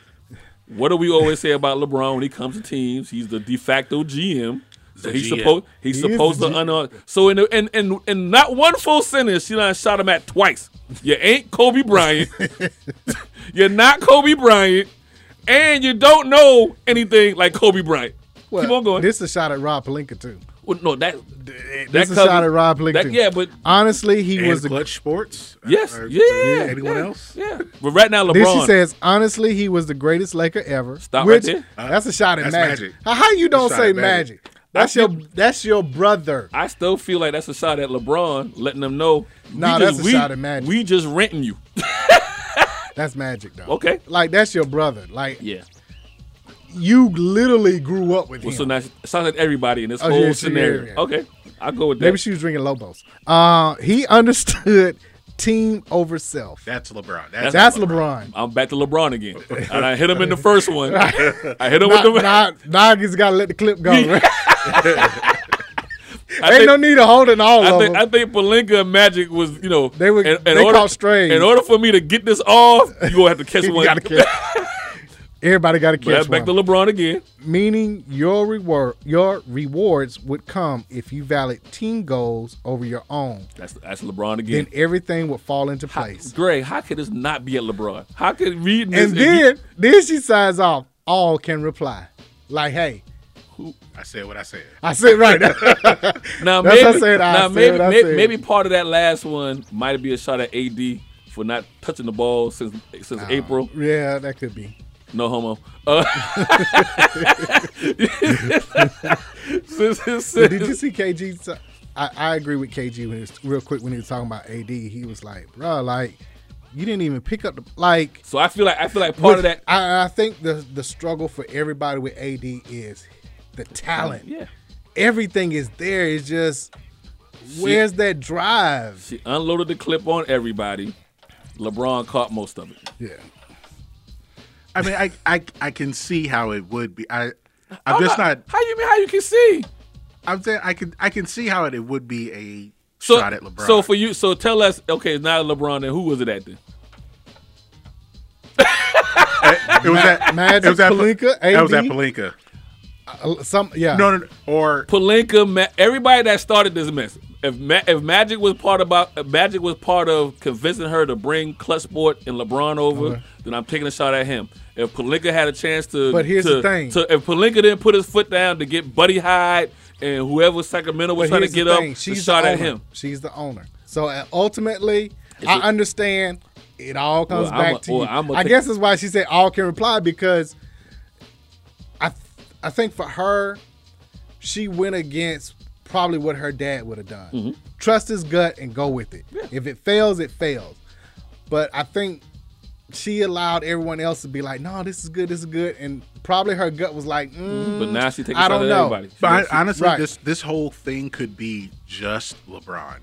Speaker 5: What do we always say about LeBron when he comes to teams? He's the de facto GM. So
Speaker 6: The
Speaker 5: he's
Speaker 6: GM.
Speaker 5: supposed he's
Speaker 6: He is
Speaker 5: supposed
Speaker 6: the
Speaker 5: to un- so in the, in, in in not one full sentence she done shot him at twice. You ain't Kobe Bryant. You're not Kobe Bryant, and you don't know anything like Kobe Bryant.
Speaker 9: Well,
Speaker 5: Keep on going.
Speaker 9: This is a shot at Rob Palinka too.
Speaker 5: Well, no, that that
Speaker 9: This is a
Speaker 5: cousin-
Speaker 9: shot at Rob Uh, Palinka.
Speaker 5: that-
Speaker 9: too.
Speaker 5: yeah, but
Speaker 9: honestly, he
Speaker 6: And
Speaker 9: was the
Speaker 6: Clutch Sports.
Speaker 5: yes,
Speaker 9: uh,
Speaker 6: Or-
Speaker 5: yeah,
Speaker 6: Anyone
Speaker 5: yeah,
Speaker 6: else?
Speaker 5: Yeah, but right now LeBron.
Speaker 9: Then she says, honestly, he was the greatest Laker ever.
Speaker 5: Stop
Speaker 9: which-
Speaker 5: right there.
Speaker 9: That's a shot at
Speaker 6: That's
Speaker 9: Magic.
Speaker 6: Magic.
Speaker 9: How- How you don't
Speaker 6: That's a shot
Speaker 9: say
Speaker 6: at
Speaker 9: Magic?
Speaker 6: Magic.
Speaker 9: That's your that's your brother.
Speaker 5: I still feel like that's a shot at LeBron, letting them know. we
Speaker 9: Nah,
Speaker 5: just-
Speaker 9: that's a
Speaker 5: we-
Speaker 9: shot at Magic.
Speaker 5: We just renting you.
Speaker 9: That's Magic though.
Speaker 5: Okay.
Speaker 9: Like that's your brother. Like
Speaker 5: Yeah.
Speaker 9: you literally grew up with
Speaker 5: Well,
Speaker 9: him.
Speaker 5: so now it sounds like everybody in this
Speaker 9: Oh,
Speaker 5: whole
Speaker 9: yeah, she-
Speaker 5: scenario.
Speaker 9: yeah, yeah.
Speaker 5: Okay, I'll go with that.
Speaker 9: Maybe she was drinking Lobos. Uh, he understood team over self.
Speaker 6: That's LeBron.
Speaker 9: That's,
Speaker 6: That's,
Speaker 9: LeBron.
Speaker 5: I'm back to LeBron again, and I hit him in the first one. I hit him
Speaker 9: Nog-
Speaker 5: with the.
Speaker 9: Nog- Noggins got to let the clip go. Right?
Speaker 5: I
Speaker 9: Ain't
Speaker 5: think-
Speaker 9: no need to hold it all
Speaker 5: I
Speaker 9: of
Speaker 5: think,
Speaker 9: them.
Speaker 5: I think Palinka and Magic was, you know,
Speaker 9: They were-
Speaker 5: in, in
Speaker 9: they
Speaker 5: order,
Speaker 9: caught strays.
Speaker 5: In order for me to get this off, you gonna have to catch
Speaker 9: You
Speaker 5: one.
Speaker 9: gotta catch- Everybody got to
Speaker 5: But
Speaker 9: catch
Speaker 5: that's
Speaker 9: one.
Speaker 5: back to LeBron again.
Speaker 9: meaning your reward your rewards would come if you valid team goals over your own
Speaker 5: That's that's LeBron
Speaker 9: then
Speaker 5: again.
Speaker 9: everything would fall into place
Speaker 5: Gray, how could this not be at LeBron? How could reading this
Speaker 9: and then then she signs off all can reply like hey
Speaker 6: I said what I said.
Speaker 9: i said right
Speaker 5: now
Speaker 9: That's
Speaker 5: maybe,
Speaker 9: what I said, I
Speaker 5: now
Speaker 9: said
Speaker 5: maybe,
Speaker 9: what I
Speaker 5: may-
Speaker 9: said.
Speaker 5: maybe part of that last one might be a shot at AD for not touching the ball since since April.
Speaker 9: yeah that could be
Speaker 5: No homo. Uh, since, since,
Speaker 9: But did you see kg 's- I, I agree with kg when he was real quick when he was talking about ad he was like bro like you didn't even pick up the like
Speaker 5: so I feel like I feel like part of
Speaker 9: Look,
Speaker 5: that.
Speaker 9: I, I think the the struggle for everybody with AD is the talent.
Speaker 5: Yeah.
Speaker 9: everything is there. It's just where's that drive?
Speaker 5: She unloaded the clip on everybody. LeBron caught most of it.
Speaker 9: Yeah,
Speaker 6: I mean, I, I I can see how it would be. I I'm,
Speaker 5: I'm
Speaker 6: just not.
Speaker 5: How you mean? How you can see?
Speaker 6: I'm saying I can I can see how it, it would be a
Speaker 5: So,
Speaker 6: shot at LeBron.
Speaker 5: so for you, so tell us. Okay, it's not LeBron. Then who was it at then?
Speaker 6: it was that
Speaker 9: Magic,
Speaker 6: it was that
Speaker 9: Pelinka,
Speaker 6: That was
Speaker 9: AD?
Speaker 6: that Palinka.
Speaker 9: Uh, some yeah.
Speaker 6: No, no, no, or
Speaker 5: Palinka, Ma- everybody that started this mess. If Ma- if Magic was part about if Magic was part of convincing her to bring Clutch Sport and LeBron over, then I'm taking a shot at him. If Palinka had a chance to,
Speaker 9: But here's
Speaker 5: to-
Speaker 9: the thing.
Speaker 5: to, if Palinka didn't put his foot down to get Buddy Hyde and whoever Sacramento was
Speaker 9: But
Speaker 5: trying to
Speaker 9: here's
Speaker 5: get
Speaker 9: the
Speaker 5: up,
Speaker 9: thing.
Speaker 5: the
Speaker 9: She's
Speaker 5: shot
Speaker 9: the
Speaker 5: at
Speaker 9: owner.
Speaker 5: him.
Speaker 9: She's the owner. So uh, ultimately, I
Speaker 5: it-
Speaker 9: understand it all comes
Speaker 5: Well,
Speaker 9: back
Speaker 5: I'ma-
Speaker 9: to you.
Speaker 5: well, I'ma
Speaker 9: I
Speaker 5: take-
Speaker 9: guess that's why she said all can reply because I th- I think for her, she went against probably what her dad would have done.
Speaker 5: Mm-hmm.
Speaker 9: Trust his gut and go with it. If it fails, it fails. But I think she allowed everyone else to be like, no, this is good, this is good, and probably her gut was like, mm,
Speaker 5: Mm-hmm. But now she taking
Speaker 9: I
Speaker 5: a shot
Speaker 9: don't
Speaker 5: at
Speaker 9: know.
Speaker 5: everybody.
Speaker 6: But I, honestly,
Speaker 9: Right.
Speaker 6: this this whole thing could be just LeBron.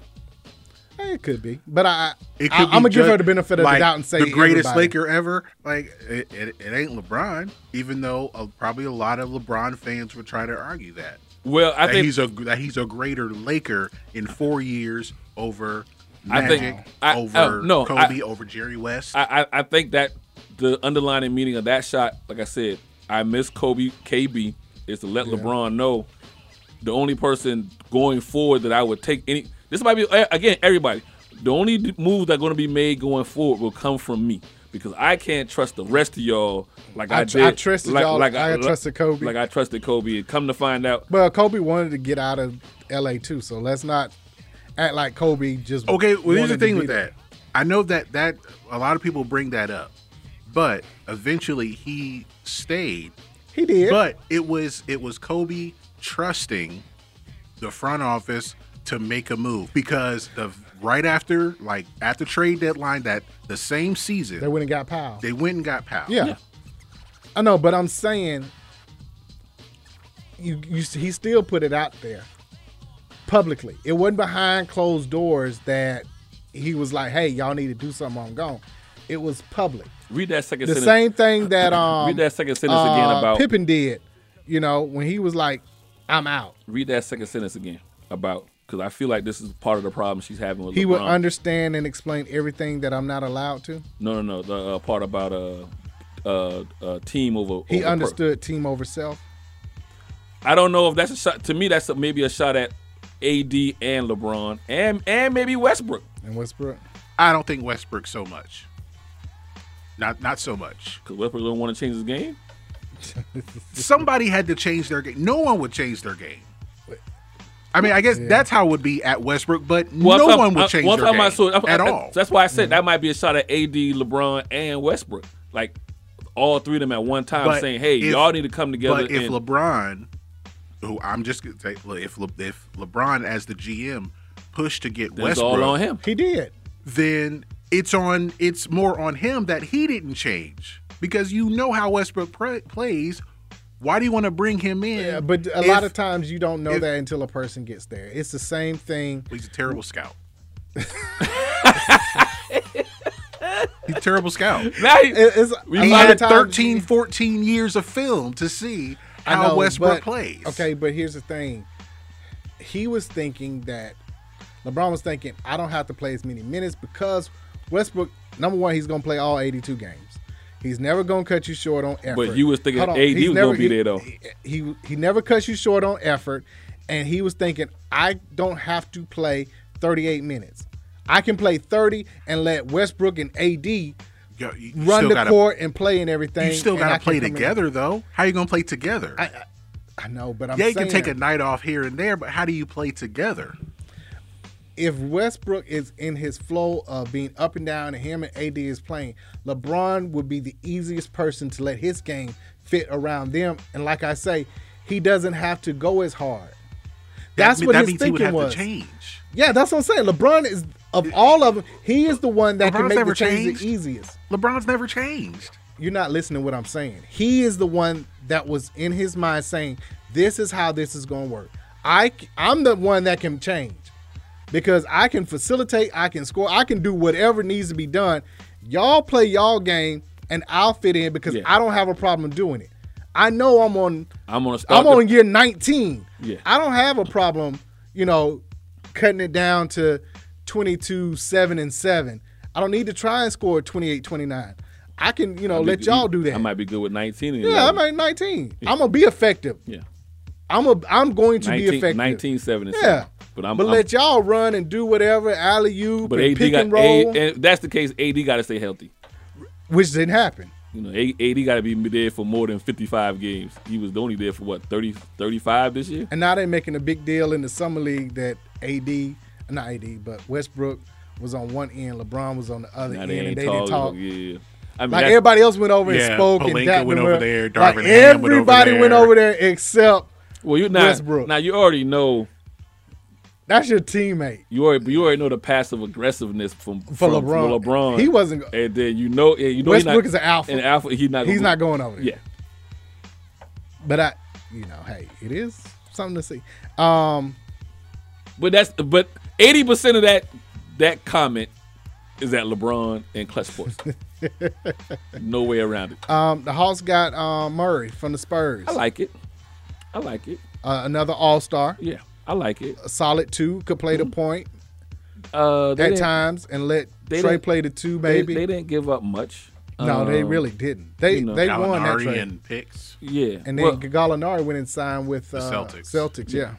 Speaker 9: Eh, It could be, but I,
Speaker 6: It
Speaker 9: I
Speaker 6: could
Speaker 9: I'm gonna
Speaker 6: be
Speaker 9: give
Speaker 6: ju-
Speaker 9: her the benefit of
Speaker 6: like,
Speaker 9: the doubt and say
Speaker 6: the greatest
Speaker 9: everybody.
Speaker 6: Laker ever. Like it, it, it ain't LeBron, even though uh, probably a lot of LeBron fans would try to argue that
Speaker 5: Well, I
Speaker 6: that
Speaker 5: think
Speaker 6: he's a that he's a greater Laker in four years over
Speaker 5: I
Speaker 6: Magic,
Speaker 5: think- I- oh,
Speaker 6: over
Speaker 5: no,
Speaker 6: Kobe,
Speaker 5: I-
Speaker 6: over Jerry West.
Speaker 5: I, I I think that the underlining meaning of that shot, like I said, I miss Kobe KB is to let LeBron know the only person going forward that I would take any This might be eh, again everybody. The only d- moves that are going to be made going forward will come from me because I can't trust the rest of y'all like I,
Speaker 9: I tr-
Speaker 5: did.
Speaker 9: I trusted y'all like I trusted Kobe.
Speaker 5: Like I trusted Kobe. And come to find out,
Speaker 9: But Kobe wanted to get out of L.A. too, so let's not act like Kobe just
Speaker 6: Okay, well here's
Speaker 9: wanted
Speaker 6: the
Speaker 9: to
Speaker 6: thing
Speaker 9: be
Speaker 6: with
Speaker 9: there.
Speaker 6: that. I know that that a lot of people bring that up, but eventually he stayed.
Speaker 9: He did.
Speaker 6: But it was it was Kobe trusting the front office to make a move because the right after like at the trade deadline that the same season
Speaker 9: They went and got Powell.
Speaker 6: they went and got Powell.
Speaker 9: Yeah. I know, but I'm saying you, you he still put it out there publicly. It wasn't behind closed doors that he was like, "Hey, y'all need to do something. I'm gone." It was public.
Speaker 5: read that second
Speaker 9: the
Speaker 5: sentence.
Speaker 9: same thing that um
Speaker 5: Read that second sentence again
Speaker 9: uh,
Speaker 5: about-
Speaker 9: Pippen did. You know, when he was like, "I'm out."
Speaker 5: Read that second sentence again about because I feel like this is part of the problem she's having with
Speaker 9: He would
Speaker 5: LeBron.
Speaker 9: understand and explain everything that I'm not allowed to.
Speaker 5: No, no, no. The uh, part about uh, uh, uh, team over.
Speaker 9: He
Speaker 5: over per-
Speaker 9: understood team over self.
Speaker 5: I don't know if that's a shot. To me, that's a, maybe a shot at AD and LeBron and and maybe Westbrook.
Speaker 9: And Westbrook.
Speaker 6: I don't think Westbrook so much. Not not so much.
Speaker 5: Because Westbrook don't want to change his game.
Speaker 6: Somebody had to change their game. No one would change their game. I mean, I guess that's how it would be at Westbrook, but
Speaker 5: Well,
Speaker 6: no
Speaker 5: I'm-
Speaker 6: one would
Speaker 5: I'm-
Speaker 6: change
Speaker 5: well, I'm
Speaker 6: their
Speaker 5: talking
Speaker 6: game
Speaker 5: about- so I'm-
Speaker 6: at
Speaker 5: I-
Speaker 6: all.
Speaker 5: That's why I said that might be a shot at AD, LeBron, and Westbrook. Like all three of them at one time
Speaker 6: But
Speaker 5: saying, "Hey,
Speaker 6: if-
Speaker 5: y'all need to come together."
Speaker 6: But if
Speaker 5: and-
Speaker 6: LeBron, who I'm just gonna say, look, if Le, if LeBron as the GM pushed to get
Speaker 5: That's all
Speaker 6: Westbrook,
Speaker 5: on him.
Speaker 9: He did.
Speaker 6: Then it's on. It's more on him that he didn't change because you know how Westbrook pre- plays. Why do you want to bring him in?
Speaker 9: Yeah, but a lot of times you don't know that until a person gets there. It's the same thing.
Speaker 6: He's a terrible scout. He's a terrible scout.
Speaker 5: Now he,
Speaker 9: it's,
Speaker 6: he had 13, 14 years of film to see how Westbrook
Speaker 9: but-
Speaker 6: plays.
Speaker 9: Okay, but here's the thing. He was thinking that LeBron was thinking, I don't have to play as many minutes because Westbrook, number one, he's gonna play all 82 games. He's never gonna cut you short on effort.
Speaker 5: But you was thinking
Speaker 9: Hold on,
Speaker 5: AD
Speaker 9: he's
Speaker 5: was
Speaker 9: never-
Speaker 5: gonna be
Speaker 9: he-
Speaker 5: there though.
Speaker 9: He he never cuts you short on effort, and he was thinking, I don't have to play 38 minutes. I can play 30 and let Westbrook and AD
Speaker 6: Yo, you- you
Speaker 9: run
Speaker 6: still
Speaker 9: the
Speaker 6: gotta-
Speaker 9: court and play and everything.
Speaker 6: You still
Speaker 9: and
Speaker 6: got
Speaker 9: I
Speaker 6: to
Speaker 9: can
Speaker 6: play
Speaker 9: come in.
Speaker 6: together, though. How you going to play together?
Speaker 9: I know, but I'm
Speaker 6: yeah, you
Speaker 9: saying
Speaker 6: can take a night off here and there, but how do you play together?
Speaker 9: if Westbrook is in his flow of being up and down and him and AD is playing, LeBron would be the easiest person to let his game fit around them. And like I say, he doesn't have to go as hard.
Speaker 6: That
Speaker 9: That's
Speaker 6: mean-
Speaker 9: what
Speaker 6: that
Speaker 9: his
Speaker 6: means he
Speaker 9: thinking
Speaker 6: would have to
Speaker 9: was.
Speaker 6: change.
Speaker 9: Yeah, that's what I'm saying. LeBron is of all of them, he is the one that
Speaker 6: LeBron's
Speaker 9: can make
Speaker 6: never
Speaker 9: the change
Speaker 6: changed.
Speaker 9: the easiest.
Speaker 6: LeBron's never changed.
Speaker 9: You're not listening to what I'm saying. He is the one that was in his mind saying, "This is how this is going to work." I c- I'm the one that can change because I can facilitate, I can score, I can do whatever needs to be done. Y'all play y'all game, and I'll fit in because
Speaker 5: Yeah.
Speaker 9: I don't have a problem doing it. I know I'm on.
Speaker 5: I'm gonna start.
Speaker 9: I'm
Speaker 5: the-
Speaker 9: on year 19.
Speaker 5: Yeah.
Speaker 9: I don't have a problem, you know, cutting it down to 22, 7, and 7. I don't need to try and score 28, 29. I can, you know,
Speaker 5: I might
Speaker 9: let
Speaker 5: be-
Speaker 9: y'all do that.
Speaker 5: I might be good with 19. And
Speaker 9: yeah, I'm at 19. I'm going to be effective.
Speaker 5: Yeah.
Speaker 9: I'm a, I'm going to
Speaker 5: 19,
Speaker 9: be effective.
Speaker 5: 19, 7, and
Speaker 9: Yeah.
Speaker 5: 7. But I'm,
Speaker 9: but
Speaker 5: I'm-
Speaker 9: let y'all run and do whatever, alley oop,
Speaker 5: but
Speaker 9: and
Speaker 5: AD
Speaker 9: pick
Speaker 5: got
Speaker 9: and roll,
Speaker 5: A, and if that's the case. AD got to stay healthy.
Speaker 9: which didn't happen.
Speaker 5: You know, A- AD got to be there for more than 55 games. He was only there for what 30, 35 this year.
Speaker 9: And now they're making a big deal in the summer league that AD, not AD, but Westbrook was on one end, LeBron was on the other
Speaker 5: Now
Speaker 9: end,
Speaker 5: they ain't
Speaker 9: and they
Speaker 5: talking.
Speaker 9: didn't talk.
Speaker 5: Yeah. I mean,
Speaker 9: like
Speaker 5: that's-
Speaker 9: everybody else went over and
Speaker 5: Yeah,
Speaker 9: spoke,
Speaker 5: Pelinka
Speaker 9: and that
Speaker 5: went over there, Darvin
Speaker 9: like
Speaker 5: Ham went over
Speaker 9: everybody went
Speaker 5: there.
Speaker 9: over there except
Speaker 5: Well, you now
Speaker 9: Westbrook.
Speaker 5: now you already know
Speaker 9: that's your teammate.
Speaker 5: you already you already know the passive aggressiveness from
Speaker 9: For
Speaker 5: from- from
Speaker 9: LeBron.
Speaker 5: LeBron.
Speaker 9: He wasn't-
Speaker 5: and then you know yeah, you know
Speaker 9: Westbrook
Speaker 5: he
Speaker 9: is
Speaker 5: not,
Speaker 9: an alpha.
Speaker 5: And alpha, he's not.
Speaker 9: He's
Speaker 5: gonna
Speaker 9: not
Speaker 5: be-
Speaker 9: going over there.
Speaker 5: Yeah,
Speaker 9: But I, you know, hey, it is something to see. Um,
Speaker 5: but that's but eighty percent of that that comment is at LeBron and Clutch Sports. no way around it.
Speaker 9: um, the Hawks got um, Murray from the Spurs.
Speaker 5: I like it. I like it.
Speaker 9: uh, another All Star.
Speaker 5: Yeah, I like it.
Speaker 9: A solid two could play the point
Speaker 5: Uh, they
Speaker 9: at
Speaker 5: didn't-
Speaker 9: times and let
Speaker 5: they
Speaker 9: Trey
Speaker 5: didn't-
Speaker 9: play the two.
Speaker 5: they-
Speaker 9: Maybe
Speaker 5: they, didn't give up much.
Speaker 9: No, they
Speaker 5: Um,
Speaker 9: really didn't. They
Speaker 5: you know.
Speaker 9: they won that
Speaker 6: Gallinari
Speaker 9: trade.
Speaker 6: and picks.
Speaker 5: Yeah,
Speaker 9: And then
Speaker 5: well-
Speaker 9: Gallinari went and signed with uh,
Speaker 6: Celtics.
Speaker 9: Celtics, yeah.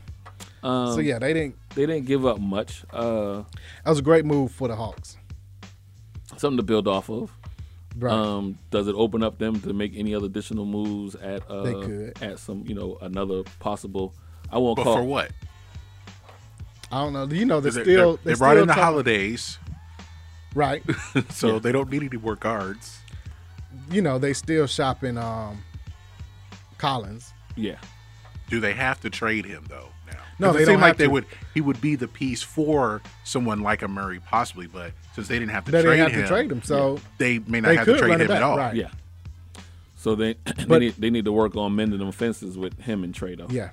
Speaker 5: Um,
Speaker 9: So, yeah, they didn't.
Speaker 5: They didn't give up much. Uh,
Speaker 9: That was a great move for the Hawks.
Speaker 5: something to build off of.
Speaker 9: Right.
Speaker 5: Um, does it open up them to make any other additional moves at uh,
Speaker 9: They could.
Speaker 5: at some you know another possible? I won't
Speaker 6: But
Speaker 5: call
Speaker 6: for what?
Speaker 9: I don't know. You know, they're
Speaker 6: They're-
Speaker 9: still
Speaker 6: they're- they
Speaker 9: they're
Speaker 6: brought
Speaker 9: still
Speaker 6: in the
Speaker 9: talking-
Speaker 6: holidays,
Speaker 9: right?
Speaker 6: so
Speaker 9: Yeah.
Speaker 6: they don't need any more guards.
Speaker 9: You know, they still shopping um, Collins.
Speaker 5: Yeah.
Speaker 6: Do they have to trade him though? Now,
Speaker 9: No,
Speaker 6: 'Cause
Speaker 9: they
Speaker 6: it
Speaker 9: don't
Speaker 6: seemed
Speaker 9: have
Speaker 6: like they
Speaker 9: to.
Speaker 6: would. He would be the piece for someone like a Murray, possibly. But since they didn't have to
Speaker 9: They
Speaker 6: trade
Speaker 9: didn't have
Speaker 6: him,
Speaker 9: to trade him, so
Speaker 6: they may not
Speaker 9: they
Speaker 6: have to
Speaker 9: could
Speaker 6: trade
Speaker 9: run it
Speaker 6: him at
Speaker 9: back,
Speaker 6: all.
Speaker 9: right.
Speaker 5: Yeah. So they they,
Speaker 9: But-
Speaker 5: need, they need to work on mending them fences with him and Trey though.
Speaker 9: Yeah.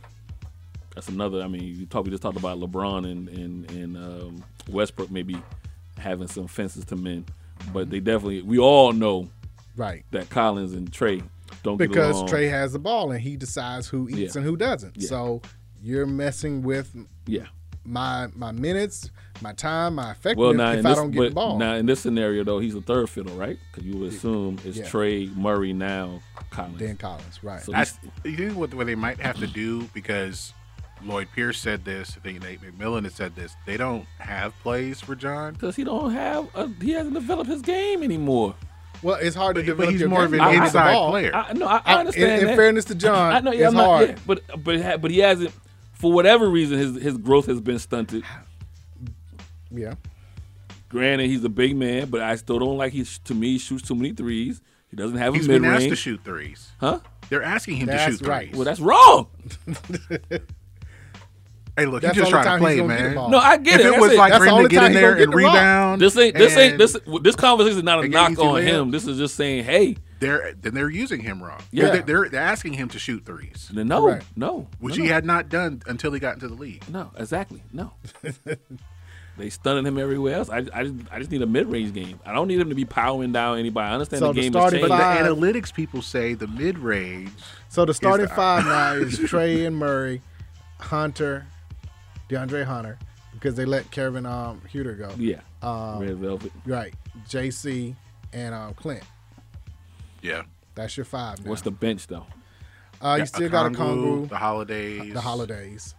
Speaker 5: That's another. I mean, you talk, we just talked about LeBron and and and um, Westbrook maybe having some fences to mend, but they definitely we all know
Speaker 9: Right.
Speaker 5: that Collins and Trey don't get
Speaker 9: because
Speaker 5: along.
Speaker 9: Trey has the ball and he decides who eats
Speaker 5: Yeah.
Speaker 9: and who doesn't.
Speaker 5: Yeah.
Speaker 9: So you're messing with
Speaker 5: Yeah.
Speaker 9: my my minutes, my time, my effectiveness
Speaker 5: Well, now
Speaker 9: if
Speaker 5: in
Speaker 9: I
Speaker 5: this,
Speaker 9: don't get
Speaker 5: but
Speaker 9: the ball.
Speaker 5: now in this scenario though, he's the third fiddle, right? Because you would assume it's
Speaker 9: Yeah.
Speaker 5: Trey Murray now, Collins.
Speaker 9: Dan Collins, right.
Speaker 5: So
Speaker 6: That's,
Speaker 5: he's-
Speaker 6: you think what, what they might have to do because Lloyd Pierce said this. I think Nate McMillan has said this. They don't have plays for John.
Speaker 5: because he don't have a, he hasn't developed his game anymore.
Speaker 9: well, it's hard to
Speaker 6: But- but
Speaker 9: develop
Speaker 6: he's
Speaker 9: your
Speaker 6: more
Speaker 9: game
Speaker 6: of an
Speaker 9: without the
Speaker 6: inside
Speaker 9: ball.
Speaker 6: player.
Speaker 5: I, no, I,
Speaker 9: I-
Speaker 5: I
Speaker 9: in-
Speaker 5: understand.
Speaker 9: in
Speaker 5: that.
Speaker 9: fairness to John,
Speaker 5: I, I know
Speaker 9: it's
Speaker 5: I'm not,
Speaker 9: hard.
Speaker 5: yeah, but but ha- but he hasn't. For whatever reason, his his growth has been stunted.
Speaker 9: Yeah.
Speaker 5: Granted, he's a big man, but I still don't like he. sh- To me, he shoots too many threes. He doesn't have
Speaker 6: He's
Speaker 5: a mid
Speaker 6: been asked
Speaker 5: range.
Speaker 6: to shoot threes.
Speaker 5: Huh?
Speaker 6: They're asking him to
Speaker 5: That's
Speaker 6: shoot threes.
Speaker 5: right. Well, that's wrong.
Speaker 6: Hey, look,
Speaker 5: That's
Speaker 6: he's just
Speaker 5: the only
Speaker 6: trying to
Speaker 5: time
Speaker 6: play,
Speaker 5: he's gonna get the
Speaker 6: man.
Speaker 5: ball. No, I get it.
Speaker 6: if If it
Speaker 5: That's
Speaker 6: was
Speaker 5: it.
Speaker 6: like
Speaker 5: That's
Speaker 6: for
Speaker 5: the
Speaker 6: him to
Speaker 5: only
Speaker 6: get
Speaker 5: time
Speaker 6: in
Speaker 5: he's
Speaker 6: there
Speaker 5: gonna get
Speaker 6: and
Speaker 5: the ball.
Speaker 6: rebound,
Speaker 5: This ain't this ain't
Speaker 6: and
Speaker 5: this this conversation is not a
Speaker 6: Take it
Speaker 5: knock
Speaker 6: easy,
Speaker 5: on
Speaker 6: Lil.
Speaker 5: him. This is just saying, hey,
Speaker 6: they're then they're using him wrong.
Speaker 5: Yeah.
Speaker 6: they're, they're, they're asking him to shoot threes,
Speaker 5: no,
Speaker 6: Correct.
Speaker 5: no,
Speaker 6: which
Speaker 5: no,
Speaker 6: he
Speaker 5: no.
Speaker 6: had not done until he got into the league.
Speaker 5: No, exactly. No. they stunning him everywhere else. I, I just I just need a mid range game. I don't need him to be powering down anybody. I understand the game is
Speaker 6: but
Speaker 5: changed.
Speaker 6: the analytics people say the mid range.
Speaker 9: So the starting
Speaker 6: the-
Speaker 9: five now is Trey and Murray, Hunter, DeAndre Hunter, because they let Kevin um, Huter go.
Speaker 5: Yeah.
Speaker 9: Um,
Speaker 5: Red Velvet.
Speaker 9: Right. JC and um, Clint.
Speaker 6: Yeah.
Speaker 9: That's your five now.
Speaker 5: What's the bench though?
Speaker 9: Uh, you still got a Kongu,
Speaker 6: The holidays.
Speaker 9: the holidays.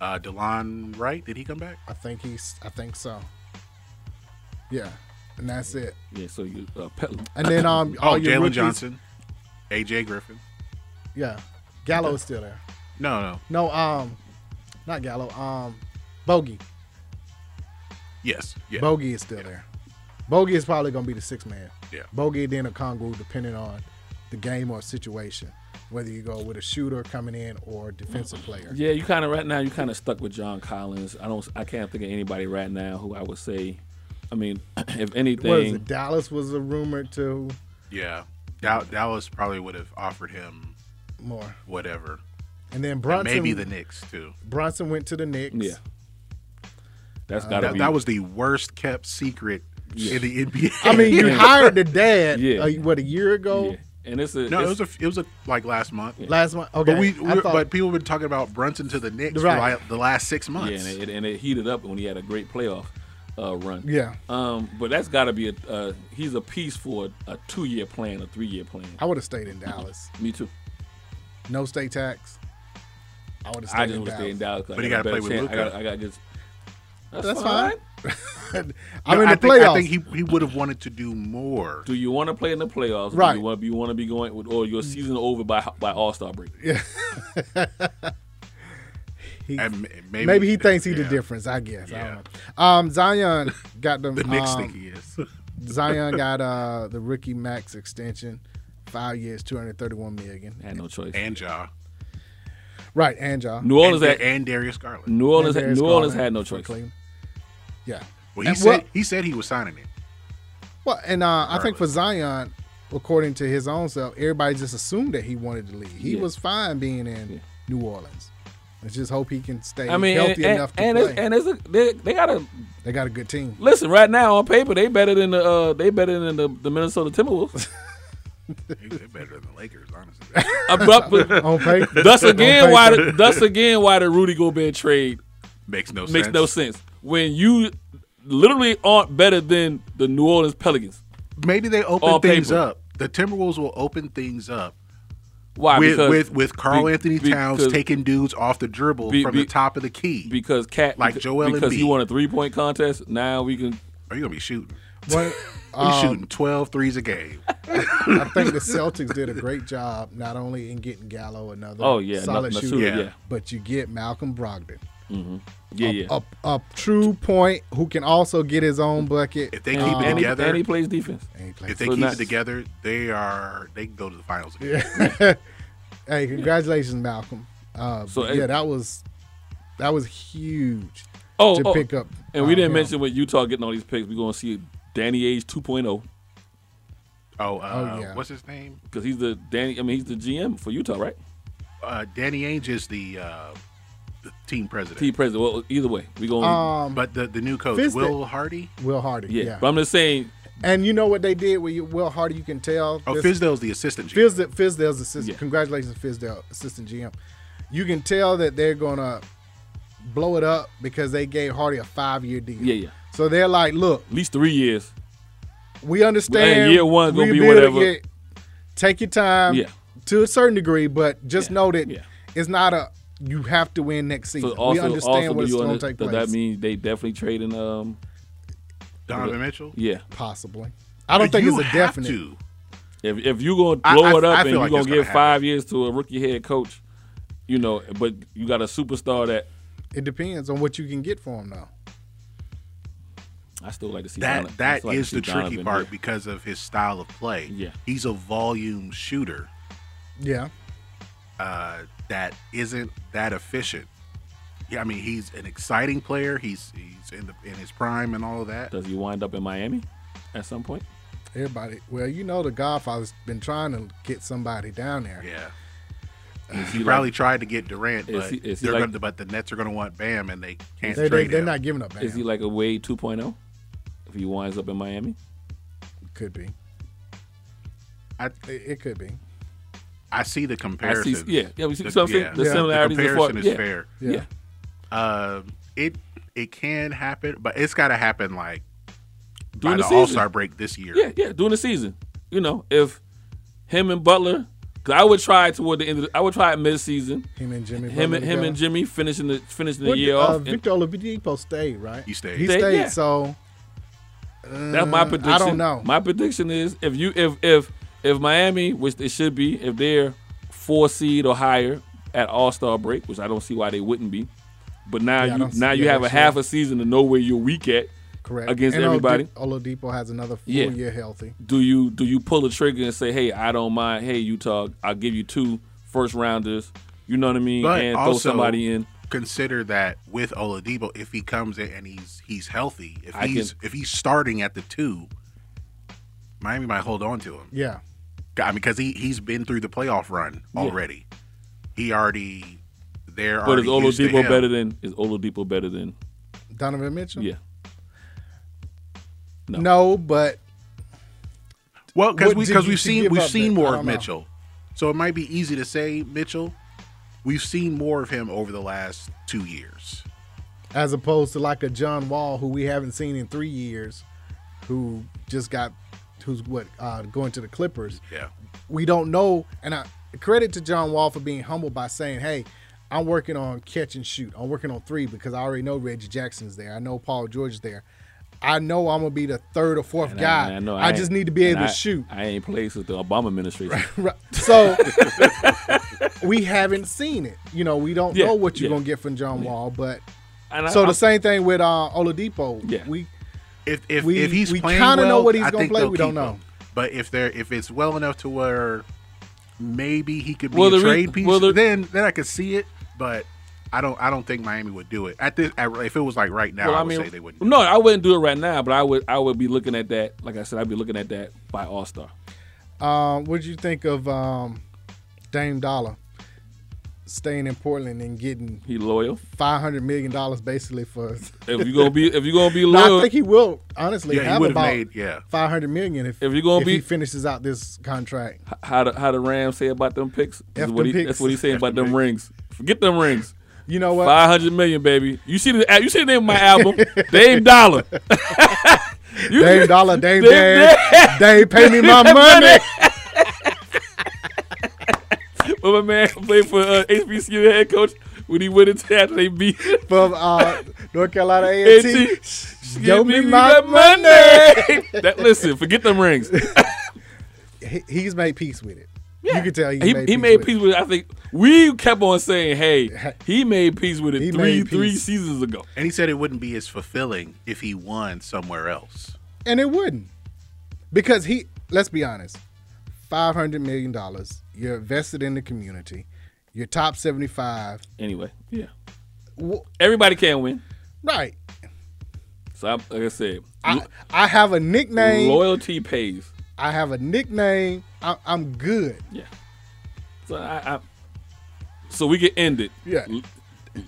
Speaker 6: Uh, Delon Wright. Did he come back?
Speaker 9: I think he's. I think so. Yeah, and that's it.
Speaker 5: Yeah, so you uh, Pel-
Speaker 9: And then um, all
Speaker 6: Oh,
Speaker 9: your
Speaker 6: Jalen
Speaker 9: rookies-
Speaker 6: Johnson, AJ Griffin.
Speaker 9: Yeah, Gallo is still there.
Speaker 6: No, no.
Speaker 9: No, um, not Gallo. Um, Bogey.
Speaker 6: Yes. Yeah.
Speaker 9: Bogey is still there. Bogey is probably gonna be the sixth man.
Speaker 6: Yeah.
Speaker 9: Bogey then a Kongu, depending on the game or situation, whether you go with a shooter coming in or defensive player.
Speaker 5: Yeah, you kind of right now. You kind of stuck with John Collins. I don't. I can't think of anybody right now who I would say. I mean, if anything,
Speaker 9: What is it? Dallas was a rumor to
Speaker 6: Yeah. Dal- Dallas probably would have offered him
Speaker 9: more,
Speaker 6: whatever.
Speaker 9: and then
Speaker 6: And
Speaker 9: Brunson.
Speaker 6: maybe the Knicks too.
Speaker 9: Brunson went to the Knicks.
Speaker 5: Yeah. that's
Speaker 9: Uh,
Speaker 5: got to
Speaker 6: That,
Speaker 5: be.
Speaker 6: that was the worst kept secret
Speaker 5: Yeah.
Speaker 6: in the NBA.
Speaker 9: I mean, you
Speaker 5: Yeah.
Speaker 9: hired the dad.
Speaker 5: Yeah.
Speaker 9: uh, what a year ago.
Speaker 5: and it's a.
Speaker 6: no, it
Speaker 5: it's-
Speaker 6: was a it was a like last month.
Speaker 9: Last month. Okay.
Speaker 6: But we,
Speaker 9: I
Speaker 6: we
Speaker 9: thought-
Speaker 6: but people were talking about Brunson to the Knicks for
Speaker 9: Right.
Speaker 6: like the last six months.
Speaker 5: Yeah, and it, and it heated up when he had a great playoff uh, run.
Speaker 9: Yeah.
Speaker 5: Um, but that's got to be a. Uh, he's a piece for a, a two-year plan, a three-year plan.
Speaker 9: I would have stayed in Dallas.
Speaker 5: Me too.
Speaker 9: No state tax. I would have stayed
Speaker 5: I just
Speaker 9: in
Speaker 5: want to
Speaker 9: Dallas.
Speaker 5: stay in Dallas. 'cause
Speaker 6: But
Speaker 5: I
Speaker 6: he
Speaker 5: got a
Speaker 6: gotta
Speaker 5: better
Speaker 6: play with
Speaker 5: chance. I
Speaker 6: Luka.
Speaker 5: got. I got just. That's,
Speaker 9: That's
Speaker 5: fine.
Speaker 9: fine.
Speaker 6: No,
Speaker 9: I'm in the
Speaker 6: I think, I
Speaker 9: playoffs.
Speaker 6: think he, he would have wanted to do more.
Speaker 5: Do you want to play in the playoffs? Or
Speaker 9: Right.
Speaker 5: do you want to be, you want to be going, with, or your season over by by All Star break?
Speaker 9: Yeah. He-
Speaker 6: And m-
Speaker 9: maybe,
Speaker 6: maybe-
Speaker 9: he thinks he's
Speaker 6: yeah.
Speaker 9: the difference. I guess. I
Speaker 6: Yeah.
Speaker 9: don't know. Um, Zion got them.
Speaker 6: The Knicks
Speaker 9: um,
Speaker 6: think he is.
Speaker 9: Zion got uh the rookie max extension, five years, two hundred thirty-one million.
Speaker 5: Had no choice.
Speaker 6: and Ja.
Speaker 9: Right, and y'all.
Speaker 5: New Orleans
Speaker 6: and,
Speaker 5: had
Speaker 6: and Darius Garland.
Speaker 5: New Orleans.
Speaker 9: And
Speaker 5: Had,
Speaker 9: Darius
Speaker 5: New Orleans
Speaker 9: Garland
Speaker 5: had no
Speaker 9: for
Speaker 5: choice.
Speaker 9: Cleveland. Yeah.
Speaker 6: Well, he
Speaker 9: And
Speaker 6: said
Speaker 9: what-
Speaker 6: he said he was signing it.
Speaker 9: Well, and uh, I think for Zion, according to his own self, everybody just assumed that he wanted to leave. He
Speaker 5: Yeah.
Speaker 9: was fine being in New Orleans. Let's just hope he can stay
Speaker 5: I mean,
Speaker 9: healthy
Speaker 5: and, and,
Speaker 9: enough to
Speaker 5: and,
Speaker 9: play.
Speaker 5: it's, and it's a, they, they got a
Speaker 9: they got a good team.
Speaker 5: listen right now on paper. They better than the uh, they better than the, the Minnesota Timberwolves.
Speaker 6: He was better than the Lakers, honestly.
Speaker 5: Uh, but- but-
Speaker 9: On paper.
Speaker 5: Thus
Speaker 9: On
Speaker 5: again, why
Speaker 9: paper.
Speaker 5: the, thus again why the Rudy Gobert trade
Speaker 6: Makes no
Speaker 5: makes
Speaker 6: sense.
Speaker 5: no sense when you literally aren't better than the New Orleans Pelicans.
Speaker 6: Maybe they open
Speaker 5: On
Speaker 6: things
Speaker 5: paper.
Speaker 6: up. The Timberwolves will open things up
Speaker 5: Why?
Speaker 6: with
Speaker 5: Because-
Speaker 6: with with Carl
Speaker 5: be-
Speaker 6: Anthony Towns
Speaker 5: because-
Speaker 6: taking dudes off the dribble
Speaker 5: be-
Speaker 6: from
Speaker 5: be-
Speaker 6: the top of the key
Speaker 5: because cat
Speaker 6: like Joel
Speaker 5: because he
Speaker 6: Embiid.
Speaker 5: won a three point contest. Now we can.
Speaker 6: Are you gonna be shooting?
Speaker 9: What-
Speaker 6: He's
Speaker 5: Um,
Speaker 6: shooting 12 threes a game.
Speaker 9: I think the Celtics did a great job not only in getting Gallo another
Speaker 5: Oh, yeah,
Speaker 9: solid
Speaker 5: no- no
Speaker 9: shooter,
Speaker 5: shooter, yeah.
Speaker 9: but you get Malcolm Brogdon.
Speaker 5: Mhm. Yeah, yeah.
Speaker 9: A, a true point who can also get his own bucket.
Speaker 6: If they keep
Speaker 9: Um,
Speaker 6: it together,
Speaker 5: Uh, and he plays defense.
Speaker 9: And he plays
Speaker 6: If they
Speaker 9: defense.
Speaker 6: keep
Speaker 9: So
Speaker 6: it together, they are they can go to the finals. Again.
Speaker 9: Yeah. hey, congratulations, Malcolm. Uh,
Speaker 5: So,
Speaker 9: but
Speaker 5: hey-
Speaker 9: yeah, that was that was huge.
Speaker 5: Oh,
Speaker 9: to
Speaker 5: oh,
Speaker 9: pick up.
Speaker 5: And we
Speaker 9: uh,
Speaker 5: didn't
Speaker 9: him.
Speaker 5: mention with Utah getting all these picks. We're gonna see Danny Age 2.0
Speaker 6: Oh, uh,
Speaker 9: yeah.
Speaker 6: what's his name?
Speaker 5: because he's the Danny. I mean, he's the GM for Utah, right?
Speaker 6: Uh, Danny Ainge is the, uh, the team president.
Speaker 5: T president. Well, either way, we gonna.
Speaker 9: Um,
Speaker 6: but the, the new coach
Speaker 9: Fist
Speaker 6: Will
Speaker 9: it.
Speaker 6: Hardy.
Speaker 9: Will Hardy.
Speaker 5: yeah.
Speaker 9: Yeah.
Speaker 5: but I'm just saying.
Speaker 9: And you know what they did with you- Will Hardy? You can tell.
Speaker 6: Oh,
Speaker 9: this-
Speaker 6: Fisdale's the assistant. GM.
Speaker 9: Fisdale, Fisdale's assistant. Congratulations, Fisdale, assistant GM. You can tell that they're gonna blow it up because they gave Hardy a five-year deal.
Speaker 5: Yeah, yeah.
Speaker 9: So they're like, look,
Speaker 5: At least three years.
Speaker 9: we understand.
Speaker 5: And year one's gonna be
Speaker 9: rebuilding
Speaker 5: whatever.
Speaker 9: it. Take your time.
Speaker 5: Yeah.
Speaker 9: To a certain degree, but just know that
Speaker 5: yeah.
Speaker 9: it's not a you have to win next season.
Speaker 5: So also,
Speaker 9: we understand
Speaker 5: also, do
Speaker 9: what's
Speaker 5: you
Speaker 9: gonna
Speaker 5: under-
Speaker 9: take
Speaker 5: does
Speaker 9: place.
Speaker 5: that mean they definitely trading um
Speaker 6: Donovan Mitchell.
Speaker 5: Yeah.
Speaker 9: Possibly. I don't think
Speaker 6: You
Speaker 9: it's a
Speaker 6: have
Speaker 9: definite.
Speaker 6: to.
Speaker 5: If if you gonna
Speaker 6: I-
Speaker 5: blow
Speaker 6: I-
Speaker 5: it up
Speaker 6: I
Speaker 5: and
Speaker 6: feel
Speaker 5: you
Speaker 6: like
Speaker 5: gonna
Speaker 6: it's
Speaker 5: give
Speaker 6: gonna
Speaker 5: five years to a rookie head coach, you know, but you got a superstar that
Speaker 9: It depends on what you can get for him now.
Speaker 5: I still like to see. Donovan-
Speaker 6: That
Speaker 5: I
Speaker 6: that
Speaker 5: still like to
Speaker 6: is
Speaker 5: see
Speaker 6: the tricky
Speaker 5: Donovan,
Speaker 6: part
Speaker 5: yeah.
Speaker 6: because of his style of play.
Speaker 5: Yeah.
Speaker 6: he's a volume shooter
Speaker 9: Yeah.
Speaker 6: uh, that isn't that efficient. Yeah, I mean he's an exciting player. He's he's in the in his prime and all of that.
Speaker 5: Does he wind up in Miami at some point?
Speaker 9: Everybody. Well, you know the Godfather's been trying to get somebody down there.
Speaker 6: Yeah. Uh,
Speaker 5: Is
Speaker 6: He
Speaker 5: he
Speaker 6: probably
Speaker 5: like-
Speaker 6: tried to get Durant,
Speaker 5: Is
Speaker 6: but
Speaker 5: he- is he
Speaker 6: they're
Speaker 5: like-
Speaker 6: gonna, but the Nets are going to want Bam, and they can't
Speaker 9: They, they,
Speaker 6: trade
Speaker 9: they're
Speaker 6: him.
Speaker 9: not giving up. Bam.
Speaker 5: Is he like a Wade 2.0 if he winds up in Miami?
Speaker 9: Could be.
Speaker 6: I,
Speaker 9: it, it could be.
Speaker 6: I see the comparison.
Speaker 5: yeah, yeah, we see something, the similarities as
Speaker 6: The
Speaker 5: far-
Speaker 6: comparison is
Speaker 5: yeah,
Speaker 6: fair.
Speaker 5: yeah.
Speaker 6: Um, it it can happen, but it's got to happen like
Speaker 5: During the
Speaker 6: by the,
Speaker 5: season.
Speaker 6: All Star break this year.
Speaker 5: Yeah, yeah, during the season. You know, if him and Butler, because I would try toward the end of the, I would try mid season.
Speaker 9: Him and Jimmy.
Speaker 5: Him and
Speaker 9: Butler
Speaker 5: him
Speaker 9: together.
Speaker 5: and Jimmy finishing the finishing the
Speaker 9: What-
Speaker 5: year
Speaker 9: uh,
Speaker 5: off. and-
Speaker 9: Victor Oladipo stayed, right?
Speaker 6: He stayed.
Speaker 9: He
Speaker 5: Stayed,
Speaker 9: stayed.
Speaker 5: yeah.
Speaker 9: So
Speaker 5: That's my
Speaker 9: uh,
Speaker 5: prediction.
Speaker 9: I don't know.
Speaker 5: My prediction is if you if if if Miami, which it should be, if they're four seed or higher at All Star break, which I don't see why they wouldn't be, but now
Speaker 9: Yeah, I
Speaker 5: you
Speaker 9: don't see-
Speaker 5: now you
Speaker 9: yeah,
Speaker 5: have a
Speaker 9: that's
Speaker 5: half
Speaker 9: right.
Speaker 5: a season to know where you're weak at
Speaker 9: Correct.
Speaker 5: against
Speaker 9: And uh, Oladi-
Speaker 5: everybody.
Speaker 9: Oladipo has another full
Speaker 5: Yeah.
Speaker 9: year healthy.
Speaker 5: Do you do you pull the trigger and say, hey, I don't mind. Hey, Utah, I'll give you two first rounders. You know what I mean?
Speaker 6: But
Speaker 5: and throw
Speaker 6: also-
Speaker 5: somebody in.
Speaker 6: Consider that with Oladipo, if he comes in and he's he's healthy, if
Speaker 5: I
Speaker 6: he's
Speaker 5: can-
Speaker 6: if he's starting at the two, Miami might hold on to him.
Speaker 9: Yeah.
Speaker 6: I mean, because he he's been through the playoff run
Speaker 5: Yeah.
Speaker 6: already. He already there.
Speaker 5: But is Oladipo better than is Oladipo better than?
Speaker 9: Donovan Mitchell.
Speaker 5: Yeah.
Speaker 9: No, but
Speaker 6: Well, because
Speaker 9: What
Speaker 6: we
Speaker 9: did
Speaker 6: because
Speaker 9: you
Speaker 6: we've
Speaker 9: to
Speaker 6: seen
Speaker 9: give
Speaker 6: we've
Speaker 9: up
Speaker 6: seen
Speaker 9: then? I
Speaker 6: more of
Speaker 9: don't know.
Speaker 6: Mitchell, so it might be easy to say Mitchell. We've seen more of him over the last two years.
Speaker 9: as opposed to like a John Wall who we haven't seen in three years, who just got who's what uh, going to the Clippers.
Speaker 6: Yeah.
Speaker 9: we don't know. And I credit to John Wall for being humble by saying, "Hey, I'm working on catch and shoot. I'm working on three because I already know Reggie Jackson's there. I know Paul George's there. I know I'm gonna be the third or fourth
Speaker 5: And
Speaker 9: guy. I,
Speaker 5: know ain't-
Speaker 9: just need to be
Speaker 5: and
Speaker 9: able
Speaker 5: I-
Speaker 9: to shoot."
Speaker 5: I ain't played since the Obama administration.
Speaker 9: Right. So we haven't seen it. You know, we don't
Speaker 5: Yeah,
Speaker 9: know what you're
Speaker 5: yeah.
Speaker 9: gonna get from John Wall, but
Speaker 5: And I-
Speaker 9: so the
Speaker 5: I'm-
Speaker 9: same thing with uh, Oladipo.
Speaker 5: Yeah.
Speaker 9: We
Speaker 6: If if,
Speaker 9: We-
Speaker 6: if he's
Speaker 9: we
Speaker 6: playing
Speaker 9: kinda know
Speaker 6: well,
Speaker 9: what he's
Speaker 6: I
Speaker 9: gonna
Speaker 6: think
Speaker 9: play,
Speaker 6: they'll
Speaker 9: we don't
Speaker 6: keep
Speaker 9: know.
Speaker 6: him. But if they're if it's well enough to where maybe he could be
Speaker 5: Well, the
Speaker 6: a
Speaker 5: re-
Speaker 6: trade piece,
Speaker 5: well, the-
Speaker 6: then then I could see it. But I don't I don't think Miami would do it at this. At, if it was like right now, I, would say they wouldn't.
Speaker 5: No, I wouldn't do it right now, but I would. I would be looking at that. Like I said, I'd be looking at that by All Star.
Speaker 9: uh, what did you think of um, Dame Dollar staying in Portland and getting
Speaker 5: He loyal.
Speaker 9: five hundred million dollars basically for?
Speaker 5: If you gonna be, if you gonna be
Speaker 9: No,
Speaker 5: loyal,
Speaker 9: I think he will honestly
Speaker 5: Yeah, he
Speaker 9: have
Speaker 5: would've
Speaker 9: about
Speaker 5: made- yeah.
Speaker 9: five hundred million if
Speaker 5: If you're gonna
Speaker 9: he
Speaker 5: be-
Speaker 9: finishes out this contract.
Speaker 5: how the how the Rams say about them picks. This
Speaker 9: F
Speaker 5: is
Speaker 9: them
Speaker 5: what he,
Speaker 9: picks.
Speaker 5: That's what he's saying about them rings. Forget them rings.
Speaker 9: You know what?
Speaker 5: Five hundred million, baby. You see the you see the name of my album, Dame Dollar. You-
Speaker 9: Dame Dollar, Dame
Speaker 5: Dame
Speaker 9: Dash, Dame pay me my
Speaker 5: Dame
Speaker 9: money.
Speaker 5: when my man played for uh, HBCU head coach when he went into after they beat
Speaker 9: from uh, North Carolina A&T.
Speaker 5: Give me, my money. that listen, forget them rings.
Speaker 9: he, he's made peace with it. You can tell he's
Speaker 5: he,
Speaker 9: made
Speaker 5: he
Speaker 9: peace
Speaker 5: made
Speaker 9: with
Speaker 5: peace with it. I think we kept on saying, "Hey, he made peace with it three three seasons ago."
Speaker 6: And he said it wouldn't be as fulfilling if he won somewhere else.
Speaker 9: it. and it wouldn't because he. Let's be honest. Five hundred million dollars. You're invested in the community. You're top seventy-five.
Speaker 5: Anyway, yeah. Everybody can win.
Speaker 9: Right.
Speaker 5: So I, like I said,
Speaker 9: I, I have a nickname.
Speaker 5: loyalty pays.
Speaker 9: I have a nickname. I, I'm good.
Speaker 5: Yeah. So I, I so we can end it.
Speaker 9: Yeah.
Speaker 5: L-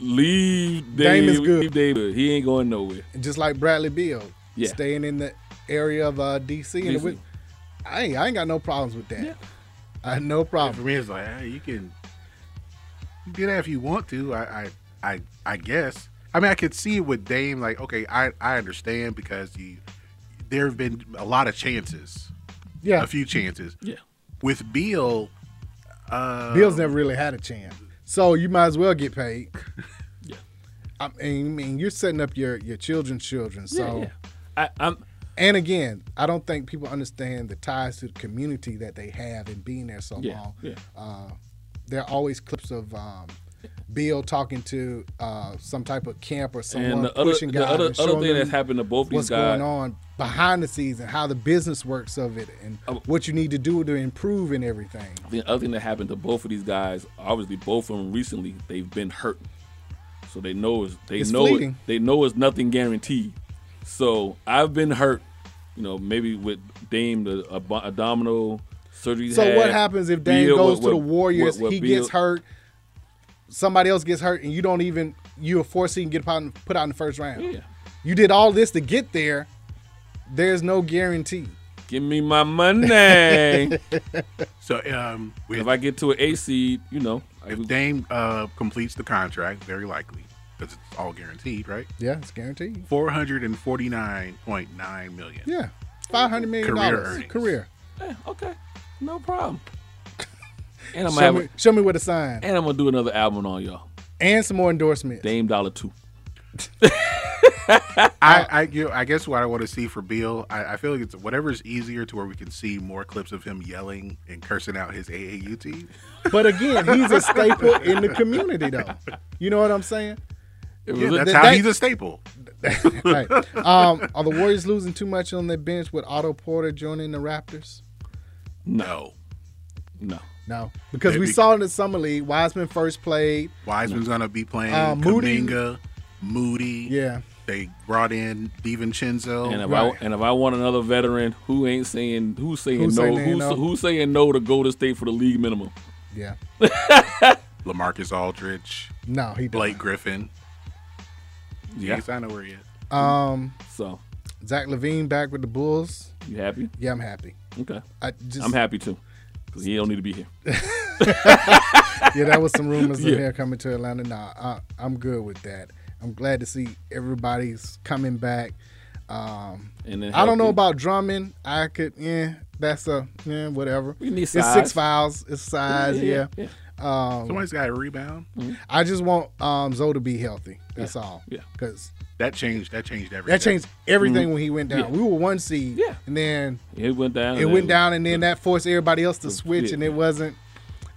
Speaker 5: leave Dave.
Speaker 9: Dame is good.
Speaker 5: Leave Dave. good. He ain't going nowhere.
Speaker 9: Just like Bradley Beal,
Speaker 5: Yeah.
Speaker 9: staying in the area of uh, DC, and
Speaker 5: DC.
Speaker 9: with, I ain't, I ain't got no problems with that. I had no problem.
Speaker 6: For me, it's like hey, you can you do that if you want to. I, I, I, I guess. I mean, I could see it with Dame. Like, okay, I, I understand because you, there have been a lot of chances.
Speaker 9: Yeah.
Speaker 6: a few chances.
Speaker 5: Yeah.
Speaker 6: With Beal, uh,
Speaker 9: Bill's never really had a chance, so you might as well get paid. yeah, I mean, I mean, you're setting up your your children's children.
Speaker 5: Yeah,
Speaker 9: So,
Speaker 5: yeah. I, I'm.
Speaker 9: And again, I don't think people understand the ties to the community that they have in being there so
Speaker 5: Yeah,
Speaker 9: long.
Speaker 5: yeah.
Speaker 9: Uh, there are always clips of um, Bill talking to uh, some type of camp or someone
Speaker 5: and the other,
Speaker 9: pushing
Speaker 5: the
Speaker 9: guys
Speaker 5: other,
Speaker 9: and
Speaker 5: other
Speaker 9: showing
Speaker 5: thing
Speaker 9: them
Speaker 5: that's happened to both
Speaker 9: what's
Speaker 5: these guys.
Speaker 9: going on behind the scenes and how the business works of it and
Speaker 5: Um,
Speaker 9: what you need to do to improve and everything.
Speaker 5: The other thing that happened to both of these guys, obviously both of them recently, they've been hurt, so they know it's they
Speaker 9: It's
Speaker 5: know
Speaker 9: fleeting.
Speaker 5: it, they know it's nothing guaranteed. So I've been hurt, you know, maybe with Dame the ab- abdominal surgery. he
Speaker 9: So
Speaker 5: had,
Speaker 9: what happens if Dame
Speaker 5: Beal,
Speaker 9: goes
Speaker 5: what-
Speaker 9: to the
Speaker 5: what-
Speaker 9: Warriors,
Speaker 5: what- what
Speaker 9: he
Speaker 5: Beal-
Speaker 9: gets hurt, somebody else gets hurt, and you don't even you are forcing to get put out, put out in the first round.
Speaker 5: Yeah.
Speaker 9: You did all this to get there. There's no guarantee.
Speaker 5: Give me my money.
Speaker 6: so um,
Speaker 5: if I get to an A seed, you know,
Speaker 6: if Dame uh, completes the contract, very likely because it's all guaranteed, right?
Speaker 9: Yeah, it's guaranteed.
Speaker 6: Four hundred and forty-nine point nine million.
Speaker 9: Yeah, five hundred million
Speaker 6: Career
Speaker 9: dollars
Speaker 6: earnings.
Speaker 9: career.
Speaker 5: Yeah, okay, no problem. and I'm gonna
Speaker 9: Show
Speaker 5: have
Speaker 9: me,
Speaker 5: a-
Speaker 9: show me where to sign
Speaker 5: and I'm gonna do another album on y'all.
Speaker 9: and some more endorsements.
Speaker 5: Dame Dollar Two.
Speaker 6: I, I, you know, I guess what I want to see for Beal, I, I feel like it's whatever's easier to where we can see more clips of him yelling and cursing out his AAU team.
Speaker 9: But again, he's a staple in the community, though. You know what I'm saying?
Speaker 6: Yeah, that's
Speaker 9: They-
Speaker 6: how
Speaker 9: they-
Speaker 6: he's a staple.
Speaker 9: right. Um, are the Warriors losing too much on their bench with Otto Porter joining the Raptors?
Speaker 6: No, no.
Speaker 9: No, because we
Speaker 6: Maybe.
Speaker 9: saw in the summer league, Wiseman first played.
Speaker 6: Wiseman's gonna be playing
Speaker 9: Uh, Moody.
Speaker 6: Kuminga, Moody.
Speaker 9: Yeah.
Speaker 6: They brought in DiVincenzo.
Speaker 5: And if I and if I want another veteran who ain't saying who's saying
Speaker 6: Who's
Speaker 5: no,
Speaker 6: saying
Speaker 5: who's,
Speaker 6: no?
Speaker 5: who's saying no to go to state for the league minimum.
Speaker 9: Yeah.
Speaker 6: Lamarcus Aldridge.
Speaker 9: No, he
Speaker 6: Blake Griffin.
Speaker 5: Yeah.
Speaker 6: Yes, I know where he is.
Speaker 9: Um,
Speaker 5: so
Speaker 9: Zach Levine back with the Bulls.
Speaker 5: You happy?
Speaker 9: Yeah, I'm happy.
Speaker 5: Okay.
Speaker 9: I just-
Speaker 5: I'm happy too, because he don't need to be here.
Speaker 9: yeah, that was some rumors
Speaker 5: Yeah.
Speaker 9: of him coming to Atlanta. Nah, I, I'm good with that. I'm glad to see everybody's coming back. Um,
Speaker 5: And then
Speaker 9: I don't know
Speaker 5: healthy.
Speaker 9: about Drummond. I could, yeah, that's a, yeah, whatever.
Speaker 5: We need
Speaker 9: It's
Speaker 5: size.
Speaker 9: six files. It's size,
Speaker 5: Yeah, yeah,
Speaker 9: yeah. Um,
Speaker 6: Somebody's got a rebound.
Speaker 9: I just want um, Zoe to be healthy. That's
Speaker 6: Yeah.
Speaker 9: all.
Speaker 6: Yeah.
Speaker 9: Because
Speaker 6: That changed. That changed everything.
Speaker 9: that changed
Speaker 5: Mm-hmm.
Speaker 9: everything
Speaker 6: Mhm.
Speaker 9: when he went down.
Speaker 6: Yeah.
Speaker 9: We were one seed, yeah. and then
Speaker 5: It went down.
Speaker 9: it
Speaker 5: and
Speaker 9: went
Speaker 5: then-
Speaker 9: down, and then that forced everybody else
Speaker 5: Oh,
Speaker 9: to switch,
Speaker 5: yeah.
Speaker 9: and it wasn't.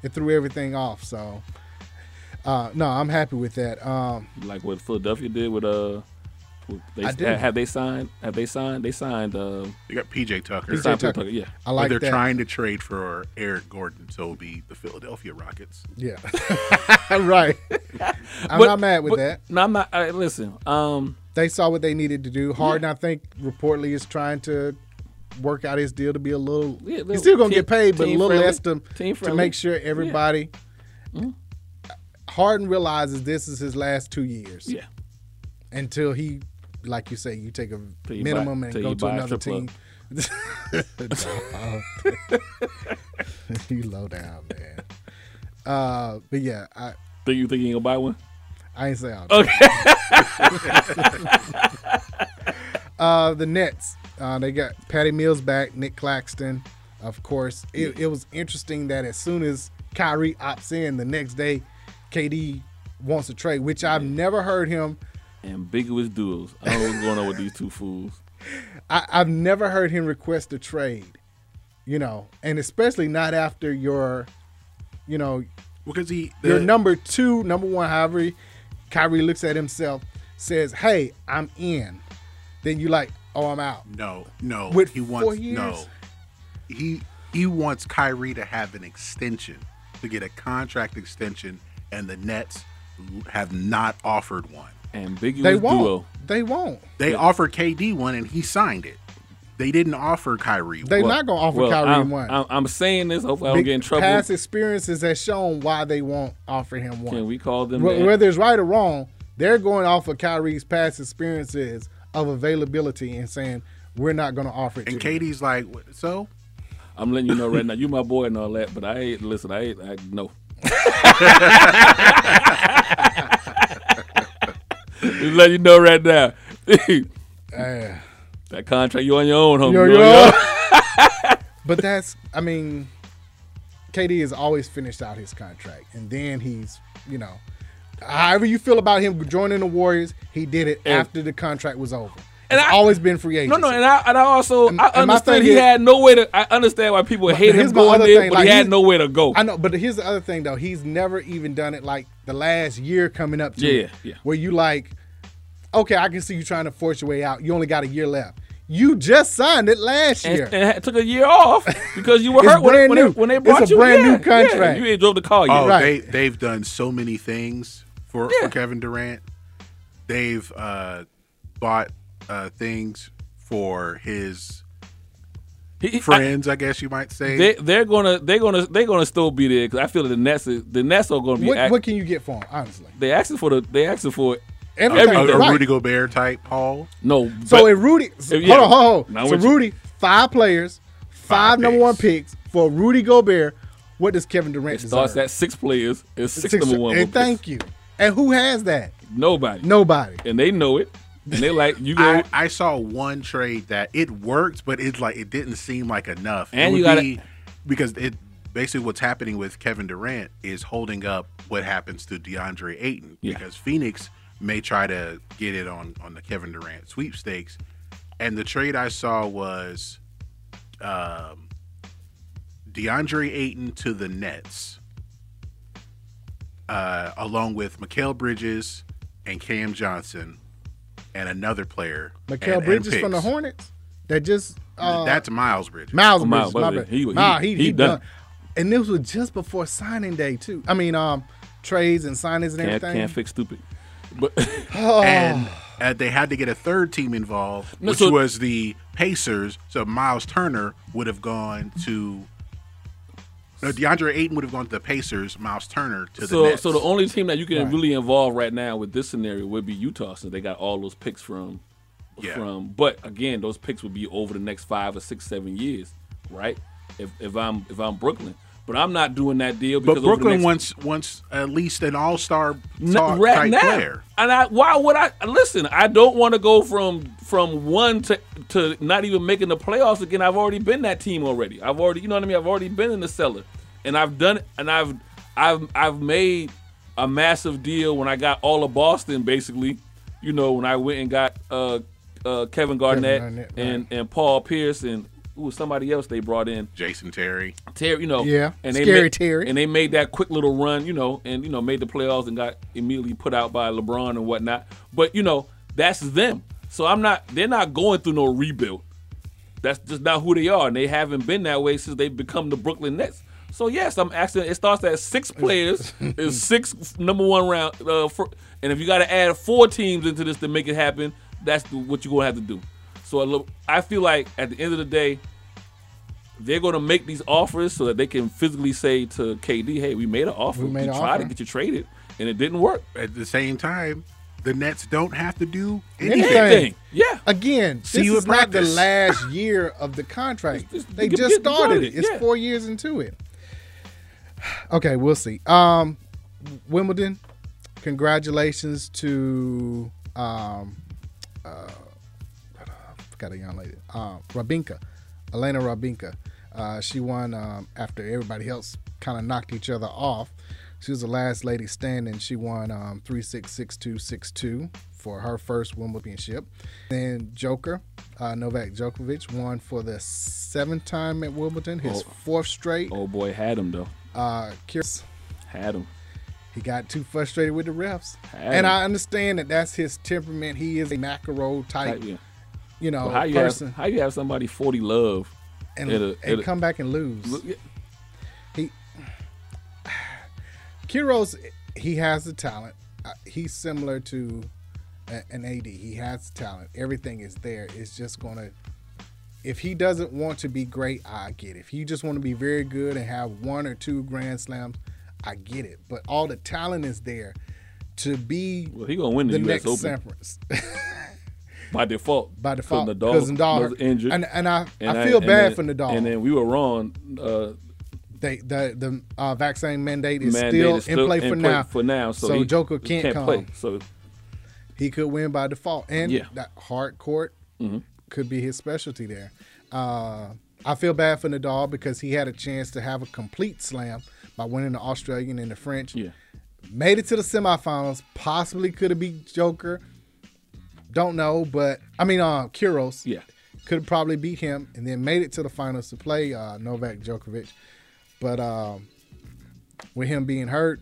Speaker 9: It threw everything off. So, uh, no, I'm happy with that. Um,
Speaker 5: Like what Philadelphia did with uh, with- they,
Speaker 9: I do.
Speaker 5: have they signed? Have they signed? They signed. Uh,
Speaker 6: They got PJ Tucker.
Speaker 5: They signed PJ Tucker. Yeah,
Speaker 6: But They're trying to trade for Eric Gordon, so it'll be the Philadelphia Rockets.
Speaker 9: yeah, right. I'm
Speaker 5: But-
Speaker 9: not mad with
Speaker 5: but-
Speaker 9: that.
Speaker 5: No, I'm not. I, listen, um,
Speaker 9: they saw what they needed to do. Harden, I think, reportedly is trying to work out his deal to be a little.
Speaker 5: Yeah, little
Speaker 9: he's still gonna
Speaker 5: team-
Speaker 9: get paid, but a
Speaker 5: team
Speaker 9: little
Speaker 5: friendly.
Speaker 9: less to,
Speaker 5: Team
Speaker 9: to
Speaker 5: friendly.
Speaker 9: make sure
Speaker 5: Yeah. Mm-hmm.
Speaker 9: everybody. Harden realizes this is his last two years.
Speaker 5: Yeah.
Speaker 9: Until he, like you say, you take a
Speaker 5: Till you
Speaker 9: minimum
Speaker 5: buy-
Speaker 9: and
Speaker 5: till
Speaker 9: go
Speaker 5: you
Speaker 9: to
Speaker 5: buy a
Speaker 9: another
Speaker 5: strip
Speaker 9: team. you low down, man. Uh, but yeah, I
Speaker 5: think you think you gonna buy one?
Speaker 9: I ain't say all that.
Speaker 5: Okay.
Speaker 9: uh, the Nets. Uh, they got Patty Mills back, Nick Claxton, of course. It, it was interesting that as soon as Kyrie opts in the next day. KD wants a trade, which I've never heard him.
Speaker 5: Ambiguous duels. I don't know what's going on with these two fools.
Speaker 9: I, I've never heard him request a trade. You know, and especially not after your, you know,
Speaker 6: because he
Speaker 9: your
Speaker 6: the-
Speaker 9: number two, number one, however, he- Kyrie looks at himself, says, "Hey, I'm in." Then you like, "Oh, I'm out."
Speaker 6: No, no.
Speaker 9: With
Speaker 6: he wants
Speaker 9: four years?
Speaker 6: no. He he wants Kyrie to have an extension, to get a contract extension, and the Nets have not offered one.
Speaker 5: Ambiguous
Speaker 9: They won't. They won't.
Speaker 6: They offered KD one, and he signed it. They didn't offer Kyrie.
Speaker 9: They not gonna offer
Speaker 5: well,
Speaker 9: Kyrie
Speaker 5: I'm,
Speaker 9: one.
Speaker 5: I'm, I'm saying this. Hopefully, I don't
Speaker 9: Big
Speaker 5: get in trouble.
Speaker 9: Past experiences has shown why they won't offer him one.
Speaker 5: Can we call them?
Speaker 9: Wh-
Speaker 5: the-
Speaker 9: Whether it's right or wrong, they're going off of Kyrie's past experiences of availability and saying we're not going to offer it.
Speaker 6: And
Speaker 9: to you."
Speaker 6: KD's like, "What- so
Speaker 5: I'm letting you know right now. You my boy and all that, but I ain't listen. I ain't. I no. Just let you know right now.
Speaker 9: Eh.
Speaker 5: that contract, you on your own, homie.
Speaker 9: Yo,
Speaker 5: You on
Speaker 9: yo.
Speaker 5: your own.
Speaker 9: but that's, I mean, KD has always finished out his contract, and then he's, you know, however you feel about him joining the Warriors, he did it
Speaker 5: And-
Speaker 9: after the contract was over. And it's always been free
Speaker 5: No,
Speaker 9: agent.
Speaker 5: no, and I, and I also I
Speaker 9: and my
Speaker 5: understand
Speaker 9: thing
Speaker 5: he
Speaker 9: is-
Speaker 5: had no way to. I understand why people
Speaker 9: But
Speaker 5: hate him
Speaker 9: here's my
Speaker 5: going
Speaker 9: other
Speaker 5: there,
Speaker 9: thing,
Speaker 5: but
Speaker 9: like,
Speaker 5: he
Speaker 9: he-
Speaker 5: had nowhere to go.
Speaker 9: I know, but here's the other thing though. He's never even done it like the last year coming up to
Speaker 5: Yeah,
Speaker 9: it,
Speaker 5: yeah.
Speaker 9: where you like, okay, I can see you trying to force your way out. You only got a year left. You just signed it last
Speaker 5: and,
Speaker 9: year.
Speaker 5: and had- took a year off because you were
Speaker 9: It's
Speaker 5: hurt when, they-
Speaker 9: brand
Speaker 5: when, they,
Speaker 9: new.
Speaker 5: when they
Speaker 9: It's
Speaker 5: brought
Speaker 9: a
Speaker 5: you.
Speaker 9: brand
Speaker 5: Yeah,
Speaker 9: new
Speaker 5: yeah.
Speaker 9: contract.
Speaker 5: You ain't drove the car yet.
Speaker 6: Oh,
Speaker 9: Right.
Speaker 6: they they've done so many things for, for Kevin Durant. They've uh, bought uh, things for his friends, I, guess you might say.
Speaker 5: They, they're gonna they're gonna they're gonna still be there because I feel that the Nets is, the Nets are gonna be
Speaker 9: what,
Speaker 5: act-
Speaker 9: what can you get for him? Honestly,
Speaker 5: they asking for the they asking for
Speaker 9: Everything,
Speaker 6: a, a
Speaker 9: right.
Speaker 6: Rudy Gobert type haul.
Speaker 5: No,
Speaker 9: so
Speaker 5: but-
Speaker 9: if Rudy,
Speaker 5: Yeah.
Speaker 9: hold on, hold on.
Speaker 5: Now
Speaker 9: So
Speaker 5: what you-
Speaker 9: Rudy, five players, five, number one picks for Rudy Gobert. What does Kevin Durant
Speaker 5: it starts
Speaker 9: deserve?
Speaker 5: at six players. It's six,
Speaker 9: Six-
Speaker 5: number one.
Speaker 9: And thank you. And who has that?
Speaker 5: Nobody.
Speaker 9: Nobody.
Speaker 5: And they know it. And they like you go.
Speaker 6: I, I saw one trade that it worked, but it's like it didn't seem like enough. It
Speaker 5: And you
Speaker 6: would
Speaker 5: gotta-
Speaker 6: be- because it basically what's happening with Kevin Durant is holding up what happens to DeAndre Ayton
Speaker 5: Yeah.
Speaker 6: because Phoenix may try to get it on on the Kevin Durant sweepstakes. And the trade I saw was um, DeAndre Ayton to the Nets, uh, along with Mikael Bridges and Cam Johnson, and another player.
Speaker 9: Mikael
Speaker 6: and- and
Speaker 9: Bridges from the
Speaker 6: picks.
Speaker 9: Hornets that just uh,
Speaker 6: That's Miles Bridges.
Speaker 9: Miles
Speaker 6: Oh,
Speaker 9: Bridges.
Speaker 6: Miles,
Speaker 9: my
Speaker 6: wasn't
Speaker 9: bad.
Speaker 6: he? He- he-
Speaker 9: Nah, he,
Speaker 6: he
Speaker 9: he done.
Speaker 6: done.
Speaker 9: And this was just before signing day too. I mean, um, trades and signings and
Speaker 5: can't,
Speaker 9: everything.
Speaker 5: can't fix stupid. But
Speaker 6: and uh, they had to get a third team involved,
Speaker 5: No,
Speaker 6: which
Speaker 5: so-
Speaker 6: was the Pacers. So Miles Turner would have gone to. No, DeAndre Ayton would have gone to the Pacers. Miles Turner to the
Speaker 5: so
Speaker 6: Nets.
Speaker 5: so the only team that you can
Speaker 6: Right.
Speaker 5: really involve right now with this scenario would be Utah since they got all those picks from
Speaker 6: Yeah.
Speaker 5: from but again those picks would be over the next five or six seven years right if, if I'm if I'm Brooklyn but I'm not doing that deal because
Speaker 6: but
Speaker 5: over the
Speaker 6: Brooklyn
Speaker 5: next-
Speaker 6: wants wants at least an All Star
Speaker 5: N- right
Speaker 6: type
Speaker 5: now.
Speaker 6: player.
Speaker 5: And I, why would I listen? I don't want to go from from one to to not even making the playoffs again. I've already been that team already. I've already, you know what I mean. I've already been in the cellar, and I've done it. And I've I've I've made a massive deal when I got all of Boston basically. You know when I went and got uh, uh, Kevin Garnett,
Speaker 9: Garnett, right.
Speaker 5: and and Paul Pierce and who was somebody else they brought in.
Speaker 6: Jason Terry.
Speaker 5: Terry, you know,
Speaker 9: Yeah,
Speaker 5: and they
Speaker 9: Scary
Speaker 5: made,
Speaker 9: Terry.
Speaker 5: and they made that quick little run, you know, and you know made the playoffs and got immediately put out by LeBron and whatnot. But you know, that's them. So I'm not, they're not going through no rebuild. That's just not who they are, and they haven't been that way since they've become the Brooklyn Nets. So yes, I'm asking. It starts at six players, is six number one round, uh, for, and if you got to add four teams into this to make it happen, that's the, what you're gonna have to do. So I, look, I feel like at the end of the day, they're going to make these offers so that they can physically say to KD, "Hey, we made an offer.
Speaker 9: We
Speaker 5: We,
Speaker 9: made an
Speaker 5: tried
Speaker 9: offer."
Speaker 5: to get you traded, and it didn't work."
Speaker 6: At the same time, the Nets don't have to do anything.
Speaker 9: Anything.
Speaker 5: Yeah.
Speaker 9: Again,
Speaker 6: See
Speaker 9: this
Speaker 6: you
Speaker 9: is
Speaker 6: at
Speaker 9: not the
Speaker 6: practice.
Speaker 9: last year of the contract. they
Speaker 6: get-
Speaker 9: just
Speaker 6: get
Speaker 9: started it.
Speaker 6: started,
Speaker 9: It's
Speaker 6: yeah.
Speaker 9: four years into it. Okay, we'll see. Um, Wimbledon, congratulations to um, uh, I forgot a young lady, Uh, um, Rabinka, Elena Rabinka. Uh, she won um, after everybody else kind of knocked each other off. She was the last lady standing. She won um, 366262 for her first Wimbledon championship. Then Joker, uh, Novak Djokovic, won for the seventh time at Wimbledon, his
Speaker 5: Oh.
Speaker 9: fourth straight.
Speaker 5: Oh boy, had him though.
Speaker 9: Uh, Kyrgios,
Speaker 5: Had him.
Speaker 9: he got too frustrated with the refs.
Speaker 5: Had
Speaker 9: and
Speaker 5: him.
Speaker 9: I understand that that's his temperament. He is a macro type,
Speaker 5: How- yeah.
Speaker 9: you know,
Speaker 5: But how you
Speaker 9: Oh, person.
Speaker 5: have how you have somebody forty love
Speaker 9: and,
Speaker 5: at a- at
Speaker 9: and
Speaker 5: a-
Speaker 9: come back and lose.
Speaker 5: Look, yeah.
Speaker 9: He, Kiros, he has the talent. Uh, he's similar to a- an AD. He has the talent. Everything is there. It's just gonna. If he doesn't want to be great, I get it. If he just want to be very good and have one or two grand slams, I get it. But all the talent is there to be.
Speaker 5: Well, he gonna win the, U.S.
Speaker 9: next
Speaker 5: Open
Speaker 9: Sampras.
Speaker 5: by default.
Speaker 9: By default,
Speaker 5: because
Speaker 9: 'cause
Speaker 5: Nadal,
Speaker 9: Nadal-
Speaker 5: was injured,
Speaker 9: and- and I- I feel
Speaker 5: then-
Speaker 9: bad for Nadal.
Speaker 5: And then we were wrong. Uh,
Speaker 9: They, the the uh, vaccine mandate is
Speaker 5: mandate
Speaker 9: still,
Speaker 5: is
Speaker 9: in play for now.
Speaker 5: For now, so, he
Speaker 9: Joker can't, come.
Speaker 5: play. So
Speaker 9: He could win by default, and
Speaker 5: Yeah. Mm-hmm.
Speaker 9: that hard court could be his specialty there. Uh, I feel bad for Nadal because he had a chance to have a complete slam by winning the Australian and the French.
Speaker 5: Yeah.
Speaker 9: Made it to the semifinals. Possibly could have beat Joker. Don't know, but I mean, uh, Kuros.
Speaker 5: Yeah.
Speaker 9: Could have probably beat him, and then made it to the finals to play uh, Novak Djokovic. But um, with him being hurt,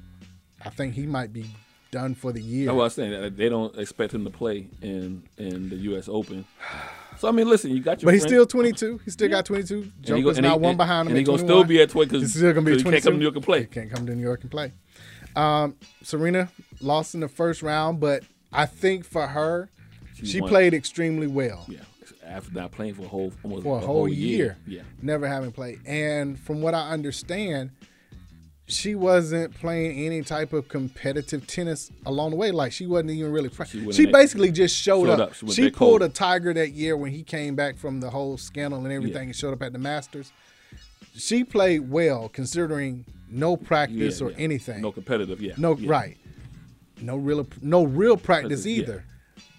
Speaker 9: I think he might be done for the year.
Speaker 5: that's what I was saying. that They don't expect him to play in in the U.S. Open. So I mean, listen, you got your.
Speaker 9: But he's
Speaker 5: friend-
Speaker 9: still 22. He's still got 22.
Speaker 5: And he go-
Speaker 9: Joker's
Speaker 5: and he-
Speaker 9: now one
Speaker 5: and-
Speaker 9: behind him.
Speaker 5: and
Speaker 9: at
Speaker 5: he gonna still
Speaker 9: 21.
Speaker 5: be at 20 'cause-
Speaker 9: He's still gonna be
Speaker 5: 'cause he can't
Speaker 9: 22.
Speaker 5: come to New York and play.
Speaker 9: He can't come to New York and play. Um, Serena lost in the first round, but I think for her, she,
Speaker 5: She won.
Speaker 9: played extremely well
Speaker 5: Yeah, after not playing for a whole almost
Speaker 9: for a, whole year.
Speaker 5: Yeah,
Speaker 9: Never having played. And from what I understand, she wasn't playing any type of competitive tennis along the way. Like she wasn't even really. Play- she
Speaker 5: wasn't that-
Speaker 9: basically just showed,
Speaker 5: showed
Speaker 9: up.
Speaker 5: up. She wasn't
Speaker 9: She
Speaker 5: that
Speaker 9: pulled
Speaker 5: cold.
Speaker 9: a tiger that year when he came back from the whole scandal and everything,
Speaker 5: Yeah.
Speaker 9: and showed up at the Masters. She played well considering no practice
Speaker 5: Yeah,
Speaker 9: or
Speaker 5: yeah.
Speaker 9: anything.
Speaker 5: no competitive. Yeah,
Speaker 9: No
Speaker 5: yeah.
Speaker 9: right. No real no real practice
Speaker 5: Practice, yeah.
Speaker 9: either.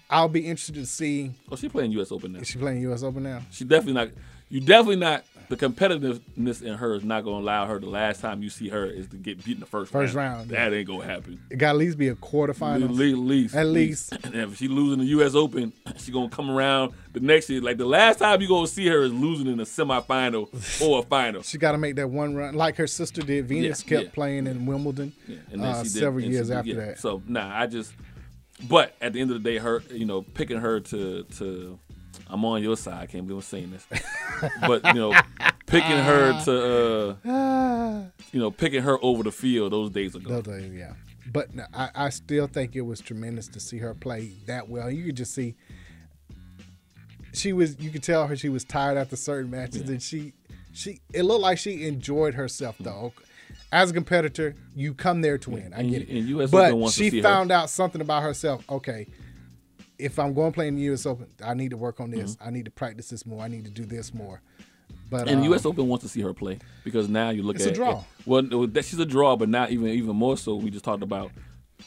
Speaker 9: I'll be interested to see
Speaker 5: Oh, she playing U.S. Open now.
Speaker 9: is she playing US Open now?
Speaker 5: She definitely not. You definitely not. The competitiveness in her is not going to allow her. The last time you see her is to get beat in the first
Speaker 9: First round,
Speaker 5: round.
Speaker 9: yeah.
Speaker 5: That ain't going to happen.
Speaker 9: It got to at least be a quarterfinals.
Speaker 5: At least,
Speaker 9: At least.
Speaker 5: And if she losing the U.S. Open, she gonna come around the next year. Like the last time you gonna see her is losing in a semifinal or a final.
Speaker 9: She got to make that one run, like her sister did. Venus
Speaker 5: Yeah,
Speaker 9: kept
Speaker 5: yeah,
Speaker 9: playing in Wimbledon
Speaker 5: she
Speaker 9: uh,
Speaker 5: did-
Speaker 9: several
Speaker 5: and she
Speaker 9: years
Speaker 5: did,
Speaker 9: after
Speaker 5: yeah.
Speaker 9: that.
Speaker 5: So nah, I just. But at the end of the day, her, you know, picking her to to, I'm on your side. I can't believe I'm saying this, but you know, picking her
Speaker 9: Ah.
Speaker 5: to, uh, you know, picking her over the field. Those days are gone.
Speaker 9: Those days, yeah. But no, I, I still think it was tremendous to see her play that well. You could just see she was. You could tell her she was tired after certain matches, and she she it looked like she enjoyed herself though. As a competitor, you come there to win. I
Speaker 5: And
Speaker 9: get
Speaker 5: you-
Speaker 9: it.
Speaker 5: and US
Speaker 9: but
Speaker 5: Open wants to
Speaker 9: she
Speaker 5: see her.
Speaker 9: found out something about herself. Okay, if I'm going to play in the U.S. Open, I need to work on this. I need to practice this more. I need to do this more. But
Speaker 5: Mm-hmm. and the
Speaker 9: um,
Speaker 5: U.S. Open wants to see her play because now you look
Speaker 9: It's a
Speaker 5: at
Speaker 9: draw.
Speaker 5: well, no, that she's a draw, but now even even more so, we just talked about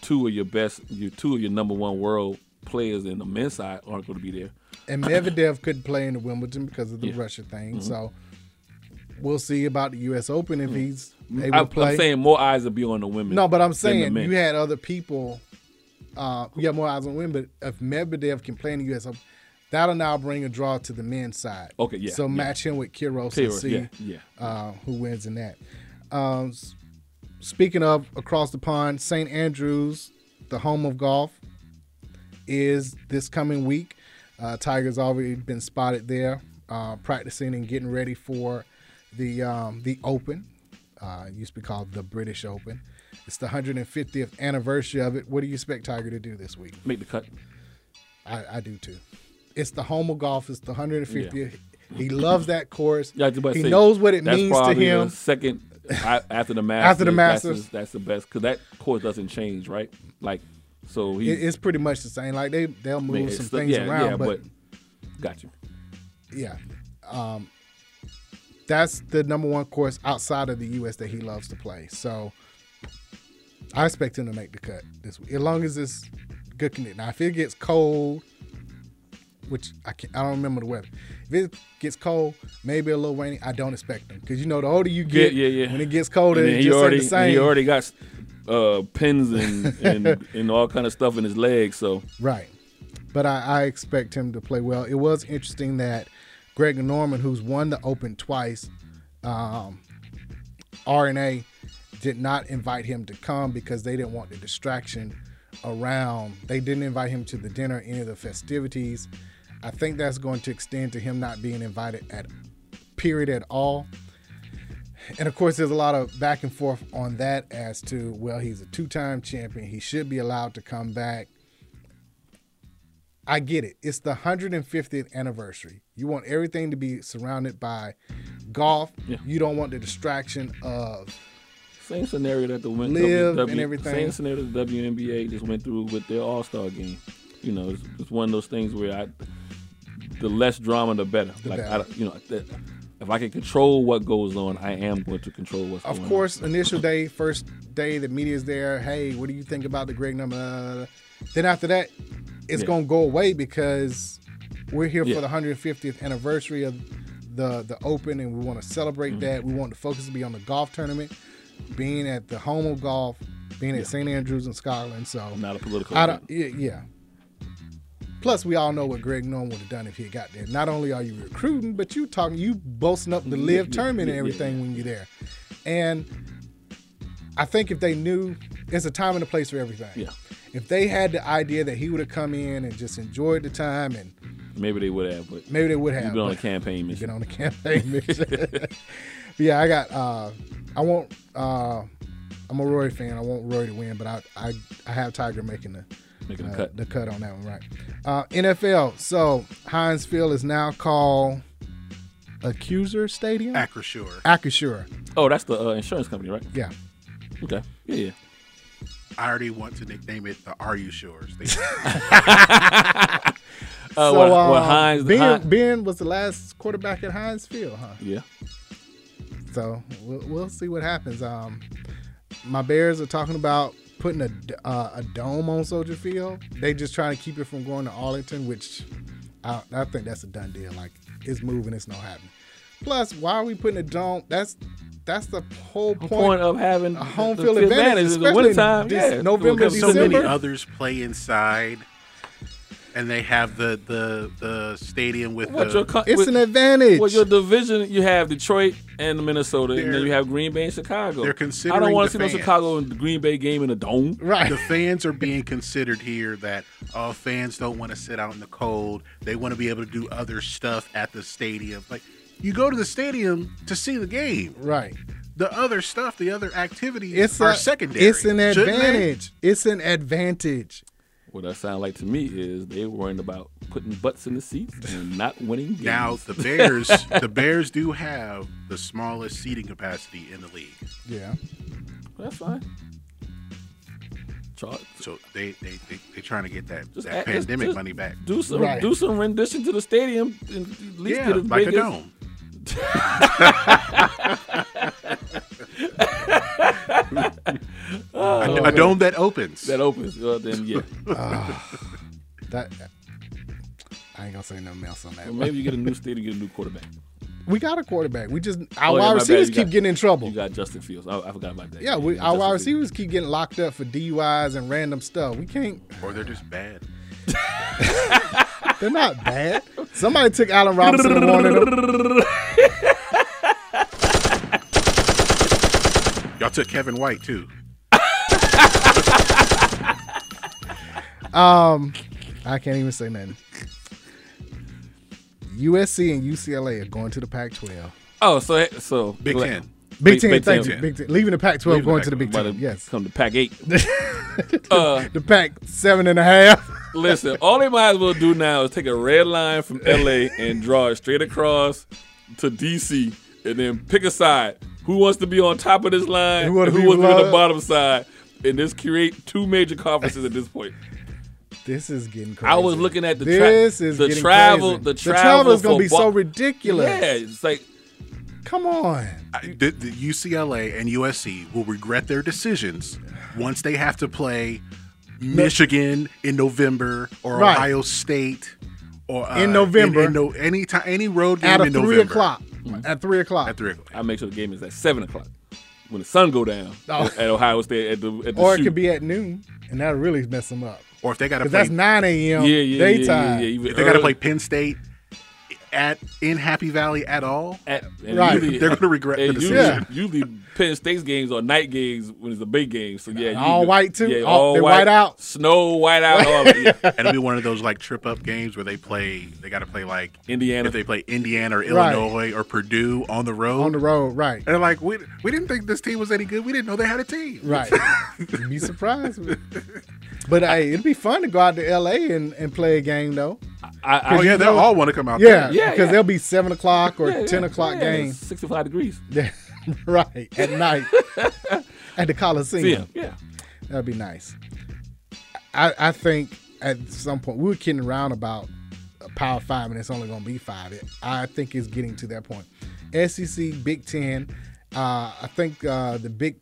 Speaker 5: two of your best, your two of your number one world players in the men's side aren't going to be there.
Speaker 9: and Medvedev couldn't play in the Wimbledon because of the
Speaker 5: Yeah.
Speaker 9: Russia thing.
Speaker 5: Mhm.
Speaker 9: So we'll see about the U.S. Open
Speaker 5: Mm-hmm.
Speaker 9: if he's able
Speaker 5: I,
Speaker 9: to play.
Speaker 5: am saying more eyes will be on the women.
Speaker 9: no, but
Speaker 5: than
Speaker 9: I'm
Speaker 5: the
Speaker 9: saying
Speaker 5: men.
Speaker 9: you had other people. Uh, you have more eyes on women, but if Medvedev can play in the U.S. Open, that'll now bring a draw to the men's side.
Speaker 5: Okay, yeah,
Speaker 9: So
Speaker 5: yeah.
Speaker 9: match him with Kiros and
Speaker 5: Kiros,
Speaker 9: see
Speaker 5: yeah, yeah.
Speaker 9: Uh, who wins in that. Um, s- speaking of across the pond, St. Andrews, the home of golf, is this coming week. Uh, Tiger's already been spotted there, uh, practicing and getting ready for the um, the Open. Uh, it used to be called the British Open. It's the 150th anniversary of it. What do you expect Tiger to do this week?
Speaker 5: make the cut.
Speaker 9: I, I do too. It's the home of golf. It's the 150th. He loves that course.
Speaker 5: Yeah, I was about to
Speaker 9: he
Speaker 5: say,
Speaker 9: knows what it
Speaker 5: that's
Speaker 9: means to
Speaker 5: probably the
Speaker 9: him.
Speaker 5: second I, after the Masters.
Speaker 9: After the
Speaker 5: that's
Speaker 9: Masters.
Speaker 5: his- that's, the best because that course doesn't change, right? Like so he.
Speaker 9: It- it's pretty much the same. Like they they'll
Speaker 5: I
Speaker 9: move
Speaker 5: mean,
Speaker 9: some
Speaker 5: it's-
Speaker 9: things
Speaker 5: yeah,
Speaker 9: around,
Speaker 5: yeah,
Speaker 9: but
Speaker 5: but got you.
Speaker 9: yeah. Um, that's the number one course outside of the U.S. that he loves to play. So I expect him to make the cut this week, as long as it's good condition. Now, if it gets cold, which I can't, I don't remember the weather. If it gets cold, maybe a little rainy. I don't expect them because you know the older you get,
Speaker 5: yeah, yeah.
Speaker 9: when it gets colder,
Speaker 5: And
Speaker 9: it
Speaker 5: then he
Speaker 9: just ain't
Speaker 5: already
Speaker 9: the same.
Speaker 5: he already got uh, pins and, and and all kind of stuff in his legs. So
Speaker 9: Right. But I, I expect him to play well. It was interesting that Greg Norman, who's won the Open twice, um, RNA did not invite him to come because they didn't want the distraction around. They didn't invite him to the dinner, any of the festivities. I think that's going to extend to him not being invited at period at all. And of course, there's a lot of back and forth on that as to well, he's a two-time champion. He should be allowed to come back. I get it. It's the 150th anniversary. You want everything to be surrounded by golf. You don't want the distraction of
Speaker 5: same scenario that the win
Speaker 9: live
Speaker 5: W-
Speaker 9: and everything.
Speaker 5: Same scenario that the WNBA just went through with their All Star game. You know, it's, it's one of those things where I, the less drama, the better.
Speaker 9: The
Speaker 5: like
Speaker 9: better.
Speaker 5: I, don't- you know, that, if I can control what goes on, I am going to control what's
Speaker 9: Of
Speaker 5: going
Speaker 9: course, initial day, first day, the media's there. Hey, what do you think about the Greg number? Blah, blah, blah. Then after that, it's
Speaker 5: Yeah.
Speaker 9: gonna go away because we're here
Speaker 5: Yeah.
Speaker 9: for the 150th anniversary of the the Open, and we want to celebrate
Speaker 5: Mm-hmm.
Speaker 9: that. We want the focus to be on the golf tournament, being at the home of golf, being at St Andrews in Scotland. So
Speaker 5: not a political.
Speaker 9: I
Speaker 5: event.
Speaker 9: don't, yeah, yeah. Plus, we all know what Greg Norman would have done if he had got there. Not only are you recruiting, but you talking, you boasting up the
Speaker 5: Yeah,
Speaker 9: live
Speaker 5: yeah,
Speaker 9: tournament and
Speaker 5: yeah,
Speaker 9: everything when you're there. And I think if they knew, it's a time and a place for everything.
Speaker 5: Yeah.
Speaker 9: If they had the idea that he would have come in and just enjoyed the time, and
Speaker 5: Maybe they would have, but
Speaker 9: Maybe they would have,
Speaker 5: You've been on a
Speaker 9: but-
Speaker 5: campaign mission.
Speaker 9: been on the campaign mission. but yeah, I got. uh I want. uh I'm a Roy fan. I want Roy to win, but I I, I have Tiger making the
Speaker 5: Making the
Speaker 9: uh,
Speaker 5: cut.
Speaker 9: the cut on that one, right? Uh, NFL. So Heinz Field is now called Accuser Stadium.
Speaker 6: Acrisure.
Speaker 9: Acrisure.
Speaker 5: Oh, that's the uh, insurance company, right?
Speaker 9: Yeah.
Speaker 5: Okay. Yeah, yeah.
Speaker 6: I already want to nickname it the Are You Sure? Stadium.
Speaker 5: Uh,
Speaker 9: so
Speaker 5: what-
Speaker 9: uh,
Speaker 5: what Heinz-
Speaker 9: ben,
Speaker 5: Hein-
Speaker 9: ben was the last quarterback at Heinz Field, huh?
Speaker 5: Yeah.
Speaker 9: So we'll, we'll see what happens. Um, my Bears are talking about putting a, d- uh, a dome on Soldier Field. They just trying to keep it from going to Arlington, which I, I think that's a done deal. Like it's moving, it's not happening. Plus, why are we putting a dome? That's that's the whole point,
Speaker 5: point of having
Speaker 9: a home
Speaker 5: the
Speaker 9: field
Speaker 5: field advantage
Speaker 9: advantage,
Speaker 5: in the
Speaker 9: especially
Speaker 5: wintertime,
Speaker 9: this
Speaker 5: yeah.
Speaker 9: November,
Speaker 6: Because so many
Speaker 9: December.
Speaker 6: others play inside, and they have the the, the stadium with
Speaker 5: What
Speaker 6: the
Speaker 5: your co-
Speaker 9: It's
Speaker 5: with-
Speaker 9: an advantage.
Speaker 5: Well, your division, you have Detroit and Minnesota, and
Speaker 6: They're-
Speaker 5: then you have Green Bay and Chicago.
Speaker 6: they're
Speaker 5: I don't
Speaker 6: considering
Speaker 5: wanna
Speaker 6: the
Speaker 5: see
Speaker 6: fans.
Speaker 5: no Chicago and Green Bay game in a dome.
Speaker 9: Right.
Speaker 6: The fans are being considered here that uh, fans don't want to sit out in the cold. They want to be able to do other stuff at the stadium. Like you go to the stadium to see the game.
Speaker 9: Right.
Speaker 6: The other stuff, the other activities
Speaker 9: It's
Speaker 6: are
Speaker 9: a-
Speaker 6: secondary.
Speaker 9: It's an
Speaker 6: Shouldn't they?
Speaker 9: advantage. It's an advantage.
Speaker 5: What that sounds like to me is they worrying about putting butts in the seats and not winning games.
Speaker 6: Now the Bears, the Bears do have the smallest seating capacity in the league.
Speaker 9: Yeah.
Speaker 5: That's fine. Char-
Speaker 6: So they they they they trying to get that,
Speaker 5: Just
Speaker 6: that
Speaker 5: add- just-
Speaker 6: pandemic
Speaker 5: just
Speaker 6: money back.
Speaker 5: Do some
Speaker 9: Right.
Speaker 5: do some rendition to the stadium and at least
Speaker 6: yeah,
Speaker 5: get a
Speaker 6: like a
Speaker 5: biggest-
Speaker 6: dome.
Speaker 5: Oh,
Speaker 6: a, a dome that opens.
Speaker 5: That opens. Well, then yeah.
Speaker 9: That I ain't gonna say nothing else on that.
Speaker 5: Well, maybe you get a new stadium, get a new quarterback.
Speaker 9: We got a quarterback. We just our
Speaker 5: Oh, yeah,
Speaker 9: wide
Speaker 5: my bad.
Speaker 9: receivers
Speaker 5: You
Speaker 9: keep
Speaker 5: got-
Speaker 9: getting in trouble.
Speaker 5: You got Justin Fields. I, I forgot about that.
Speaker 9: yeah, we,
Speaker 5: You got
Speaker 9: our
Speaker 5: Justin
Speaker 9: wide
Speaker 5: Fields.
Speaker 9: receivers keep getting locked up for DUIs and random stuff. We can't.
Speaker 6: or they're just bad.
Speaker 9: They're not bad. Somebody took Allen Robinson and wanted him.
Speaker 6: Y'all took Kevin White too.
Speaker 9: Um, I can't even say nothing. USC and UCLA are going to the Pac-12.
Speaker 5: Oh, so so
Speaker 6: Big
Speaker 5: like-
Speaker 6: Ten.
Speaker 9: Big Ten, thank you. Big Ten. Leaving the Pac-12,
Speaker 5: Leaving
Speaker 9: going to the Big
Speaker 5: Pac-
Speaker 9: Ten.
Speaker 5: about to
Speaker 9: Yes,
Speaker 5: come to Pac Eight. uh,
Speaker 9: the Pac seven and a half.
Speaker 5: listen, all they might as well do now is take a red line from LA and draw it straight across to DC, and then pick a side. Who wants to be on top of this line?
Speaker 9: Who
Speaker 5: Who
Speaker 9: wanna
Speaker 5: wants to
Speaker 9: be
Speaker 5: be on
Speaker 9: below?
Speaker 5: the bottom side? And just create two major conferences at this point.
Speaker 9: This is getting crazy.
Speaker 5: I was looking at the tra-
Speaker 9: this is
Speaker 5: the
Speaker 9: getting
Speaker 5: travel
Speaker 9: crazy.
Speaker 5: the travel
Speaker 9: is gonna
Speaker 5: for
Speaker 9: be
Speaker 5: bo-
Speaker 9: so ridiculous.
Speaker 5: Yeah, it's like
Speaker 9: Come on.
Speaker 6: I- the, the UCLA and USC will regret their decisions once they have to play Michigan in November or
Speaker 9: Right.
Speaker 6: Ohio State or
Speaker 9: In November.
Speaker 6: in, in no, any time, any road game
Speaker 9: At a
Speaker 6: in
Speaker 9: three
Speaker 6: November.
Speaker 9: o'clock.
Speaker 5: Mm-hmm.
Speaker 9: At three o'clock. At
Speaker 6: three o'clock.
Speaker 5: I make sure the game is at seven o'clock when the sun go down
Speaker 9: Oh.
Speaker 5: at, at Ohio State at the at the
Speaker 9: or it
Speaker 5: shoot.
Speaker 9: could be at noon, and that'll really mess them up.
Speaker 6: Or if they got to
Speaker 9: 'Cause
Speaker 6: play,
Speaker 9: that's nine a.m.
Speaker 6: Yeah, yeah,
Speaker 9: daytime.
Speaker 6: Yeah, if they
Speaker 5: Uh.
Speaker 6: got to play Penn State at in Happy Valley at all,
Speaker 5: And
Speaker 6: right?
Speaker 5: usually-
Speaker 6: They're going to regret the
Speaker 5: and
Speaker 6: decision.
Speaker 5: Usually, usually Penn State's games are night games when it's the big game. So yeah, you
Speaker 9: All
Speaker 5: can-
Speaker 9: white, too?
Speaker 5: Yeah,
Speaker 9: Oh,
Speaker 5: all
Speaker 9: they
Speaker 5: white,
Speaker 9: white out?
Speaker 5: snow, white out. All of it. yeah.
Speaker 6: and it'll be one of those like trip up games where they play. They got to play like Indiana. If they play Indiana or
Speaker 9: Right.
Speaker 6: Illinois or Purdue on the road,
Speaker 9: on the road, right?
Speaker 6: and they're like, we we didn't think this team was any good. We didn't know they had a team.
Speaker 9: Right. You'd be surprised. But hey, it'd be fun to go out to L.A. and, and play a game though.
Speaker 5: I,
Speaker 6: oh yeah, they'll all want to come out.
Speaker 9: Yeah,
Speaker 6: there.
Speaker 9: yeah, because they'll be seven o'clock or
Speaker 5: Yeah, yeah,
Speaker 9: ten o'clock
Speaker 5: yeah,
Speaker 9: game.
Speaker 5: it's Sixty-five degrees.
Speaker 9: Yeah, right at night at the Coliseum.
Speaker 5: Yeah, yeah.
Speaker 9: that'd be nice. I, I think at some point we were kidding around about a Power Five, and it's only going to be five. I think it's getting to that point. SEC, Big Ten. Uh, I think uh, the Big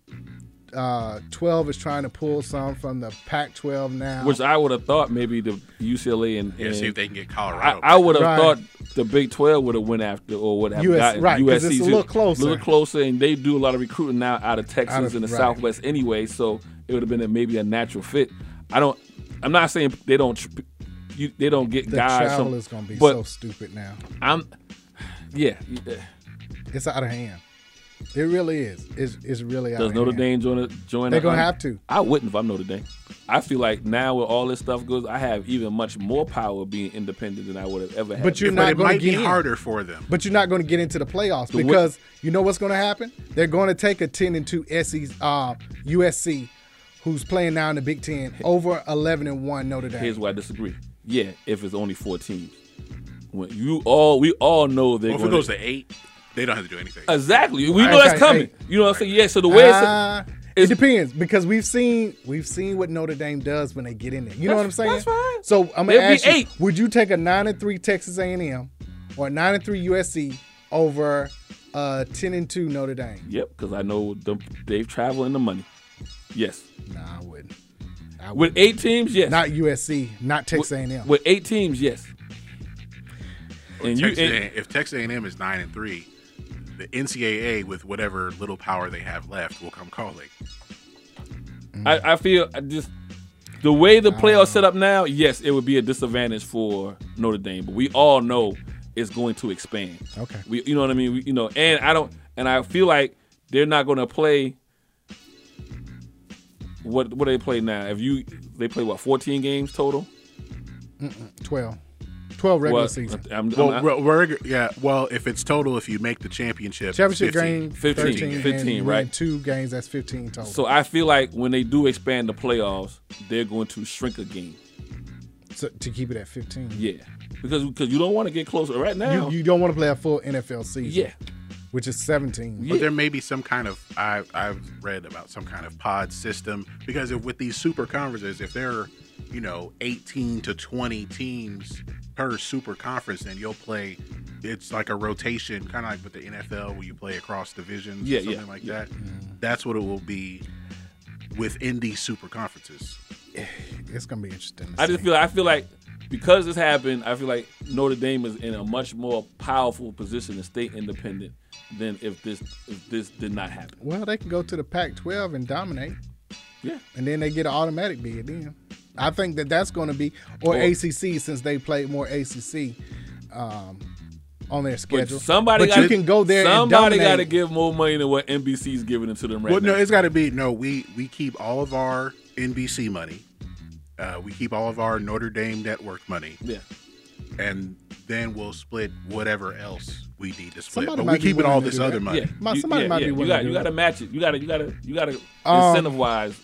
Speaker 9: uh, Twelve is trying to pull some from the Pac-12 now.
Speaker 5: Which I would have thought maybe the UCLA and,
Speaker 6: Yeah,
Speaker 5: and
Speaker 6: see if they can get
Speaker 5: I,
Speaker 6: Colorado.
Speaker 5: I would have
Speaker 9: Right.
Speaker 5: thought the Big Twelve would have went after or would have
Speaker 9: US
Speaker 5: gotten
Speaker 9: right, 'cause it's a
Speaker 5: USC,
Speaker 9: little
Speaker 5: too.
Speaker 9: closer.
Speaker 5: a little closer, and they do a lot of recruiting now out of Texas
Speaker 9: Out of-
Speaker 5: and the
Speaker 9: right.
Speaker 5: Southwest anyway. So it would have been a, maybe a natural fit. I don't. I'm not saying they don't. tr- You, they don't get
Speaker 9: the
Speaker 5: guys.
Speaker 9: travel
Speaker 5: some-
Speaker 9: is going to be
Speaker 5: but
Speaker 9: so stupid now.
Speaker 5: I'm. Yeah. Does
Speaker 9: It's out of hand. It really is. It's, it's really out of
Speaker 5: Notre
Speaker 9: hand.
Speaker 5: Dame join? A, join?
Speaker 9: They're
Speaker 5: a-
Speaker 9: gonna have to.
Speaker 5: I wouldn't if I'm Notre Dame. I feel like now where all this stuff goes, I have even much more power being independent than I would have ever had.
Speaker 9: But you're
Speaker 5: before.
Speaker 9: not
Speaker 6: it
Speaker 9: going to
Speaker 6: might be
Speaker 9: get in.
Speaker 6: harder for them.
Speaker 9: But you're not going to get into the playoffs
Speaker 5: The wi-
Speaker 9: because you know what's going to happen. They're going to take a ten and two SEC, uh, USC, who's playing now in the Big Ten, over eleven and one Notre Dame.
Speaker 5: Here's why I disagree. Yeah, if it's only four teams, when you all we all know they're
Speaker 6: Well, if it
Speaker 5: going
Speaker 6: goes to eight, they don't have to do anything.
Speaker 5: exactly. We know
Speaker 9: Okay,
Speaker 5: that's coming.
Speaker 9: hey.
Speaker 5: You know what I'm saying? Yeah. So the way it's
Speaker 9: Uh, it depends because we've seen we've seen what Notre Dame does when they get in there. You know what I'm
Speaker 5: That's-
Speaker 9: saying?
Speaker 5: that's fine.
Speaker 9: So I'm gonna
Speaker 5: They'll be
Speaker 9: ask you:
Speaker 5: eight.
Speaker 9: Would you take a nine and three Texas A&M or a nine and three USC over uh, ten and two Notre Dame?
Speaker 5: yep, because I know them, they've traveling the money. Yes,
Speaker 9: Nah, I wouldn't. I
Speaker 5: with
Speaker 9: wouldn't.
Speaker 5: eight teams, yes.
Speaker 9: not USC, not Texas A&M.
Speaker 5: with eight teams, yes. And you,
Speaker 6: Texas
Speaker 5: and,
Speaker 6: A- if Texas A&M is nine and three, the NCAA with whatever little power they have left will come calling.
Speaker 5: I, I feel I just the way the playoffs set up now, yes, it would be a disadvantage for Notre Dame, but we all know it's going to expand.
Speaker 9: Okay.
Speaker 5: We, you know what I mean? We, you know, and I don't, and I feel like they're not going to play. What what do they play now? If you they play what fourteen games total?
Speaker 9: Mm-mm, 12. 12 regular
Speaker 5: Well,
Speaker 9: season.
Speaker 5: I'm, I'm,
Speaker 6: Well,
Speaker 5: I'm-
Speaker 6: re- reg- yeah. Well, if it's total, if you make the championship,
Speaker 9: Championship
Speaker 6: 15.
Speaker 9: game
Speaker 5: 15,
Speaker 9: 13, and
Speaker 5: 15,
Speaker 9: you win
Speaker 5: right.
Speaker 9: Two games, that's 15 total.
Speaker 5: so
Speaker 9: So,
Speaker 5: I feel like when they do expand the playoffs, they're going to shrink a game.
Speaker 9: to keep it at 15.
Speaker 5: Yeah, because because you don't want to get closer right now.
Speaker 9: You, you don't want to play a full NFL season.
Speaker 5: yeah,
Speaker 9: Which is 17.
Speaker 6: But there may be some kind of I've I've read about some kind of pod system because if, with these super conferences, if there are you know eighteen to twenty teams per super conference, then you'll play. It's like a rotation, kind of like with the NFL, where you play across divisions,
Speaker 5: Yeah,
Speaker 6: or something
Speaker 5: yeah,
Speaker 6: like
Speaker 5: yeah.
Speaker 6: that. That's what it will be within these super conferences.
Speaker 9: It's going to be interesting. to
Speaker 5: I just
Speaker 9: see.
Speaker 5: feel I feel like because this happened, I feel like Notre Dame is in a much more powerful position to stay independent than if this if this did not happen.
Speaker 9: Well, they can go to the Pac 12 and dominate.
Speaker 5: Yeah.
Speaker 9: And then they get an automatic bid then. I think that that's going to be, or
Speaker 5: Or-
Speaker 9: ACC, since they played more ACC um, on their
Speaker 5: But
Speaker 9: schedule.
Speaker 5: somebody
Speaker 9: but
Speaker 5: gotta,
Speaker 9: you can go there and
Speaker 5: Somebody
Speaker 9: dominate.
Speaker 5: got to give more money than what NBC's giving it to them right
Speaker 6: well,
Speaker 5: now.
Speaker 6: no, it's got to be no. We we keep all of our NBC money. Uh, we keep all of our Notre Dame network money.
Speaker 5: yeah.
Speaker 6: and then we'll split whatever else we need to split.
Speaker 9: Somebody
Speaker 6: but
Speaker 9: might
Speaker 6: we
Speaker 9: be
Speaker 6: keeping all
Speaker 9: willing to
Speaker 6: this
Speaker 9: do that.
Speaker 6: other money.
Speaker 5: Yeah,
Speaker 9: My-
Speaker 5: You-
Speaker 9: somebody
Speaker 5: yeah,
Speaker 9: might be
Speaker 5: yeah.
Speaker 9: willing
Speaker 5: You got
Speaker 9: to do
Speaker 5: you got to match it. You got to you got to you got to
Speaker 9: Um,
Speaker 5: incentivize.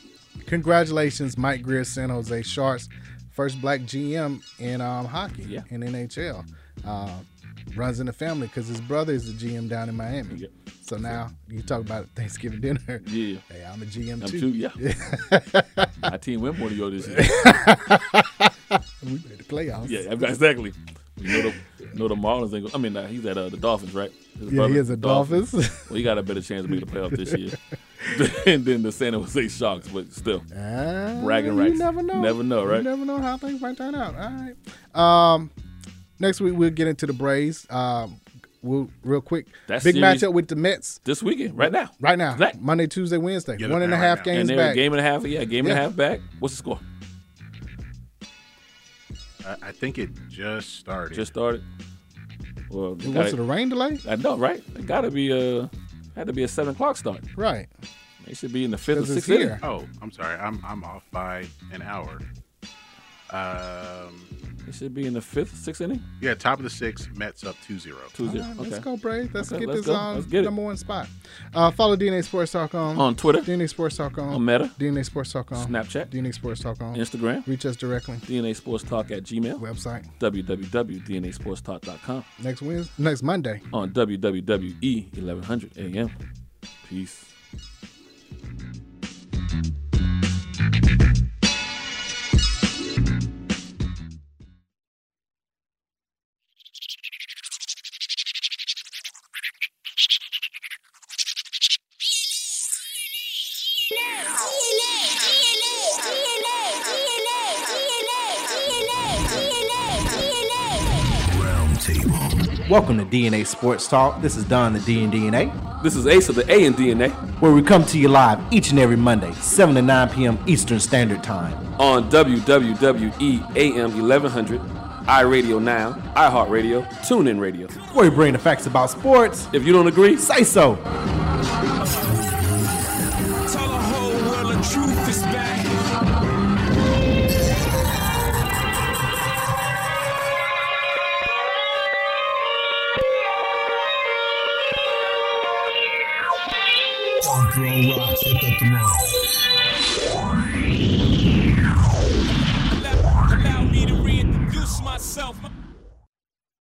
Speaker 9: Congratulations, Mike Greer, San Jose Sharks, first black GM in um, hockey
Speaker 5: Yeah.
Speaker 9: in NHL. Uh, runs in the family because his brother is the GM down in Miami.
Speaker 5: Yep.
Speaker 9: So now you talk about Thanksgiving dinner.
Speaker 5: Yeah.
Speaker 9: Hey, I'm a GM
Speaker 5: I'm
Speaker 9: too.
Speaker 5: too. Yeah. My team went more than yours this year.
Speaker 9: we made the playoffs.
Speaker 5: Yeah, exactly. You know the, know the Marlins ain't. go- I mean, uh, he's at uh, the Dolphins, right? His
Speaker 9: Yeah, he is at Dolphins.
Speaker 5: well, he got a better chance of making the playoff this year than than the San Jose Sharks, but still,
Speaker 9: Ah,
Speaker 5: bragging
Speaker 9: you
Speaker 5: rights.
Speaker 9: never know.
Speaker 5: Never know,
Speaker 9: You
Speaker 5: right?
Speaker 9: never know how things might turn out. All right. Um, Next week we'll get into the Braves. Um, we'll real quick.
Speaker 5: That
Speaker 9: big
Speaker 5: series-
Speaker 9: matchup with the Mets
Speaker 5: this weekend, right now.
Speaker 9: Right now, Monday, Tuesday, Wednesday.
Speaker 5: Get it
Speaker 9: One and a
Speaker 5: now, right
Speaker 9: half
Speaker 5: now. and
Speaker 9: games
Speaker 5: they're
Speaker 9: back.
Speaker 5: A game and a half, yeah, game and a
Speaker 9: Yeah.
Speaker 5: half back. What's the score?
Speaker 6: I, I think it just started.
Speaker 5: Just started. Well,
Speaker 9: It was it a rain delay?
Speaker 5: I know, right? It got to be a had to be a seven o'clock start.
Speaker 9: Right.
Speaker 5: They should be in the fifth or
Speaker 9: 'Cause it's
Speaker 5: sixth inning.
Speaker 9: here.
Speaker 6: Oh, I'm sorry. I'm I'm off by an hour. Um,
Speaker 5: it should be in the fifth, sixth inning.
Speaker 6: Yeah, top of the sixth. Mets up 2-0.
Speaker 9: All right, Let's go, Braves. Let's
Speaker 5: Oh, Okay,
Speaker 9: get
Speaker 5: let's
Speaker 9: this
Speaker 5: go.
Speaker 9: on
Speaker 5: Let's get it.
Speaker 9: number one spot. Uh, follow DNA Sports Talk on
Speaker 5: On Twitter.
Speaker 9: DNA Sports Talk on,
Speaker 5: On Meta.
Speaker 9: DNA Sports Talk on
Speaker 5: Snapchat.
Speaker 9: DNA Sports Talk on
Speaker 5: Instagram.
Speaker 9: Reach us directly.
Speaker 5: DNA Sports Talk at Gmail.
Speaker 9: Website.
Speaker 5: www.dnasportstalk.com.
Speaker 9: Next Wednesday, next Monday.
Speaker 5: On E WWE 1100 AM. Peace.
Speaker 3: Welcome to DNA Sports Talk. This is Don the D and DNA.
Speaker 5: This is Ace of the A and DNA.
Speaker 3: Where we come to you live each and every Monday, 7 to 9 p.m. Eastern Standard Time.
Speaker 5: on E WWE AM 1100, iRadio Now, iHeartRadio, TuneIn Radio.
Speaker 3: Where we bring the facts about sports.
Speaker 5: If you don't agree,
Speaker 3: say so.
Speaker 18: Tell the whole world the truth is back. Allow me to reintroduce myself.